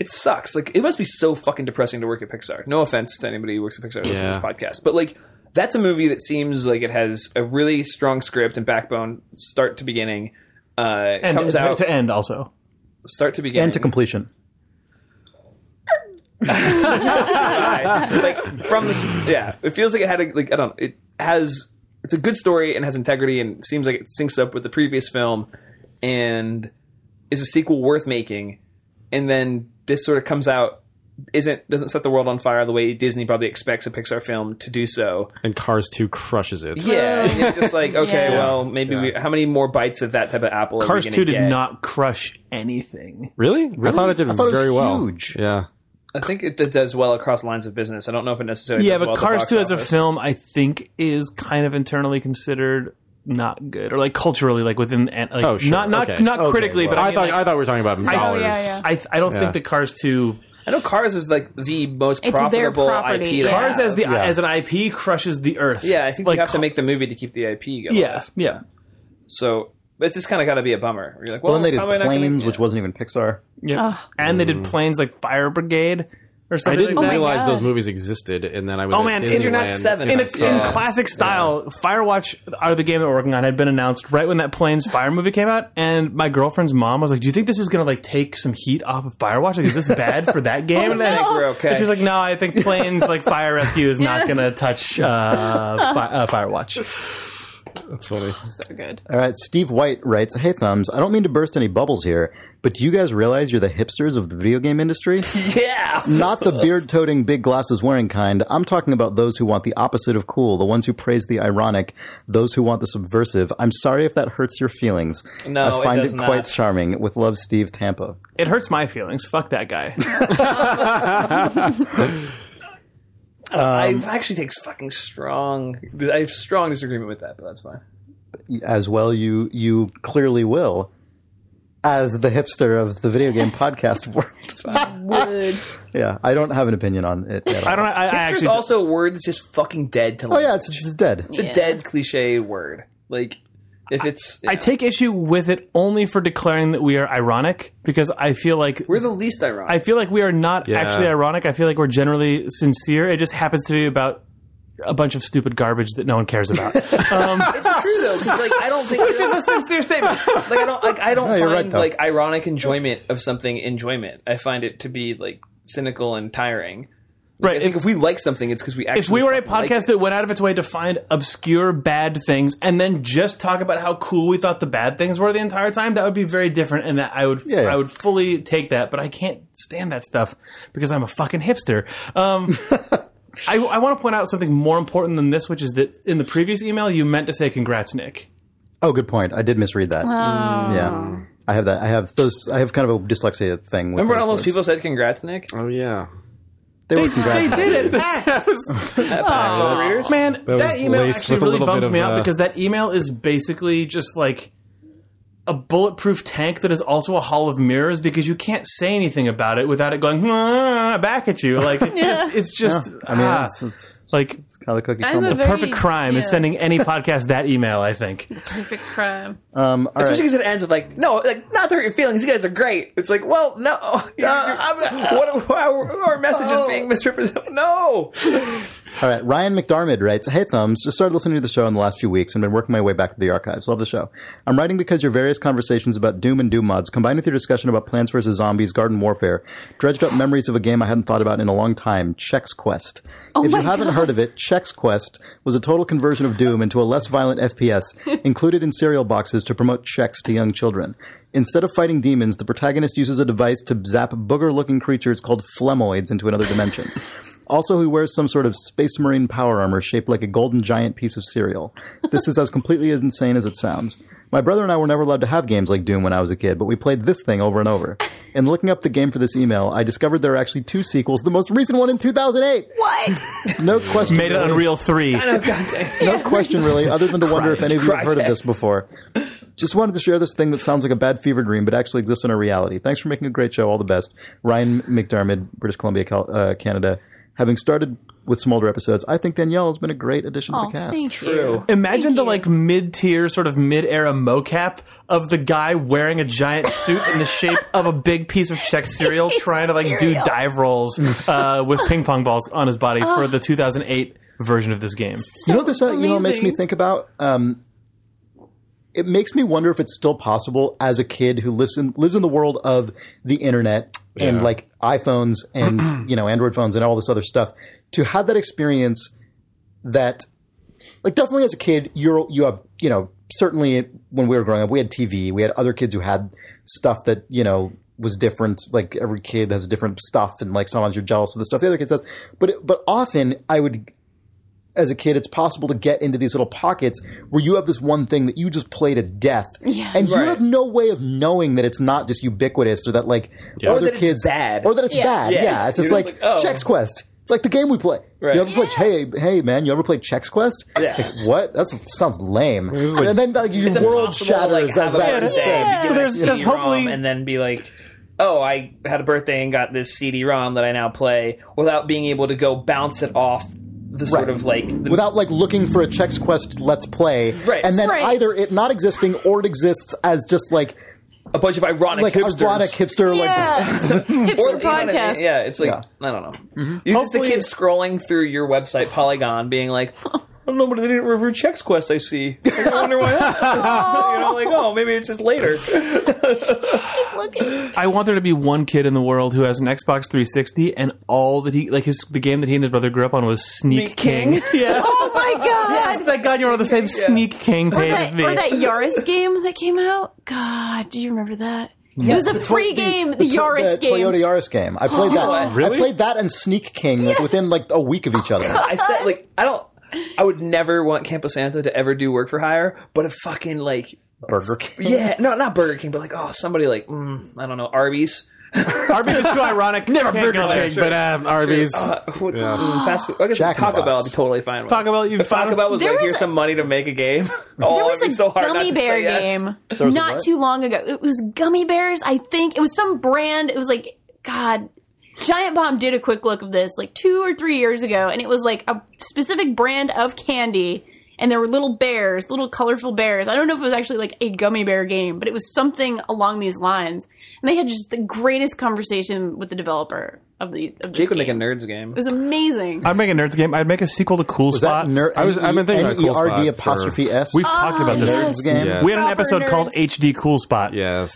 Speaker 1: it sucks. Like it must be so fucking depressing to work at Pixar. No offense to anybody who works at Pixar listening to this
Speaker 3: Yeah.
Speaker 1: podcast, but like that's a movie that seems like it has a really strong script and backbone, start to beginning. Uh,
Speaker 2: And
Speaker 1: comes
Speaker 2: to-
Speaker 1: out
Speaker 2: to end also.
Speaker 1: start to
Speaker 4: that.
Speaker 1: beginning
Speaker 4: And to completion.
Speaker 1: like from the s- yeah, it feels like it had a, like I don't it has it's a good story and has integrity and seems like it syncs up with the previous film and is a sequel worth making and then this sort of comes out isn't doesn't set the world on fire the way Disney probably expects a Pixar film to do so.
Speaker 3: And Cars 2 crushes it.
Speaker 1: Yeah, and it's just like okay,
Speaker 5: Yeah.
Speaker 1: well maybe we, how many more bites of that type of apple?
Speaker 2: Cars
Speaker 1: are we gonna
Speaker 2: two did
Speaker 1: get?
Speaker 2: not crush anything.
Speaker 3: Really? I thought it did
Speaker 4: I thought it was
Speaker 3: very well.
Speaker 4: huge.
Speaker 3: Yeah.
Speaker 1: I think it d- does well across lines of business. I don't know if it necessarily.
Speaker 2: yeah,
Speaker 1: does well
Speaker 2: but
Speaker 1: at the
Speaker 2: Cars
Speaker 1: box
Speaker 2: Two as a
Speaker 1: office.
Speaker 2: film, I think, is kind of internally considered not good, or like culturally, like within, and, like
Speaker 3: Oh, sure.
Speaker 2: not not
Speaker 3: Okay.
Speaker 2: not
Speaker 4: Okay,
Speaker 2: critically,
Speaker 4: well,
Speaker 2: but I,
Speaker 3: I
Speaker 2: mean,
Speaker 3: thought
Speaker 2: like,
Speaker 3: I thought we were talking about
Speaker 5: Oh,
Speaker 3: dollars.
Speaker 5: yeah, yeah.
Speaker 2: I, I don't think that Cars Two,
Speaker 1: I know Cars is like the most
Speaker 5: It's their
Speaker 1: profitable
Speaker 5: property,
Speaker 1: IP. they
Speaker 5: yeah.
Speaker 2: Cars as the
Speaker 4: Yeah.
Speaker 2: as an IP crushes the earth.
Speaker 1: Yeah, I think
Speaker 2: like
Speaker 1: you have to
Speaker 2: Ca-
Speaker 1: make the movie to keep the IP going.
Speaker 2: Yeah, yeah,
Speaker 1: So it's just kind of got to be a bummer. You're like, well,
Speaker 4: Well, then they did
Speaker 1: probably not gonna-
Speaker 4: Planes,
Speaker 1: yeah.
Speaker 4: which wasn't even Pixar.
Speaker 2: yeah. And they
Speaker 1: Mm.
Speaker 2: did planes like Fire Brigade or
Speaker 3: I
Speaker 2: something.
Speaker 3: didn't
Speaker 2: like that.
Speaker 3: realize
Speaker 5: God.
Speaker 3: those movies existed, and then I was
Speaker 2: Oh,
Speaker 3: at
Speaker 2: man,
Speaker 3: Disneyland
Speaker 2: Internet
Speaker 1: Seven.
Speaker 3: and
Speaker 2: in,
Speaker 3: I
Speaker 2: a,
Speaker 1: So,
Speaker 2: in
Speaker 1: uh,
Speaker 2: classic style, Firewatch, out of the game that we're working on, had been announced right when that Planes Fire movie came out, and my girlfriend's mom was like, "Do you think this is gonna like take some heat off of Firewatch? Like, is this bad for that game?" and
Speaker 1: I think
Speaker 2: I-
Speaker 1: Oh, we're okay.
Speaker 2: and she was like, "No, I think Planes like Fire Rescue is not gonna touch uh, fi- uh, Firewatch."
Speaker 3: That's funny.
Speaker 5: So good.
Speaker 4: All right, Steve White writes, "Hey thumbs, I don't mean to burst any bubbles here, but do you guys realize you're the hipsters of the video game industry?
Speaker 1: yeah.
Speaker 4: Not the beard-toting, big glasses-wearing kind. I'm talking about those who want the opposite of cool, the ones who praise the ironic, those who want the subversive. I'm sorry if that hurts your feelings.
Speaker 1: No,
Speaker 4: I find
Speaker 1: it does not.
Speaker 4: quite charming. With love, Steve Tampa.
Speaker 2: It hurts my feelings. Fuck that guy.
Speaker 1: I actually takes fucking strong. I have strong disagreement with that, but that's fine.
Speaker 2: Ah,
Speaker 4: As well, you you clearly will." As the hipster of the video game podcast world,
Speaker 5: Would.
Speaker 4: yeah, I don't have an opinion on it. At all.
Speaker 2: I don't. I, I
Speaker 1: There's
Speaker 2: actually.
Speaker 1: also a word that's just fucking dead to.
Speaker 4: Oh yeah, it's, it's dead.
Speaker 1: It's a dead cliche word. Like if it's,
Speaker 2: I take issue with it only for declaring that we are ironic because I feel like
Speaker 1: we're the least
Speaker 2: I
Speaker 1: ironic.
Speaker 2: feel like we are not actually ironic. I feel like we're generally sincere. It just happens to be about a bunch of stupid garbage that no one cares about.
Speaker 1: it's true though, 'cause, like I don't think which
Speaker 2: It's a sincere statement.
Speaker 1: like I don't like I don't
Speaker 4: you're right,
Speaker 1: find
Speaker 4: though.
Speaker 1: like ironic enjoyment of something enjoyment. I find it to be like cynical and tiring. Like,
Speaker 2: Right,
Speaker 1: I think
Speaker 2: if-
Speaker 1: if, we like something, it's because we actually.
Speaker 2: If we were a
Speaker 1: fucking like
Speaker 2: podcast
Speaker 1: it.
Speaker 2: that went out of its way to find obscure bad things and then just talk about how cool we thought the bad things were the entire time, that would be very different and that I would
Speaker 4: Yeah, yeah.
Speaker 2: I would fully take that, but I can't stand that stuff because I'm a fucking hipster. Um I, I want to point out something more important than this, which is that in the previous email you meant to say "Congrats, Nick."
Speaker 4: Oh, good point. I did misread
Speaker 2: Oh.
Speaker 4: that. Yeah, I have that. I have those. I have kind of a dyslexia thing. With
Speaker 1: Remember when
Speaker 4: those
Speaker 1: all those
Speaker 4: words.
Speaker 1: people said "Congrats, Nick"?
Speaker 3: Oh yeah,
Speaker 4: They were
Speaker 2: They
Speaker 4: congratulating.
Speaker 2: did it. That's-
Speaker 1: That's nice to the readers.
Speaker 2: Man, that,
Speaker 3: was
Speaker 2: email
Speaker 3: laced
Speaker 2: actually
Speaker 3: with a
Speaker 2: really
Speaker 3: little bit
Speaker 2: bums
Speaker 3: of,
Speaker 2: me out
Speaker 3: uh,
Speaker 2: because that email is basically just like a bulletproof tank that is also a hall of mirrors because you can't say anything about it without it going "Ah," back at you. Like it's just, it's just
Speaker 4: I mean,
Speaker 2: ah,
Speaker 4: it's, it's
Speaker 2: like
Speaker 4: kind of the cookie
Speaker 5: I'm
Speaker 4: crumbles.
Speaker 5: a very-
Speaker 2: perfect crime is
Speaker 5: yeah.
Speaker 2: sending any podcast that email. I think
Speaker 5: Perfect crime.
Speaker 4: um,
Speaker 1: Especially
Speaker 4: all right.
Speaker 1: because it ends with like, no, like not to hurt your feelings. You guys are great. It's like, well, no, You- I'm- what, our, our message is being misrepresented. No,
Speaker 4: all right. Ryan McDarmid writes, "Hey thumbs, just started listening to the show in the last few weeks and been working my way back to the archives. Love the show. I'm writing because your various conversations about Doom and Doom mods, combined with your discussion about Plants vs Zombies, Garden Warfare, dredged up memories of a game I hadn't thought about in a long time, Chex Quest. if you
Speaker 5: Oh my
Speaker 4: haven't
Speaker 5: God.
Speaker 4: heard of it, Chex Quest was a total conversion of Doom into a less violent FPS, included in cereal boxes to promote checks to young children. Instead of fighting demons, the protagonist uses a device to zap booger looking creatures called flemoids into another dimension. Also, he wears some sort of space marine power armor shaped like a golden giant piece of cereal. This is as completely as insane as it sounds. My brother and I were never allowed to have games like Doom when I was a kid, but we played this thing over and over. In looking up the game for this email, I discovered there are actually two sequels, the most recent one in 2008.
Speaker 5: What?
Speaker 4: No question.
Speaker 2: made it
Speaker 4: really.
Speaker 2: Unreal Three.
Speaker 1: no, Oh, God damn.
Speaker 4: No question, really, other than to wonder if any of you have heard of this before. Just wanted to share this thing that sounds like a bad fever dream, but actually exists in our reality. Thanks for making a great show. All the best. Ryan McDermott, British Columbia, Cal- uh, Canada. Having started with some older episodes, I think Danielle has been a great addition to
Speaker 5: Oh,
Speaker 4: the cast.
Speaker 5: thank you.
Speaker 2: Imagine
Speaker 5: Thank
Speaker 2: the
Speaker 5: you.
Speaker 2: like mid tier, sort of mid era mocap of the guy wearing a giant suit in the shape of a big piece of Czech cereal, trying to like do
Speaker 5: Cereal.
Speaker 2: dive rolls uh, with ping pong balls on his body for the 2008 version of this game.
Speaker 4: you know what this uh, email makes me
Speaker 5: amazing.
Speaker 4: think about? Um, it makes me wonder if it's still possible as a kid who lives in lives in the world of the internet and
Speaker 3: Yeah.
Speaker 4: like iPhones and you know Android phones and all this other stuff to have that experience that like definitely as a kid you're you have you know certainly when we were growing up we had TV we had other kids who had stuff that you know was different like every kid has different stuff and like sometimes you're jealous of the stuff the other kids has but but often I would as a kid, it's possible to get into these little pockets where you have this one thing that you just play to death,
Speaker 5: Yeah.
Speaker 4: and you
Speaker 1: Right.
Speaker 4: have no way of knowing that it's not just ubiquitous or that like
Speaker 1: Or
Speaker 4: other
Speaker 1: that it's
Speaker 4: kids
Speaker 1: bad.
Speaker 4: or that it's
Speaker 5: Yeah.
Speaker 4: bad. Yeah,
Speaker 1: Yeah.
Speaker 4: it's just
Speaker 1: You're
Speaker 4: like,
Speaker 1: just like, oh.
Speaker 4: Chex Quest. It's like the game we play.
Speaker 1: Right.
Speaker 4: You ever play? Hey, hey, man! You ever play Chex Quest?
Speaker 1: Yeah.
Speaker 4: Like, what? That sounds lame.
Speaker 3: was like-
Speaker 4: and then like your
Speaker 1: It's
Speaker 4: world
Speaker 1: impossible to, like,
Speaker 4: shatters as
Speaker 1: have a
Speaker 4: that
Speaker 1: bad
Speaker 4: is
Speaker 1: day.
Speaker 4: said.
Speaker 1: You
Speaker 2: So
Speaker 1: get a
Speaker 2: there's- there's
Speaker 1: CD-ROM
Speaker 2: hopefully-
Speaker 1: and then be like, oh, I had a birthday and got this CD-ROM that I now play without being able to go bounce it off the sort
Speaker 4: Right.
Speaker 1: of like the
Speaker 4: without like looking for a Chex Quest Let's Play,
Speaker 1: Right.
Speaker 4: and then
Speaker 5: Right.
Speaker 4: either it not existing or it exists as just like
Speaker 1: a bunch of ironic
Speaker 4: like
Speaker 1: hipsters.
Speaker 4: ironic hipster like
Speaker 1: Or,
Speaker 5: Hipster
Speaker 1: you know what I mean?
Speaker 5: podcast.
Speaker 1: Yeah, it's like
Speaker 4: Yeah. Mm-hmm.
Speaker 1: I don't know. It's just the
Speaker 2: Hopefully-
Speaker 1: kids scrolling through your website, Polygon, being like, I don't know, but they didn't review Chex Quest. I see. Like, I wonder why. Not. you know, like oh, maybe it's just later.
Speaker 5: Looking-
Speaker 2: I want there to be one kid in the world who has an Xbox 360 and all that he like his the game that he and his brother grew up on was Sneak
Speaker 1: Sneak
Speaker 2: King.
Speaker 1: King.
Speaker 2: yeah.
Speaker 5: Oh my god.
Speaker 2: Thank God you're on the same Sneak King
Speaker 5: Or
Speaker 2: page as
Speaker 5: that,
Speaker 2: me.
Speaker 5: or that Yaris game that came out. God, do you remember that? it was a free game, the,
Speaker 4: to-
Speaker 5: Yaris
Speaker 4: the
Speaker 5: game.
Speaker 4: Toyota Yaris game. I played that.
Speaker 3: Really?
Speaker 4: I played that and Sneak King like, within like a week of each other.
Speaker 1: I said like I don't. I would never want Campo Santo to ever do work for hire, but a fucking like
Speaker 4: Burger King.
Speaker 1: yeah, no, not Burger King, but like oh, somebody like mm, I don't know, Arby's.
Speaker 2: Arby's is too ironic. Never
Speaker 1: Burger King,
Speaker 2: but um, Arby's.
Speaker 1: Uh, who- mm, fast food. I guess
Speaker 4: Jack in the
Speaker 1: Taco Bell
Speaker 4: Box.
Speaker 1: would be totally fine. With.
Speaker 2: Taco Bell, you'd be
Speaker 1: If Taco
Speaker 2: fine
Speaker 1: Bell was
Speaker 5: There
Speaker 1: like,
Speaker 5: was
Speaker 1: here's
Speaker 5: a-
Speaker 1: some money to make a game. Oh,
Speaker 5: There was
Speaker 1: it'd
Speaker 5: a
Speaker 1: be so hard
Speaker 5: gummy
Speaker 1: not to
Speaker 5: bear
Speaker 1: say yes.
Speaker 5: game
Speaker 4: was a
Speaker 5: not
Speaker 4: what?
Speaker 5: too long ago. It was gummy bears, I think. It was some brand. It was like God. Giant Bomb did a quick look of this like two or three years ago, and it was like a specific brand of candy, and there were little bears, little colorful bears. I don't know if it was actually like a gummy bear game, but it was something along these lines. And they had just the greatest conversation with the developer of the of this
Speaker 1: Jake would
Speaker 5: game.
Speaker 1: make a nerds game.
Speaker 5: It was amazing.
Speaker 2: I'd make a nerds game. I'd make a sequel to Cool
Speaker 4: Was
Speaker 2: Spot.
Speaker 4: that ner-
Speaker 3: I was- I've been thinking about Cool Spot
Speaker 4: N-E-R-D
Speaker 3: for-
Speaker 4: apostrophe S.
Speaker 2: We've talked about this.
Speaker 4: nerds game.
Speaker 3: Yeah.
Speaker 2: We had an
Speaker 5: Ah, Proper
Speaker 2: episode called
Speaker 5: nerds.
Speaker 2: HD Cool Spot.
Speaker 3: Yes.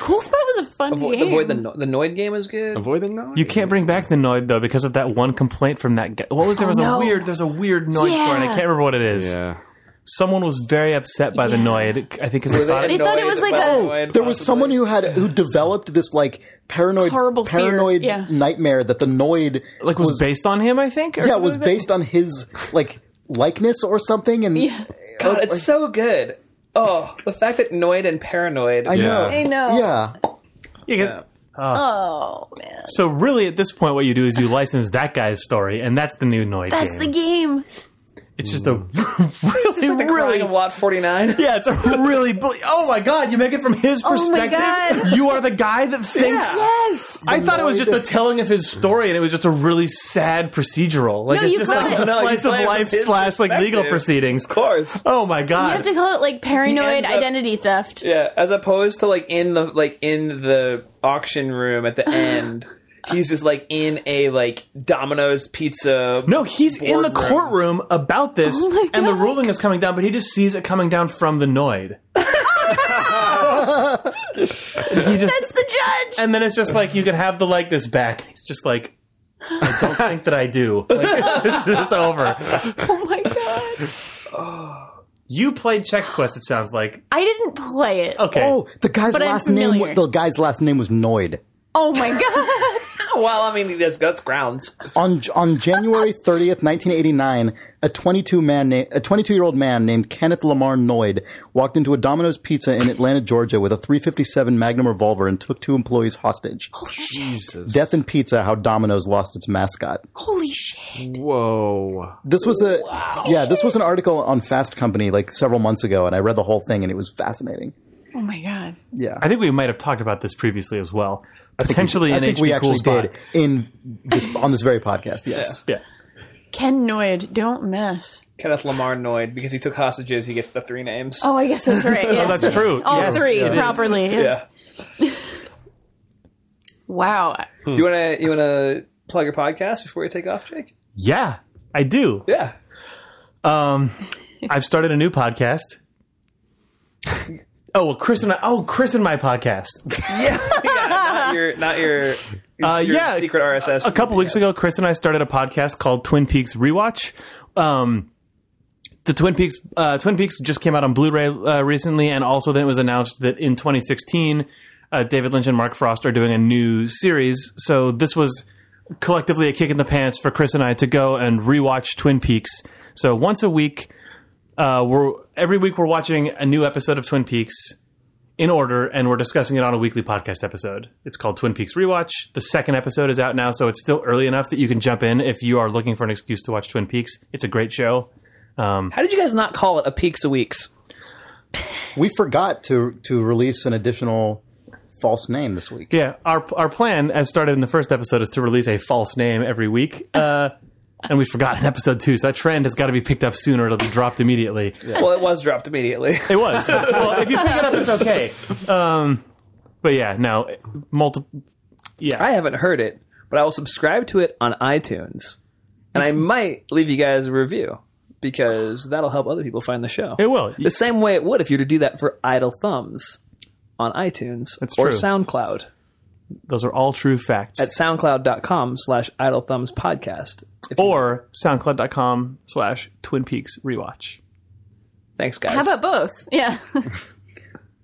Speaker 5: cool Spot was a fun
Speaker 1: Avoid,
Speaker 5: game.
Speaker 1: avoid the no- the Noid game is good.
Speaker 3: Avoid the noise.
Speaker 2: You can't bring back the Noid though because of that one complaint from that guy. What was there was
Speaker 5: Oh, no.
Speaker 2: a weird there's a weird Noid
Speaker 5: Yeah.
Speaker 2: story and I can't remember what it is.
Speaker 3: Yeah.
Speaker 2: Someone was very upset by the
Speaker 5: Yeah.
Speaker 2: Noid. I think because they thought it
Speaker 5: They thought it was like a-
Speaker 4: There was someone who had who developed this like paranoid
Speaker 5: Horrible fear,
Speaker 4: paranoid
Speaker 5: yeah.
Speaker 4: nightmare that the Noid
Speaker 2: like was, based on him. I think. Or
Speaker 4: yeah
Speaker 2: something
Speaker 4: was
Speaker 2: like that.
Speaker 4: based on his like likeness or something and
Speaker 5: Yeah.
Speaker 1: God, it's so good. Oh, the fact that Noid and Paranoid.
Speaker 4: I
Speaker 3: Yeah.
Speaker 4: know.
Speaker 5: I know.
Speaker 4: Yeah.
Speaker 2: Yeah, 'cause-
Speaker 5: Oh man.
Speaker 2: So really, at this point, what you do is you license that guy's story, and that's the new Noid
Speaker 5: That's
Speaker 2: game.
Speaker 5: the game.
Speaker 2: It's just a really,
Speaker 1: It's like the
Speaker 2: really.
Speaker 1: crying of Lot 49.
Speaker 2: yeah, it's a really. Ble- oh my god! You make it from his
Speaker 5: Oh my
Speaker 2: perspective.
Speaker 5: God.
Speaker 2: You are the guy that thinks.
Speaker 5: Yes.
Speaker 2: I thought it was just
Speaker 4: Noid.
Speaker 2: the telling of his story, and it was just a really sad procedural. Like
Speaker 5: No,
Speaker 2: it's
Speaker 5: you
Speaker 2: just
Speaker 5: call
Speaker 2: like
Speaker 5: it-
Speaker 2: a
Speaker 1: No, you
Speaker 2: slice
Speaker 1: play it
Speaker 2: of
Speaker 1: from
Speaker 2: life
Speaker 1: his
Speaker 2: slash like legal
Speaker 1: perspective.
Speaker 2: proceedings.
Speaker 1: Of course.
Speaker 2: Oh my god!
Speaker 5: You have to call it like paranoid
Speaker 1: ends up-
Speaker 5: identity theft.
Speaker 1: Yeah, as opposed to like in the like in the auction room at the end, he's just like in a like Domino's pizza.
Speaker 2: No, he's in the
Speaker 1: boardroom.
Speaker 2: courtroom about this,
Speaker 5: Oh my
Speaker 2: and the
Speaker 5: God.
Speaker 2: ruling is coming down, but he just sees it coming down from the Noid. he just,
Speaker 5: That's the judge.
Speaker 2: and then it's just like you can have the likeness back. It's just like I don't think that I do. Like, it's, it's just over.
Speaker 5: Oh my god.
Speaker 2: You played Chex Quest. It sounds like
Speaker 5: I didn't play it.
Speaker 2: okay.
Speaker 4: Oh, the guy's
Speaker 5: But I'm
Speaker 4: last name
Speaker 5: familiar.
Speaker 4: was, the guy's last name was Noid.
Speaker 5: Oh my god.
Speaker 1: Well, I mean, that's, that's grounds.
Speaker 4: On on January 30th, 1989, a 22 man na- a 22 year old man named Kenneth Lamar Noid walked into a Domino's Pizza in Atlanta, Georgia, with a 357 Magnum revolver and took two employees hostage.
Speaker 5: Oh.
Speaker 3: Jesus.
Speaker 4: Death and Pizza: How Domino's Lost Its Mascot.
Speaker 5: Holy shit.
Speaker 3: Whoa.
Speaker 4: This was a yeah, this was an article on Fast Company like several months ago, and I read the whole thing, and it was fascinating.
Speaker 5: Oh my god.
Speaker 4: Yeah,
Speaker 2: I think we might have talked about this previously as well. Potentially,
Speaker 4: I
Speaker 2: an
Speaker 4: think
Speaker 2: HD
Speaker 4: we
Speaker 2: cool
Speaker 4: actually
Speaker 2: spot.
Speaker 4: did in this, on this very podcast. Yes.
Speaker 2: Yeah.
Speaker 5: Ken Noid, don't mess.
Speaker 1: Kenneth Lamar Noid because he took hostages. He gets the three names.
Speaker 5: Oh, I guess that's right. Yeah.
Speaker 2: That's true.
Speaker 5: All
Speaker 2: Yes.
Speaker 5: three
Speaker 2: It is.
Speaker 5: properly. Yes.
Speaker 1: yeah.
Speaker 5: Wow.
Speaker 1: You wanna you wanna plug your podcast before you take off, Jake?
Speaker 2: Yeah, I do.
Speaker 1: Yeah.
Speaker 2: Um, I've started a new podcast. Oh well, Chris and I. Oh, Chris and my podcast.
Speaker 1: Yeah. not your not your,
Speaker 2: Uh,
Speaker 1: your
Speaker 2: yeah,
Speaker 1: secret RSS.
Speaker 2: A couple weeks ago, Chris and I started a podcast called Twin Peaks Rewatch. Um, the Twin Peaks uh, Twin Peaks just came out on Blu-ray uh, recently, and also then it was announced that in 2016, uh, David Lynch and Mark Frost are doing a new series. So this was collectively a kick in the pants for Chris and I to go and rewatch Twin Peaks. So once a week, uh, we're every week we're watching a new episode of Twin Peaks in order, and we're discussing it on a weekly podcast episode. It's called Twin Peaks Rewatch. The second episode is out now, so it's still early enough that you can jump in if you are looking for an excuse to watch Twin Peaks. It's a great show.
Speaker 1: How did you guys not call it a Peaks a Weeks?
Speaker 4: We forgot to to release an additional false name this week.
Speaker 2: Yeah, our our plan, as started in the first episode, is to release a false name every week. Uh, and we forgot in episode two, so that trend has got to be picked up sooner. It'll be dropped immediately.
Speaker 1: Well, it was dropped immediately.
Speaker 2: It was. well, if you pick it up, it's okay. Um, but yeah, no, multiple.
Speaker 1: I haven't heard it, but I will subscribe to it on iTunes, and I might leave you guys a review because that'll help other people find the show.
Speaker 2: It will.
Speaker 1: the same way it would if you were to do that for Idle Thumbs on iTunes
Speaker 2: That's
Speaker 1: or
Speaker 2: true.
Speaker 1: SoundCloud
Speaker 2: Those are all true facts.
Speaker 1: at soundcloud.com slash Idle Thumbs podcast. If you-
Speaker 2: or soundcloud.com slash Twin Peaks Rewatch.
Speaker 1: thanks, guys.
Speaker 5: How about both? Yeah.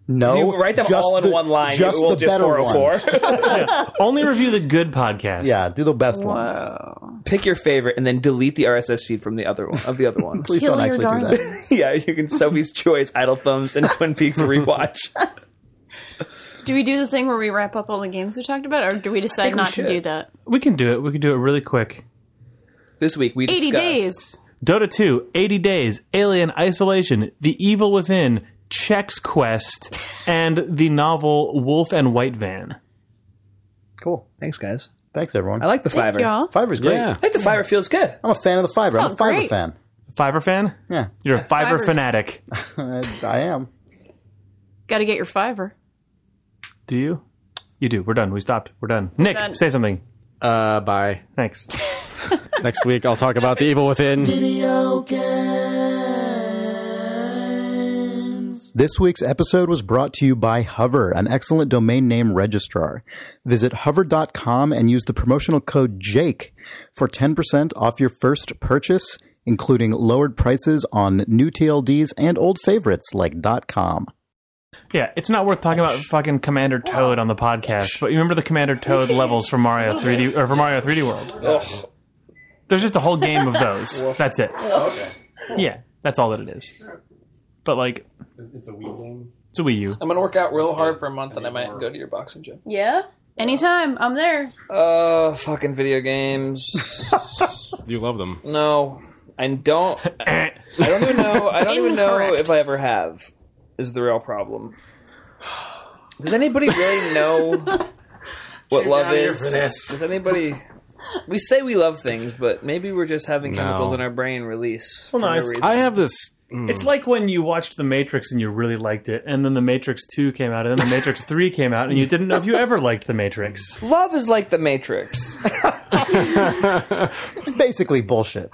Speaker 4: No,
Speaker 1: you write them
Speaker 4: Oh, just
Speaker 1: all in
Speaker 4: the-
Speaker 1: one line.
Speaker 4: Just
Speaker 1: it will
Speaker 4: the
Speaker 1: just
Speaker 4: better one.
Speaker 1: 404.
Speaker 2: Only review the good podcast.
Speaker 4: Yeah, do the best one.
Speaker 5: Whoa.
Speaker 1: Pick your favorite and then delete the RSS feed from the other one of the other one.
Speaker 4: Please
Speaker 5: Kill
Speaker 4: don't
Speaker 5: your
Speaker 4: actually do that.
Speaker 5: darlings.
Speaker 1: yeah, you can Sophie's Choice, Idle Thumbs, and Twin Peaks rewatch.
Speaker 5: Do we do the thing where we wrap up all the games we talked about, or do we decide
Speaker 1: we
Speaker 5: not to
Speaker 1: should.
Speaker 5: do that?
Speaker 2: We can do it. We can do it really quick.
Speaker 1: This week we
Speaker 5: 80
Speaker 1: discussed
Speaker 5: days.
Speaker 2: Dota 2, 80 Days, Alien Isolation, The Evil Within, Chex Quest, and the novel Wolf and White Van.
Speaker 4: Cool.
Speaker 1: Thanks, guys.
Speaker 4: Thanks everyone.
Speaker 1: I like the
Speaker 5: Thank
Speaker 1: Fiverr. I
Speaker 5: y'all.
Speaker 4: Fiverr's great.
Speaker 3: Yeah.
Speaker 1: think the Fiverr feels good.
Speaker 4: I'm a fan of the Fiverr. I'm
Speaker 5: Oh,
Speaker 4: a Fiverr
Speaker 5: great.
Speaker 4: fan.
Speaker 2: Fiverr fan?
Speaker 4: Yeah,
Speaker 2: You're a Fiverr
Speaker 5: Fivers.
Speaker 2: fanatic.
Speaker 4: I, I am.
Speaker 5: Got to get your fiver.
Speaker 2: Do you? You do. We're done. We stopped. We're done. Nick,
Speaker 5: Done.
Speaker 2: say something.
Speaker 3: Uh, bye.
Speaker 2: Thanks.
Speaker 3: Next week I'll talk about the evil within.
Speaker 4: This week's episode was brought to you by Hover, an excellent domain name registrar. Visit hover.com and use the promotional code JAKE for 10% off your first purchase, including lowered prices on new TLDs and old favorites like .com.
Speaker 2: Yeah, it's not worth talking about fucking Commander Toad on the podcast, but you remember the Commander Toad levels from Mario 3D or from Mario 3D World?
Speaker 1: Ugh.
Speaker 2: There's just a whole game of those. That's it. Yeah, that's all that it is. But like, it's a Wii game. It's a Wii U.
Speaker 1: I'm gonna work out real hard for a month, and I might go to your boxing gym.
Speaker 5: Yeah. Anytime. I'm there.
Speaker 1: Uh, fucking video games.
Speaker 3: You love them.
Speaker 1: no, I don't. I don't even know. I don't even know
Speaker 5: Incorrect.
Speaker 1: if I ever have. Is the real problem? Does anybody really know what love is? Does anybody? We say we love things, but maybe we're just having
Speaker 3: No.
Speaker 1: chemicals in our brain release.
Speaker 2: Well, no,
Speaker 1: for
Speaker 2: it's-
Speaker 1: reason.
Speaker 3: I have this.
Speaker 2: It's like when you watched The Matrix and you really liked it, and then The Matrix 2 came out, and then The Matrix 3 came out, and you didn't know if you ever liked The Matrix.
Speaker 1: love is like the Matrix.
Speaker 4: It's basically bullshit.